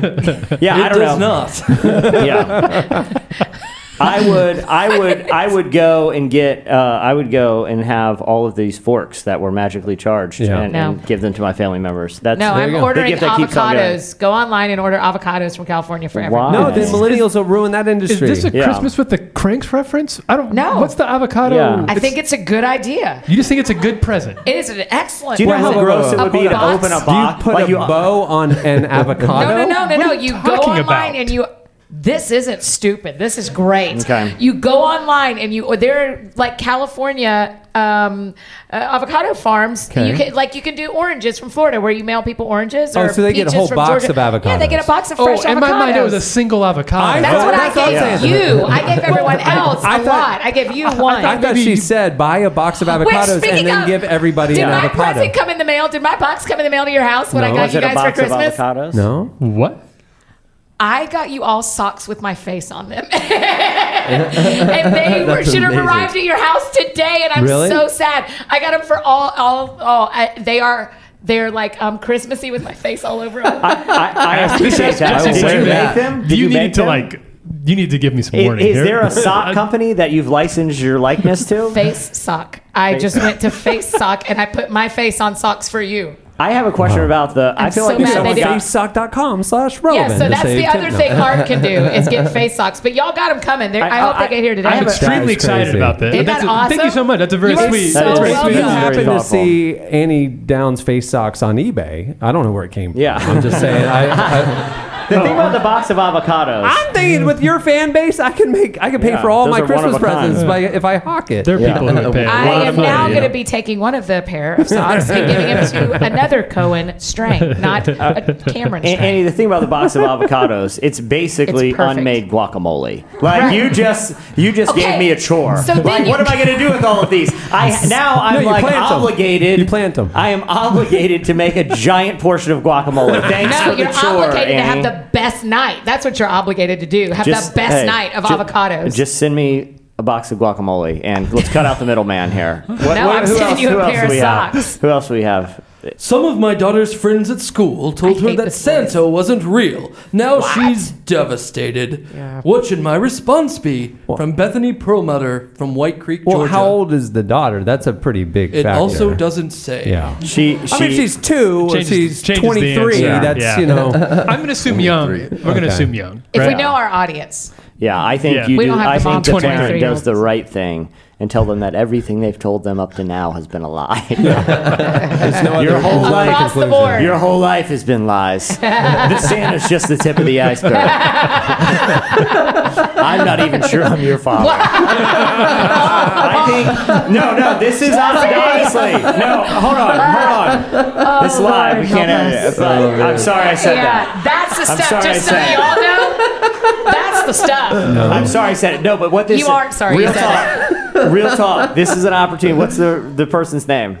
Speaker 3: Yeah,
Speaker 1: It
Speaker 3: I don't
Speaker 1: does
Speaker 3: know.
Speaker 1: not.
Speaker 3: Yeah. I would, I would, I would go and get, uh, I would go and have all of these forks that were magically charged
Speaker 2: Yeah.
Speaker 3: and,
Speaker 5: No.
Speaker 3: and give them to my family members. That's
Speaker 5: no, I'm
Speaker 2: go.
Speaker 5: ordering
Speaker 3: The gift that keeps on
Speaker 5: avocados. Go online and order avocados from California for everyone.
Speaker 2: no,
Speaker 3: Why?
Speaker 2: then millennials will ruin that
Speaker 4: Is
Speaker 2: industry.
Speaker 4: this a
Speaker 3: Yeah.
Speaker 4: Christmas with the Cranks reference? I don't
Speaker 5: No.
Speaker 4: What's the avocado?
Speaker 3: Yeah. I
Speaker 5: I think it's a good idea.
Speaker 4: you just think it's a good present.
Speaker 5: It is an excellent.
Speaker 3: Do you know how
Speaker 2: Well, whoa,
Speaker 3: gross
Speaker 2: whoa,
Speaker 3: it would
Speaker 5: whoa.
Speaker 3: be to
Speaker 5: Box?
Speaker 3: open a
Speaker 5: Do
Speaker 3: box?
Speaker 2: Do you put
Speaker 3: like
Speaker 2: a
Speaker 3: you-
Speaker 2: bow on an avocado?
Speaker 5: No, no, no, no,
Speaker 4: What
Speaker 5: no.
Speaker 4: are you
Speaker 5: You go
Speaker 4: talking
Speaker 5: online
Speaker 4: about?
Speaker 5: and you. This isn't stupid. This is great.
Speaker 3: Okay.
Speaker 5: You go online and you or there are like California um, uh, avocado farms. You
Speaker 2: Okay.
Speaker 5: can like you can do oranges from Florida where you mail people oranges
Speaker 2: Oh,
Speaker 5: or
Speaker 2: so they get a
Speaker 5: peaches
Speaker 2: whole
Speaker 5: from
Speaker 2: box
Speaker 5: Georgia.
Speaker 2: of
Speaker 5: Yeah, they get
Speaker 2: avocados.
Speaker 5: a box of
Speaker 4: Oh,
Speaker 5: fresh avocados.
Speaker 4: in my mind, it was a single avocado.
Speaker 5: That's what
Speaker 2: Oh, That's what I'm
Speaker 5: I gave
Speaker 2: saying.
Speaker 5: you. I gave everyone else a
Speaker 2: I thought-
Speaker 5: lot. I gave you one.
Speaker 2: I thought she said buy a box of avocados
Speaker 5: speaking
Speaker 2: and then
Speaker 5: of,
Speaker 2: give everybody
Speaker 5: Did
Speaker 2: an
Speaker 5: my
Speaker 2: avocado.
Speaker 5: present come in the mail? Did my box come in the mail to your house when I
Speaker 2: No.
Speaker 5: got
Speaker 3: Was
Speaker 5: you
Speaker 3: it a
Speaker 5: guys for
Speaker 3: box of
Speaker 5: Christmas?
Speaker 3: avocados?
Speaker 2: no,
Speaker 4: what?
Speaker 5: I got you all socks with my face on them. and they were,
Speaker 9: That's
Speaker 5: should have
Speaker 9: amazing.
Speaker 5: arrived at your house today, and I'm
Speaker 2: Really?
Speaker 5: so sad. I got them for all, all, all. I, they are, they're like um, Christmassy with my face all over them.
Speaker 3: I, I appreciate
Speaker 4: Jesse,
Speaker 3: that.
Speaker 4: Jesse,
Speaker 3: Did
Speaker 4: say
Speaker 3: you
Speaker 4: that.
Speaker 3: make them? Did
Speaker 4: you, need
Speaker 3: make
Speaker 4: to
Speaker 3: them?
Speaker 4: like. You need to give me some
Speaker 3: I-
Speaker 4: warning.
Speaker 3: Is,
Speaker 4: here.
Speaker 3: there a sock company that you've licensed your likeness to?
Speaker 5: face sock. I just went to face sock, and I put my face on socks for you.
Speaker 3: I have a question about the. I feel
Speaker 5: so
Speaker 3: like
Speaker 5: mad
Speaker 3: someone
Speaker 5: they
Speaker 3: got.
Speaker 5: didn't-
Speaker 2: facesock.com slash
Speaker 5: Yeah,
Speaker 2: relevant.
Speaker 5: so
Speaker 2: to
Speaker 5: that's
Speaker 2: save
Speaker 5: the other
Speaker 2: ten- no.
Speaker 5: thing Art can do is get face socks. But y'all got them coming. They're, I,
Speaker 3: I-
Speaker 5: hope
Speaker 3: I-
Speaker 5: they get here today.
Speaker 3: I have
Speaker 4: I'm
Speaker 3: a-
Speaker 4: extremely
Speaker 2: That's
Speaker 4: excited
Speaker 2: crazy.
Speaker 4: about this.
Speaker 5: Isn't
Speaker 4: That's
Speaker 5: that
Speaker 4: a-
Speaker 5: awesome?
Speaker 4: Thank you so much. That's a very
Speaker 5: You are
Speaker 4: sweet.
Speaker 5: so
Speaker 4: that's very
Speaker 5: welcome.
Speaker 4: sweet.
Speaker 2: You
Speaker 3: That's very
Speaker 2: happen to
Speaker 3: thoughtful.
Speaker 2: see Annie Down's face socks on eBay. I don't know where it came from.
Speaker 3: Yeah.
Speaker 2: I'm just saying. I, I,
Speaker 3: The thing about the box of avocados.
Speaker 2: I'm thinking with your fan base, I can make, I can pay
Speaker 3: Yeah,
Speaker 2: for all
Speaker 3: those
Speaker 2: my
Speaker 3: are one of
Speaker 2: Christmas
Speaker 3: a kind.
Speaker 2: presents by, if I hawk it.
Speaker 4: There are
Speaker 3: Yeah.
Speaker 4: people who pay.
Speaker 5: I
Speaker 9: lot of
Speaker 5: am
Speaker 9: money,
Speaker 5: now
Speaker 9: yeah.
Speaker 5: going to be taking one of the pair of socks and giving them to another Cohen Strang, not a Cameron
Speaker 3: A-
Speaker 5: Strang.
Speaker 3: Annie, the thing about the box of avocados, it's basically
Speaker 5: It's perfect.
Speaker 3: unmade guacamole. Like you just, you just
Speaker 5: Okay,
Speaker 3: gave me a chore.
Speaker 5: so then
Speaker 3: like,
Speaker 5: you-
Speaker 3: what am I going to do with all of these? I now I'm
Speaker 2: you
Speaker 3: like
Speaker 2: plant 'em.
Speaker 3: obligated.
Speaker 2: You plant 'em.
Speaker 3: I am obligated to make a giant portion of guacamole. Thanks
Speaker 5: No,
Speaker 3: for the
Speaker 5: you're
Speaker 3: chore,
Speaker 5: obligated to
Speaker 3: Annie.
Speaker 5: have the best night. That's what you're obligated to do. Have the best
Speaker 3: hey,
Speaker 5: night of
Speaker 3: ju-
Speaker 5: avocados.
Speaker 3: Just send me a box of guacamole and let's cut out the middleman here. What,
Speaker 5: No, I'm
Speaker 3: who
Speaker 5: sending you a
Speaker 3: who
Speaker 5: pair
Speaker 3: do
Speaker 5: of
Speaker 3: we have?
Speaker 5: socks.
Speaker 3: Who else do we have?
Speaker 1: Some of my daughter's friends at school
Speaker 5: I
Speaker 1: told her
Speaker 5: hate
Speaker 1: that
Speaker 5: this voice.
Speaker 1: Santa wasn't real. Now she's devastated. What should my response be? From Bethany Perlmutter from White Creek,
Speaker 2: well,
Speaker 1: Georgia.
Speaker 2: how old is the daughter? That's a pretty big
Speaker 1: It
Speaker 2: factor.
Speaker 1: also doesn't say.
Speaker 2: Yeah.
Speaker 3: She, she,
Speaker 2: I mean, if she's two, or
Speaker 4: Changes-
Speaker 2: she's
Speaker 4: changes the
Speaker 2: 23.
Speaker 4: answer.
Speaker 2: That's,
Speaker 4: Yeah.
Speaker 2: you know.
Speaker 4: I'm going to assume young. We're going to assume young.
Speaker 5: if we
Speaker 4: right?
Speaker 5: know our audience,
Speaker 3: yeah, I think
Speaker 4: Yeah.
Speaker 3: you
Speaker 5: We
Speaker 3: do.
Speaker 5: don't have
Speaker 3: I
Speaker 5: the
Speaker 3: think
Speaker 5: moms
Speaker 3: the
Speaker 5: and
Speaker 3: parent does
Speaker 5: twenty-three-year-olds.
Speaker 3: the right thing and tell them that everything they've told them up to now has been a lie.
Speaker 10: There's no
Speaker 3: Your
Speaker 10: other
Speaker 3: whole
Speaker 10: conclusion.
Speaker 3: life-
Speaker 5: Across the board.
Speaker 3: Your whole life has been lies. the Santa's just the tip of the iceberg. I'm not even sure I'm your father. I think no, no. This is honest- honestly no. Hold on, hold on. This it's live. We can't edit it. but I'm sorry I said that.
Speaker 5: Yeah, that's the stuff.
Speaker 3: sorry
Speaker 5: just so
Speaker 3: I said
Speaker 5: you all know, that's the stuff.
Speaker 3: I'm sorry I said it. No, but what this
Speaker 5: You aren't sorry
Speaker 3: Real
Speaker 5: you said
Speaker 3: talk. Real talk. This is an opportunity. What's the the person's name?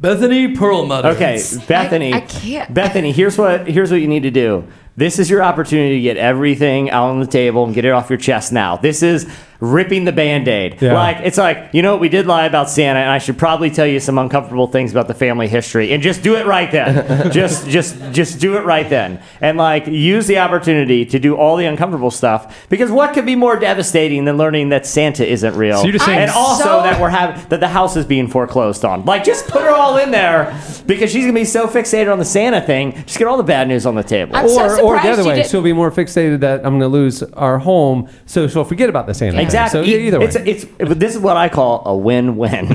Speaker 1: Bethany Perlmutter.
Speaker 3: Okay, Bethany.
Speaker 5: I can't-
Speaker 3: Bethany, here's what here's what you need to do. This is your opportunity to get everything out on the table and get it off your chest now. This is ripping the band-aid.
Speaker 2: Yeah.
Speaker 3: Like it's like, you know what, we did lie about Santa and I should probably tell you some uncomfortable things about the family history. And just do it right then. just just just do it right then. And like use the opportunity to do all the uncomfortable stuff. Because what could be more devastating than learning that Santa isn't real?
Speaker 4: So you're just saying-
Speaker 3: and
Speaker 5: I'm
Speaker 3: also
Speaker 5: so-
Speaker 3: that we're having that the house is being foreclosed on. Like, just put her all in there because she's gonna be so fixated on the Santa thing. Just get all the bad news on the table.
Speaker 5: I'm so
Speaker 2: or, or
Speaker 5: surprised
Speaker 2: the other
Speaker 5: you
Speaker 2: way,
Speaker 5: didn't-
Speaker 2: she'll be more fixated that I'm going to lose our home, so she'll forget about the Santa. thing.
Speaker 3: Exactly.
Speaker 2: So e- either way,
Speaker 3: It's, it's, but this is what I call a win-win.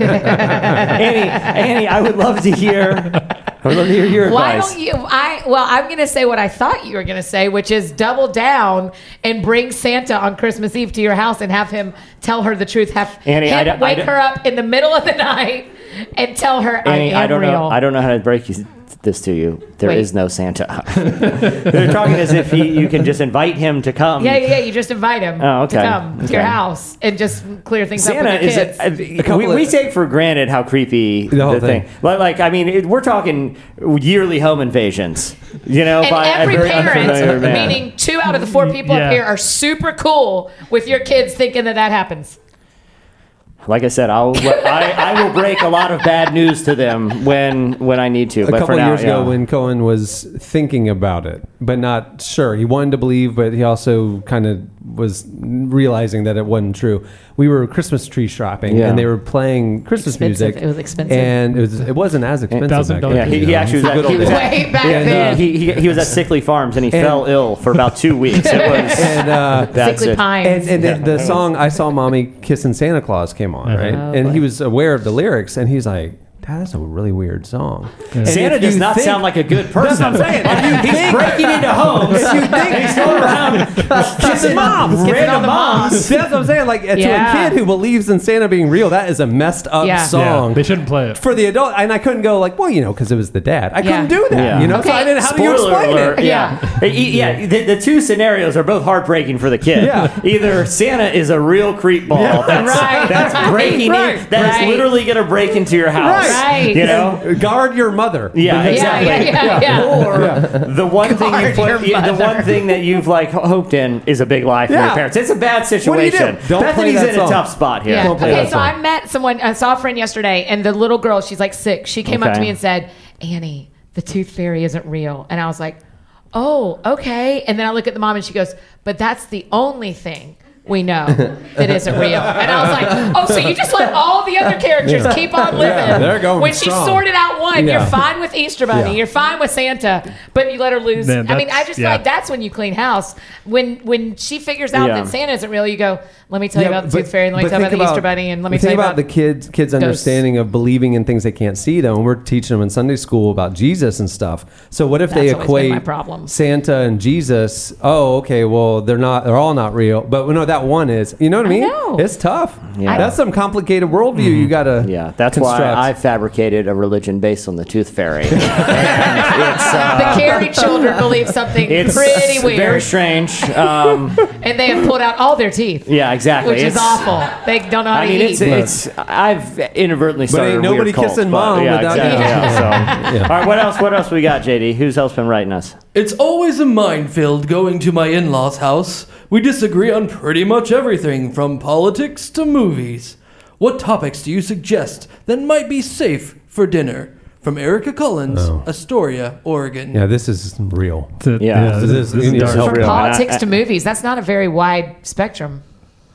Speaker 3: Annie, Annie, I would love to hear. I would love to hear your
Speaker 5: Why
Speaker 3: advice.
Speaker 5: don't you? I well, I'm going to say what I thought you were going to say, which is double down and bring Santa on Christmas Eve to your house and have him tell her the truth. Have
Speaker 3: Annie,
Speaker 5: him
Speaker 3: I don't- I
Speaker 5: wake
Speaker 3: don't-
Speaker 5: her up in the middle of the night and tell her
Speaker 3: Annie,
Speaker 5: I am
Speaker 3: I don't
Speaker 5: real.
Speaker 3: know. I don't know how to break you, this to you. There is
Speaker 5: Wait.
Speaker 3: no Santa. They're talking as if he, you can just invite him to come.
Speaker 5: yeah, yeah, yeah, you just invite him
Speaker 3: Oh, okay.
Speaker 5: to come to your
Speaker 3: Okay.
Speaker 5: house and just clear things
Speaker 3: Santa
Speaker 5: up with
Speaker 3: is
Speaker 5: your kids.
Speaker 3: a, we,
Speaker 2: of-
Speaker 3: we take for granted how creepy the,
Speaker 2: whole
Speaker 3: thing. Like, like, I mean, it, we're talking yearly home invasions. You know,
Speaker 5: and
Speaker 3: by
Speaker 5: every
Speaker 3: a very unfamiliar
Speaker 5: parent,
Speaker 3: man.
Speaker 5: meaning two out of the four people
Speaker 4: Yeah.
Speaker 5: up here, are super cool with your kids thinking that that happens.
Speaker 3: Like I said, I'll let- I, I will break a lot of bad news to them when when I need to.
Speaker 2: a
Speaker 3: but
Speaker 2: couple
Speaker 3: for now,
Speaker 2: years
Speaker 3: yeah.
Speaker 2: ago when Cohen was thinking about it, but not sure. He wanted to believe, but he also kind of was realizing that it wasn't true. We were Christmas tree shopping,
Speaker 3: Yeah.
Speaker 2: and they were playing Christmas
Speaker 5: Expensive.
Speaker 2: music.
Speaker 5: It was expensive.
Speaker 2: and it was it wasn't as expensive.
Speaker 4: Thousand
Speaker 2: back
Speaker 4: dollars.
Speaker 3: yeah,
Speaker 2: then,
Speaker 3: he,
Speaker 2: you
Speaker 3: he
Speaker 2: know.
Speaker 3: actually was at, he was at,
Speaker 5: Way back
Speaker 3: yeah,
Speaker 5: then.
Speaker 3: he, he, he was at Sickly Farms and he fell ill for about two weeks. It was
Speaker 2: and uh,
Speaker 3: that's
Speaker 5: Sickly
Speaker 3: it.
Speaker 5: pines.
Speaker 2: And, and the, the song "I Saw Mommy Kissing Santa Claus" came on, right?
Speaker 5: Oh,
Speaker 2: and
Speaker 5: boy.
Speaker 2: he was aware of the lyrics, and he's like, "That's a really weird song." And
Speaker 3: Santa
Speaker 2: if
Speaker 3: does
Speaker 2: you
Speaker 3: not
Speaker 2: think-
Speaker 3: sound like a good person.
Speaker 2: That's what I'm saying. If you
Speaker 3: he's
Speaker 2: think-
Speaker 3: breaking into homes.
Speaker 2: If you think
Speaker 3: he's going around
Speaker 2: Kissing moms, kissing
Speaker 3: random
Speaker 2: on the
Speaker 3: moms.
Speaker 2: That's what I'm saying. Like
Speaker 5: Yeah.
Speaker 2: to a kid who believes in Santa being real, that is a messed up
Speaker 5: Yeah.
Speaker 2: song.
Speaker 4: Yeah, they shouldn't play it.
Speaker 2: For the adult, and I couldn't go like, well, you know, because it was the dad. I
Speaker 5: Yeah.
Speaker 2: couldn't do that.
Speaker 3: Yeah.
Speaker 2: You know, so
Speaker 5: Okay.
Speaker 2: I didn't. How do you
Speaker 3: Spoiler
Speaker 2: explain
Speaker 3: alert.
Speaker 2: it?
Speaker 3: Yeah. Yeah. yeah. The, the two scenarios are both heartbreaking for the kid.
Speaker 2: Yeah.
Speaker 3: Either Santa is a real creep ball that's,
Speaker 5: Right.
Speaker 3: that's breaking in,
Speaker 5: Right.
Speaker 3: that is
Speaker 5: Right.
Speaker 3: literally going to break into your house.
Speaker 5: Right.
Speaker 3: You know?
Speaker 2: Guard your mother.
Speaker 3: Yeah,
Speaker 5: Yeah,
Speaker 3: exactly.
Speaker 5: yeah, yeah, yeah.
Speaker 3: Or the one thing you put, you- the one thing that you've like hoped in is a big lie for your
Speaker 2: Yeah.
Speaker 3: parents. It's a bad
Speaker 2: do you do?
Speaker 3: situation.
Speaker 2: Don't play
Speaker 3: Bethany's
Speaker 2: that
Speaker 3: in a
Speaker 2: song.
Speaker 3: tough spot here.
Speaker 5: Yeah.
Speaker 2: play
Speaker 5: Okay,
Speaker 2: that
Speaker 5: so I
Speaker 2: song.
Speaker 5: met someone, I saw a friend yesterday, and the little girl, she's like six. She came up
Speaker 3: Okay.
Speaker 5: to me and said, Annie, the tooth fairy isn't real. And I was like, oh, okay. And then I look at the mom and she goes, but that's the only thing we know that isn't real. And I was like, oh, so you just let all the other characters keep on living.
Speaker 2: they're going
Speaker 5: when
Speaker 2: strong.
Speaker 5: she sorted out one,
Speaker 2: Yeah.
Speaker 5: you're fine with Easter Bunny,
Speaker 2: Yeah.
Speaker 5: you're fine with Santa, but you let her lose.
Speaker 4: Man,
Speaker 5: I mean, I
Speaker 4: that's-
Speaker 5: just
Speaker 4: yeah.
Speaker 5: like that's when you clean house. When when she figures out
Speaker 3: Yeah.
Speaker 5: that Santa isn't real, you go, let me tell you about the
Speaker 2: but-
Speaker 5: tooth fairy and let me
Speaker 2: but
Speaker 5: tell you
Speaker 2: think
Speaker 5: about the Easter Bunny and let me
Speaker 2: think
Speaker 5: tell you
Speaker 2: about, the kids kids understanding of believing in things they can't see though and we're teaching them in sunday school about jesus and stuff so what if they
Speaker 5: That's always been
Speaker 2: equate
Speaker 5: my problem.
Speaker 2: santa and jesus oh okay well they're not they're all not real but no that one is you know what i mean
Speaker 5: know.
Speaker 2: it's tough
Speaker 3: Yeah.
Speaker 2: that's some complicated worldview you gotta
Speaker 3: Mm-hmm. Yeah, that's
Speaker 2: construct.
Speaker 3: why I fabricated a religion based on the tooth fairy. uh,
Speaker 5: the Carey children believe something
Speaker 3: It's
Speaker 5: pretty
Speaker 3: s-
Speaker 5: weird,
Speaker 3: very strange. Um,
Speaker 5: and they have pulled out all their teeth,
Speaker 3: yeah, exactly.
Speaker 5: which is
Speaker 3: It's-
Speaker 5: awful. They don't know how
Speaker 3: I mean,
Speaker 5: to
Speaker 3: it's,
Speaker 5: eat.
Speaker 3: it's I've inadvertently started.
Speaker 2: ain't
Speaker 3: a weird
Speaker 2: nobody
Speaker 3: cult,
Speaker 2: kissing
Speaker 3: but-
Speaker 2: mom
Speaker 3: yeah,
Speaker 2: without
Speaker 3: exactly.
Speaker 5: getting
Speaker 3: Yeah, so- All right, what else? What else we got, JD? Who's else been writing us?
Speaker 1: It's always a minefield going to my in law's house. We disagree on pretty much everything from politics to movies. What topics do you suggest that might be safe for dinner? From Erica Collins,
Speaker 2: Oh.
Speaker 1: Astoria, Oregon.
Speaker 2: yeah this is real
Speaker 4: To-
Speaker 3: Yeah.
Speaker 2: This is-
Speaker 4: this
Speaker 2: you need
Speaker 4: dark.
Speaker 2: some help.
Speaker 5: From
Speaker 3: real.
Speaker 5: politics
Speaker 3: I- I-
Speaker 5: to movies, that's not a very wide spectrum.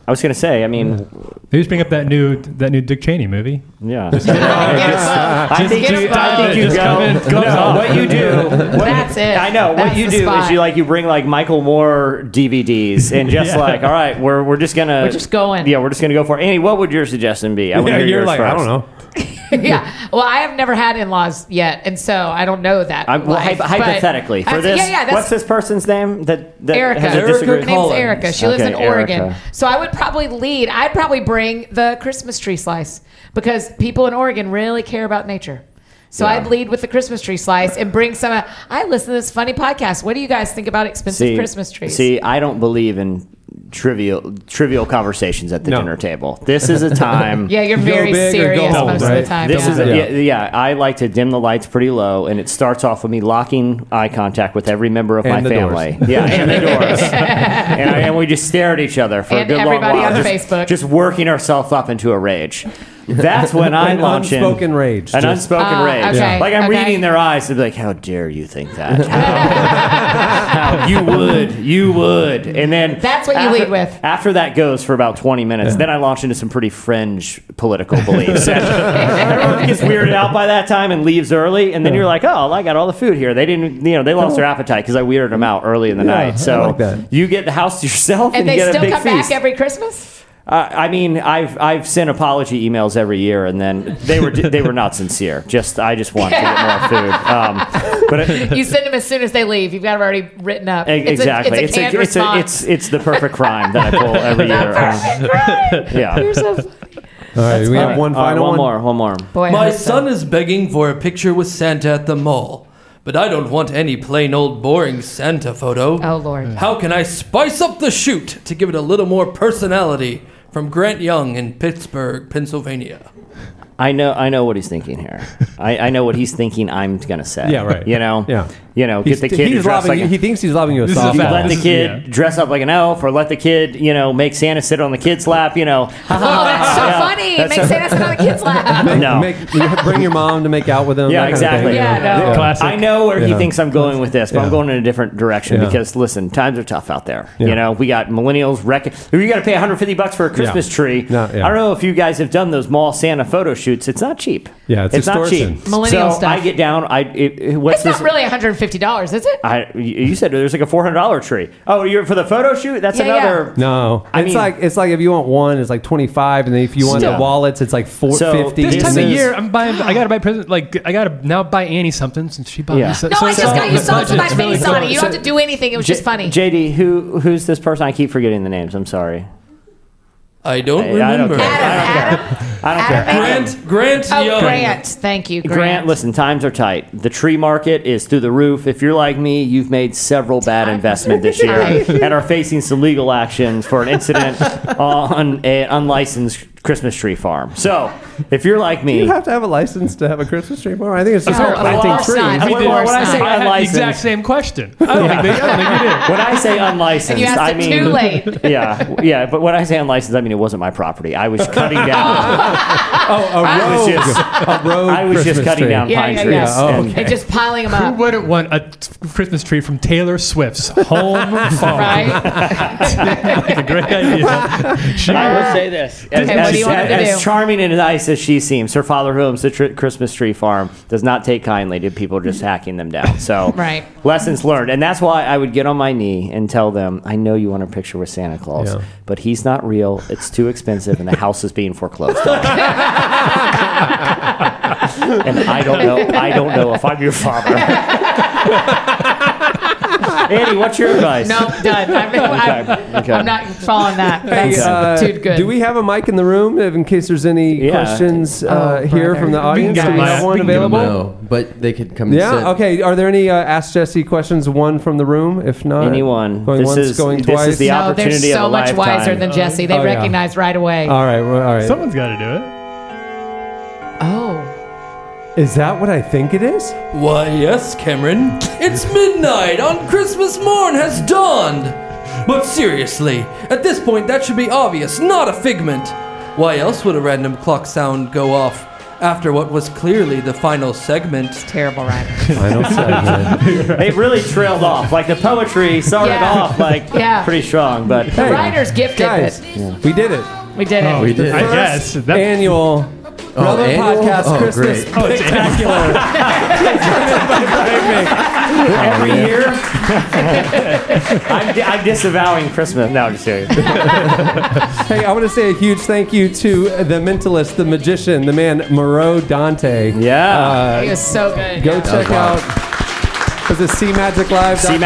Speaker 3: I was gonna say. I mean,
Speaker 4: They just bring up that new that new Dick Cheney movie.
Speaker 3: yeah.
Speaker 5: Get above.
Speaker 3: I think
Speaker 5: get
Speaker 3: you.
Speaker 5: above.
Speaker 3: I think you
Speaker 4: Just
Speaker 3: go.
Speaker 4: come in, comes
Speaker 3: no,
Speaker 4: off.
Speaker 3: what you do? What,
Speaker 5: That's That's it.
Speaker 3: I know.
Speaker 5: That's
Speaker 3: what you
Speaker 5: the
Speaker 3: do is
Speaker 5: spot.
Speaker 3: you like you bring like Michael Moore DVDs and just
Speaker 4: Yeah.
Speaker 3: like, all right, we're we're just gonna
Speaker 5: We're just going.
Speaker 3: Yeah, we're just gonna go for it. Annie, what would your suggestion be? I wanna
Speaker 2: Yeah,
Speaker 3: hear
Speaker 2: you're
Speaker 3: yours
Speaker 2: like,
Speaker 3: first.
Speaker 2: I don't know.
Speaker 5: yeah. Well, I have never had in-laws yet, and so I don't know that.
Speaker 3: I'm, well, hy-
Speaker 5: life, but-
Speaker 3: hypothetically, for
Speaker 5: That's-
Speaker 3: this,
Speaker 5: yeah, yeah, that's
Speaker 3: what's this person's name that, that
Speaker 5: Erica.
Speaker 3: has a
Speaker 5: Erica
Speaker 3: disagreement?
Speaker 5: Her name's
Speaker 1: Collins.
Speaker 5: Erica. She lives
Speaker 3: Okay,
Speaker 5: in Oregon.
Speaker 3: Erica.
Speaker 5: So I would probably lead. I'd probably bring the Christmas tree slice because people in Oregon really care about nature. So
Speaker 3: Yeah.
Speaker 5: I'd lead with the Christmas tree slice and bring some. uh, I listen to this funny podcast. What do you guys think about expensive Christmas trees?
Speaker 3: See, I don't believe in trivial trivial conversations at the
Speaker 2: No.
Speaker 3: dinner table. This is a time.
Speaker 5: yeah, you're
Speaker 2: Go
Speaker 5: very
Speaker 2: big or
Speaker 5: serious
Speaker 2: go home,
Speaker 5: most of
Speaker 2: right?
Speaker 5: the time.
Speaker 3: This
Speaker 5: yeah.
Speaker 3: is a,
Speaker 2: Yeah.
Speaker 3: yeah. yeah. I like to dim the lights pretty low, and it starts off with me locking eye contact with every member of
Speaker 2: And
Speaker 3: my
Speaker 2: the doors.
Speaker 3: family. Yeah, and the doors, and, I- and we just stare at each other for
Speaker 5: And
Speaker 3: a good long
Speaker 5: everybody
Speaker 3: while,
Speaker 5: on
Speaker 3: just,
Speaker 5: Facebook.
Speaker 3: just working ourselves up into a rage. That's when I
Speaker 2: An
Speaker 3: launch in
Speaker 2: unspoken rage,
Speaker 3: an
Speaker 2: just-
Speaker 3: unspoken
Speaker 5: Ah,
Speaker 3: rage.
Speaker 5: okay,
Speaker 3: Like I'm
Speaker 5: okay.
Speaker 3: reading their eyes to be like, "How dare you think that? How- you would, you would." And then
Speaker 5: That's what you
Speaker 3: after-
Speaker 5: lead with.
Speaker 3: After that goes for about 20 minutes, then I launch into some pretty fringe political beliefs. Everyone gets weirded out by that time and leaves early, and then you're like, "Oh, I got all the food here." They didn't, you know, they lost their appetite because I weirded them out early in the
Speaker 2: Yeah, I
Speaker 3: night. So
Speaker 2: like that.
Speaker 3: you get the house to yourself, and,
Speaker 5: and they
Speaker 3: you get a
Speaker 5: still
Speaker 3: big
Speaker 5: come
Speaker 3: feast.
Speaker 5: back every Christmas.
Speaker 3: Uh, I mean, I've I've sent apology emails every year, and then they were they were not sincere. Just I just want to get more food. Um, but it,
Speaker 5: You send them as soon as they leave. You've got them already written up.
Speaker 3: e-
Speaker 5: It's a-
Speaker 3: exactly,
Speaker 5: it's a canned
Speaker 3: it's, a,
Speaker 5: response.
Speaker 3: it's it's the perfect crime that I pull every year. Um, yeah.
Speaker 5: You're so funny.
Speaker 2: All right, we have one
Speaker 3: All right,
Speaker 2: final
Speaker 3: one
Speaker 2: one.
Speaker 3: more, one more.
Speaker 5: Boy, I
Speaker 1: My
Speaker 5: hope so.
Speaker 1: son is begging for a picture with Santa at the mall, but I don't want any plain old boring Santa photo.
Speaker 5: Oh, Lord.
Speaker 1: How can I spice up the shoot to give it a little more personality? From Grant Young in Pittsburgh, Pennsylvania.
Speaker 3: I know, I know what he's thinking here. I, I know what he's thinking. I'm gonna say.
Speaker 2: Yeah, right.
Speaker 3: You know.
Speaker 2: Yeah.
Speaker 3: You know,
Speaker 2: He's-
Speaker 3: get the kid to
Speaker 2: he's
Speaker 3: dress
Speaker 2: lobbing
Speaker 3: like
Speaker 2: you-
Speaker 3: a-
Speaker 2: he thinks he's lobbing you a
Speaker 4: This is a
Speaker 2: softball.
Speaker 4: fact.
Speaker 3: let the
Speaker 4: This is-
Speaker 3: kid
Speaker 4: yeah.
Speaker 3: dress up like an elf, or let the kid, you know, make Santa sit on the kid's lap. You know.
Speaker 5: Oh, that's so
Speaker 3: Yeah,
Speaker 5: funny.
Speaker 3: that's
Speaker 5: Make
Speaker 3: so-
Speaker 5: Santa sit on the kids' lap.
Speaker 2: Make-
Speaker 3: No.
Speaker 2: make- you bring your mom to make out with him.
Speaker 3: Yeah,
Speaker 2: that kind of thing,
Speaker 3: exactly.
Speaker 2: you know?
Speaker 5: Yeah, no.
Speaker 4: Classic.
Speaker 3: I know where he
Speaker 2: Yeah.
Speaker 3: thinks I'm going with this, but
Speaker 2: Yeah.
Speaker 3: I'm going in a different direction
Speaker 2: Yeah.
Speaker 3: because listen, times are tough out there.
Speaker 2: Yeah.
Speaker 3: You know, we got millennials wrecking. You got to pay 150 bucks for a Christmas tree.
Speaker 2: No, yeah.
Speaker 3: I don't know if you guys have done those mall Santa photo shoots. It's not cheap.
Speaker 2: Yeah, it's
Speaker 3: not
Speaker 2: extortion.
Speaker 3: cheap.
Speaker 5: Millennial
Speaker 3: so
Speaker 5: stuff.
Speaker 3: I get down. I it, it- what's
Speaker 5: It's
Speaker 3: this?
Speaker 5: not really $150, is it?
Speaker 3: I, you you said there's like a $400 tree. Oh, you're for the photo shoot? That's
Speaker 5: Yeah, yeah.
Speaker 3: another.
Speaker 2: No,
Speaker 3: I
Speaker 2: it's
Speaker 3: mean-
Speaker 2: like it's like if you want one, it's like twenty five, and then if you want the
Speaker 3: Still.
Speaker 2: wallets, it's like four fifty.
Speaker 3: This
Speaker 4: This time of
Speaker 3: is-
Speaker 4: year, I'm buying. I gotta buy present. Like I gotta now buy Annie something since she bought
Speaker 3: Yeah.
Speaker 4: me. so-
Speaker 5: No,
Speaker 4: so
Speaker 5: I
Speaker 4: it's
Speaker 5: just
Speaker 4: all
Speaker 5: got
Speaker 4: in
Speaker 5: you
Speaker 4: the
Speaker 5: songs with
Speaker 4: budget.
Speaker 5: my
Speaker 4: It's
Speaker 5: face
Speaker 4: really
Speaker 5: on
Speaker 4: cool.
Speaker 5: it. You don't have to do anything. It was just funny.
Speaker 3: JD, who who's this person? I keep forgetting the names. I'm sorry.
Speaker 1: I don't
Speaker 3: I- I don't
Speaker 1: remember.
Speaker 3: care.
Speaker 5: Adam, Adam.
Speaker 3: I don't
Speaker 5: Adam
Speaker 3: care.
Speaker 5: Adam.
Speaker 1: Grant, Grant
Speaker 5: Oh,
Speaker 1: Young.
Speaker 5: Grant. Thank you, Grant.
Speaker 3: Grant, listen, times are tight. The tree market is through the roof. If you're like me, you've made several bad investments this year
Speaker 5: Tight.
Speaker 3: and are facing some legal actions for an incident on an unlicensed Christmas tree farm. So, if you're like me,
Speaker 2: You have to have a license to have a Christmas tree farm. I think it's just
Speaker 5: No,
Speaker 2: fair.
Speaker 5: of
Speaker 2: I think
Speaker 5: course
Speaker 2: trees.
Speaker 5: not.
Speaker 3: I
Speaker 5: Of
Speaker 3: mean, when
Speaker 5: course
Speaker 3: I
Speaker 5: not.
Speaker 3: say
Speaker 4: I had the exact
Speaker 3: unlicensed,
Speaker 4: same question. I don't think they, I don't think you did.
Speaker 3: when I say unlicensed,
Speaker 5: And you asked
Speaker 3: I
Speaker 5: it
Speaker 3: mean
Speaker 5: too late.
Speaker 3: Yeah, yeah, but when I say unlicensed, I mean it wasn't my property. I was cutting down.
Speaker 2: Oh, a
Speaker 3: was
Speaker 2: rogue,
Speaker 3: just-
Speaker 2: a rogue
Speaker 3: I was just
Speaker 2: Christmas
Speaker 3: cutting
Speaker 2: tree.
Speaker 3: down
Speaker 5: Yeah,
Speaker 3: pine
Speaker 5: yeah,
Speaker 3: trees.
Speaker 5: yeah.
Speaker 2: Oh,
Speaker 3: and-
Speaker 2: okay.
Speaker 5: And just piling them
Speaker 4: Who
Speaker 5: up.
Speaker 4: wouldn't want a t- Christmas tree from Taylor Swift's home farm?
Speaker 5: Right?
Speaker 4: That's a great idea. She-
Speaker 3: I will say this: as,
Speaker 5: Okay, what do you want
Speaker 3: as-
Speaker 5: to
Speaker 3: as
Speaker 5: do?
Speaker 3: charming and nice as she seems, her father, who owns the tr- Christmas tree farm, does not take kindly to people just hacking them down. So,
Speaker 5: Right.
Speaker 3: lessons learned, and that's why I would get on my knee and tell them, "I know you want a picture with Santa Claus,
Speaker 2: Yeah.
Speaker 3: but he's not real. It's too expensive, and the house is being foreclosed on." and I don't know. I don't know if I'm your father. Andy, what's your advice?
Speaker 5: No, done. I'm, I'm,
Speaker 3: Okay.
Speaker 5: I'm not following that.
Speaker 2: Hey,
Speaker 5: That's
Speaker 2: uh,
Speaker 5: too good.
Speaker 2: Do we have a mic in the room if- in case there's any
Speaker 3: Yeah.
Speaker 2: questions uh, here
Speaker 5: Oh, brother.
Speaker 2: from the
Speaker 4: We can
Speaker 2: audience?
Speaker 4: get
Speaker 2: Do we
Speaker 4: a mic.
Speaker 2: have one
Speaker 4: We can get a
Speaker 2: available?
Speaker 4: mic.
Speaker 9: No, but they could come. and sit.
Speaker 2: Yeah. Okay. Are there any uh, Ask Jesse questions? One from the room. If not,
Speaker 3: Anyone.
Speaker 2: going
Speaker 3: This
Speaker 2: once,
Speaker 3: is-
Speaker 2: going
Speaker 3: this is
Speaker 2: twice.
Speaker 3: the
Speaker 5: no, they're
Speaker 3: opportunity of
Speaker 5: so
Speaker 3: a
Speaker 5: much
Speaker 3: lifetime.
Speaker 5: wiser than Jesse. They
Speaker 2: Oh, yeah. Uh,
Speaker 5: recognize right away.
Speaker 2: all right. well, All right.
Speaker 4: Someone's got to do it.
Speaker 5: oh.
Speaker 2: is that what I think it is?
Speaker 1: Why, yes, Cameron. It's midnight on Christmas morn has dawned. But seriously, at this point, that should be obvious, not a figment. Why else would a random clock sound go off after what was clearly the final segment?
Speaker 5: Terrible writer.
Speaker 2: Final segment.
Speaker 3: It really trailed off. Like the poetry started
Speaker 5: Yeah.
Speaker 3: off like
Speaker 5: Yeah.
Speaker 3: pretty strong, but
Speaker 2: Hey,
Speaker 5: Writer's gifted
Speaker 2: guys, Oh,
Speaker 5: it.
Speaker 2: we did it.
Speaker 5: We did it.
Speaker 9: we did.
Speaker 4: I
Speaker 9: First
Speaker 4: guess. That,
Speaker 2: Annual.
Speaker 3: Oh,
Speaker 2: Brother
Speaker 9: annual?
Speaker 2: Podcast
Speaker 9: Oh,
Speaker 2: Christmas
Speaker 9: great.
Speaker 4: oh, it's-
Speaker 2: Spectacular.
Speaker 3: every
Speaker 2: year?
Speaker 3: I'm, di- I'm disavowing Christmas. No, I'm just kidding.
Speaker 2: Hey, I want to say a huge thank you to the mentalist, the magician, the man Moreau Dante.
Speaker 3: Yeah.
Speaker 5: He was so good.
Speaker 2: Go
Speaker 5: yeah.
Speaker 2: check out. Is it cmagiclive.com?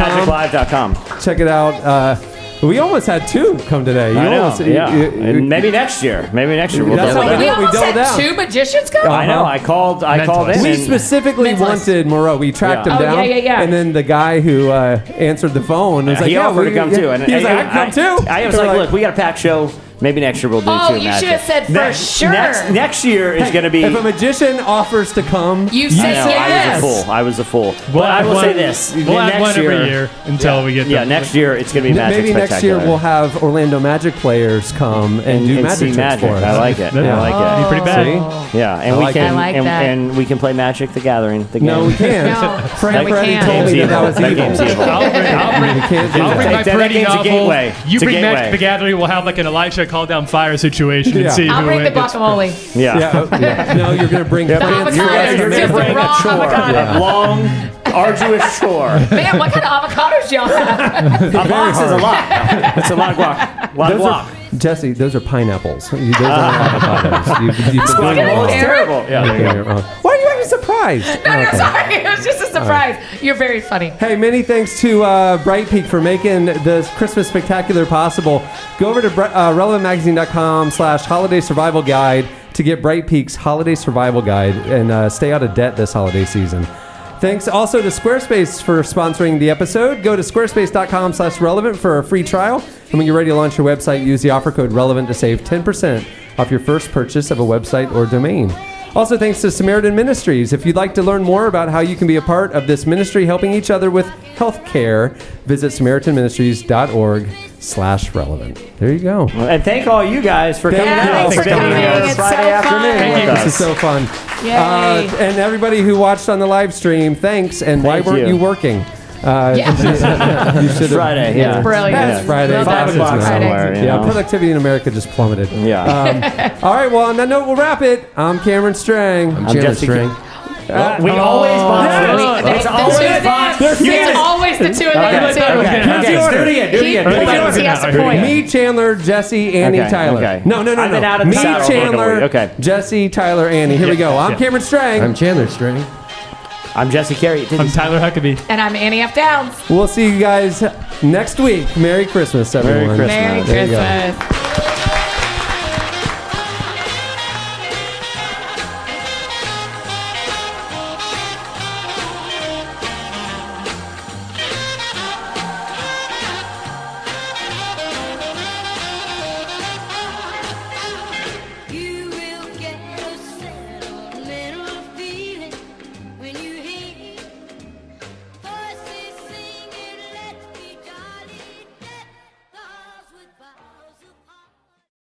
Speaker 3: CMagicLive.com.
Speaker 2: Check it out. Uh, we almost had two come today. You
Speaker 3: I know.
Speaker 2: almost, you-
Speaker 3: yeah.
Speaker 2: you- you-
Speaker 3: and maybe next year. Maybe next year we'll
Speaker 2: That's
Speaker 3: double
Speaker 2: how
Speaker 3: it
Speaker 5: We
Speaker 2: Yeah,
Speaker 3: up.
Speaker 2: we
Speaker 5: almost
Speaker 2: doubled
Speaker 5: had
Speaker 2: out.
Speaker 5: two magicians come.
Speaker 2: Uh-huh.
Speaker 3: I know. I called. I called
Speaker 4: Mentalist.
Speaker 3: in.
Speaker 2: we
Speaker 3: and-
Speaker 2: specifically
Speaker 5: Mentalist.
Speaker 2: wanted Moreau. We tracked
Speaker 3: Yeah.
Speaker 2: him
Speaker 5: Oh, yeah,
Speaker 2: down.
Speaker 5: yeah, yeah.
Speaker 2: And then the guy who uh, answered the phone was like,
Speaker 3: he
Speaker 2: yeah,
Speaker 3: offered
Speaker 2: we-
Speaker 3: to come
Speaker 2: yeah.
Speaker 3: too. And,
Speaker 2: he was
Speaker 3: and
Speaker 2: like, I, come too.
Speaker 3: I was
Speaker 2: They were
Speaker 3: like, look, we got a packed show. Maybe next year we'll do
Speaker 5: Oh,
Speaker 3: two
Speaker 5: you
Speaker 3: matches."
Speaker 5: should have said for
Speaker 3: next,
Speaker 5: sure.
Speaker 3: Next, next year is going to be.
Speaker 2: If a magician offers to come,
Speaker 5: You
Speaker 3: I
Speaker 5: said
Speaker 3: know,
Speaker 5: yes.
Speaker 3: I was a fool. I was a fool.
Speaker 4: We'll
Speaker 3: but I
Speaker 4: add
Speaker 3: will say
Speaker 4: one-
Speaker 3: this:
Speaker 4: We'll add
Speaker 3: next
Speaker 4: one
Speaker 3: year,
Speaker 4: every year until we get
Speaker 3: yeah,
Speaker 4: the-
Speaker 3: next year it's going to be magic.
Speaker 2: maybe next year
Speaker 3: Spectacular.
Speaker 2: we'll have Orlando Magic players come and, do
Speaker 3: and
Speaker 2: magic
Speaker 3: see
Speaker 2: tricks
Speaker 3: magic.
Speaker 2: for us.
Speaker 3: I like it.
Speaker 4: Yeah.
Speaker 3: I
Speaker 4: Be
Speaker 3: like
Speaker 4: pretty bad.
Speaker 5: Oh.
Speaker 2: See?
Speaker 3: it. Yeah, and
Speaker 2: I
Speaker 3: we
Speaker 2: like
Speaker 3: can
Speaker 5: that. I like
Speaker 3: and,
Speaker 5: that.
Speaker 3: and we can play Magic: The Gathering. The game.
Speaker 2: No, we can't.
Speaker 5: No,
Speaker 2: Frank
Speaker 5: no, we
Speaker 2: already
Speaker 5: can't.
Speaker 2: told me that that was
Speaker 3: That game's
Speaker 2: evil.
Speaker 3: evil.
Speaker 4: I'll bring, I'll bring,
Speaker 2: You can't do
Speaker 4: I'll
Speaker 2: that.
Speaker 4: bring my
Speaker 3: That- that
Speaker 4: pretty
Speaker 3: game's a
Speaker 4: novel.
Speaker 3: gateway.
Speaker 4: You
Speaker 3: It's a
Speaker 4: bring
Speaker 3: gateway.
Speaker 4: Magic the Gathering. We'll have like an Elijah call down fire situation
Speaker 2: Yeah.
Speaker 4: and see
Speaker 5: I'll
Speaker 4: who
Speaker 5: bring the
Speaker 4: wins.
Speaker 5: guacamole.
Speaker 3: Yeah.
Speaker 2: Yeah, oh, yeah. No, you're going to bring
Speaker 3: Yep.
Speaker 2: Frank.
Speaker 5: The
Speaker 3: You're
Speaker 5: avocado
Speaker 3: gonna-
Speaker 5: is
Speaker 3: you're
Speaker 5: just
Speaker 3: gonna
Speaker 5: the
Speaker 3: bring a
Speaker 5: wrong
Speaker 3: chore,
Speaker 5: avocado.
Speaker 3: a long, arduous chore.
Speaker 5: Man, what kind of avocados y'all have?
Speaker 3: A box is a lot. It's a lot of guac. A lot of
Speaker 2: Those
Speaker 3: guac.
Speaker 2: are, Jesse, those are pineapples. Those are avocados. You, you've been doing it
Speaker 3: Guacamole
Speaker 2: wrong.
Speaker 3: is terrible. Yeah.
Speaker 2: You're doing it wrong. uh, Why are you acting surprised?
Speaker 5: No, no,
Speaker 2: Okay.
Speaker 5: sorry. It was just a surprise. You're very funny.
Speaker 2: Hey, many thanks to uh, Bright Peak for making this Christmas spectacular possible. Go over to br- uh, relevantmagazine.com slash holiday survival guide to get Bright Peak's holiday survival guide and uh, stay out of debt this holiday season. Thanks also to Squarespace for sponsoring the episode. Go to squarespace.com slash relevant for a free trial. And when you're ready to launch your website, use the offer code relevant to save 10% off your first purchase of a website or domain. Also, thanks to Samaritan Ministries. If you'd like to learn more about how you can be a part of this ministry helping each other with health care, visit samaritanministries.org slash relevant. There you go.
Speaker 3: And thank all you guys for
Speaker 2: Thank
Speaker 3: coming
Speaker 2: you.
Speaker 3: out
Speaker 2: Thanks for
Speaker 3: for coming
Speaker 2: coming.
Speaker 3: here
Speaker 5: It's
Speaker 3: Friday
Speaker 5: so
Speaker 3: afternoon.
Speaker 5: fun. Thank
Speaker 3: with
Speaker 5: you.
Speaker 2: This is
Speaker 3: us.
Speaker 2: so fun. Uh,
Speaker 5: Yay.
Speaker 2: and everybody who watched on the live stream, thanks. And why
Speaker 3: Thank
Speaker 2: weren't you,
Speaker 3: you.
Speaker 2: working? Uh,
Speaker 5: Yeah.
Speaker 2: you should
Speaker 3: Friday, yeah. It's
Speaker 5: brilliant.
Speaker 2: That's
Speaker 5: Yeah.
Speaker 2: Friday.
Speaker 5: Love
Speaker 3: Five
Speaker 5: that.
Speaker 2: Classes
Speaker 3: o'clock
Speaker 2: now.
Speaker 5: Friday.
Speaker 3: somewhere. you
Speaker 2: Yeah,
Speaker 3: know.
Speaker 2: productivity in America just plummeted. Um,
Speaker 3: Yeah.
Speaker 2: All right, well, on that note, we'll wrap it. I'm Cameron Strang.
Speaker 9: I'm
Speaker 3: I'm
Speaker 9: Jeremy
Speaker 3: Jesse-
Speaker 9: String.
Speaker 3: we always
Speaker 5: They-
Speaker 4: Oh,
Speaker 3: bond.
Speaker 5: they-
Speaker 3: It's
Speaker 5: the two
Speaker 3: always
Speaker 5: of
Speaker 3: fun.
Speaker 5: them. It's always the two of
Speaker 3: Okay. Okay.
Speaker 5: them,
Speaker 2: Here's the
Speaker 3: Okay.
Speaker 2: order.
Speaker 3: Do it again. Do
Speaker 5: too.
Speaker 3: it
Speaker 5: He
Speaker 3: again. Do it
Speaker 5: points, he
Speaker 3: again.
Speaker 5: has a point.
Speaker 2: Me, Chandler, Jesse, Annie,
Speaker 3: Okay,
Speaker 2: Tyler.
Speaker 3: okay.
Speaker 2: No, no, no,
Speaker 3: I've
Speaker 2: no.
Speaker 3: been out of the
Speaker 2: Me,
Speaker 3: saddle
Speaker 2: Chandler,
Speaker 3: vocally. Okay.
Speaker 2: Jesse, Tyler, Annie. Here we go. I'm
Speaker 4: yeah.
Speaker 2: Cameron Strang.
Speaker 9: I'm Chandler String.
Speaker 3: I'm Jesse Carey. It didn't
Speaker 4: I'm Tyler Huckabee.
Speaker 5: And I'm Annie F. Downs.
Speaker 2: we'll see you guys next week. Merry Christmas, everyone.
Speaker 3: Christmas.
Speaker 5: Merry
Speaker 2: There you go.
Speaker 5: Christmas.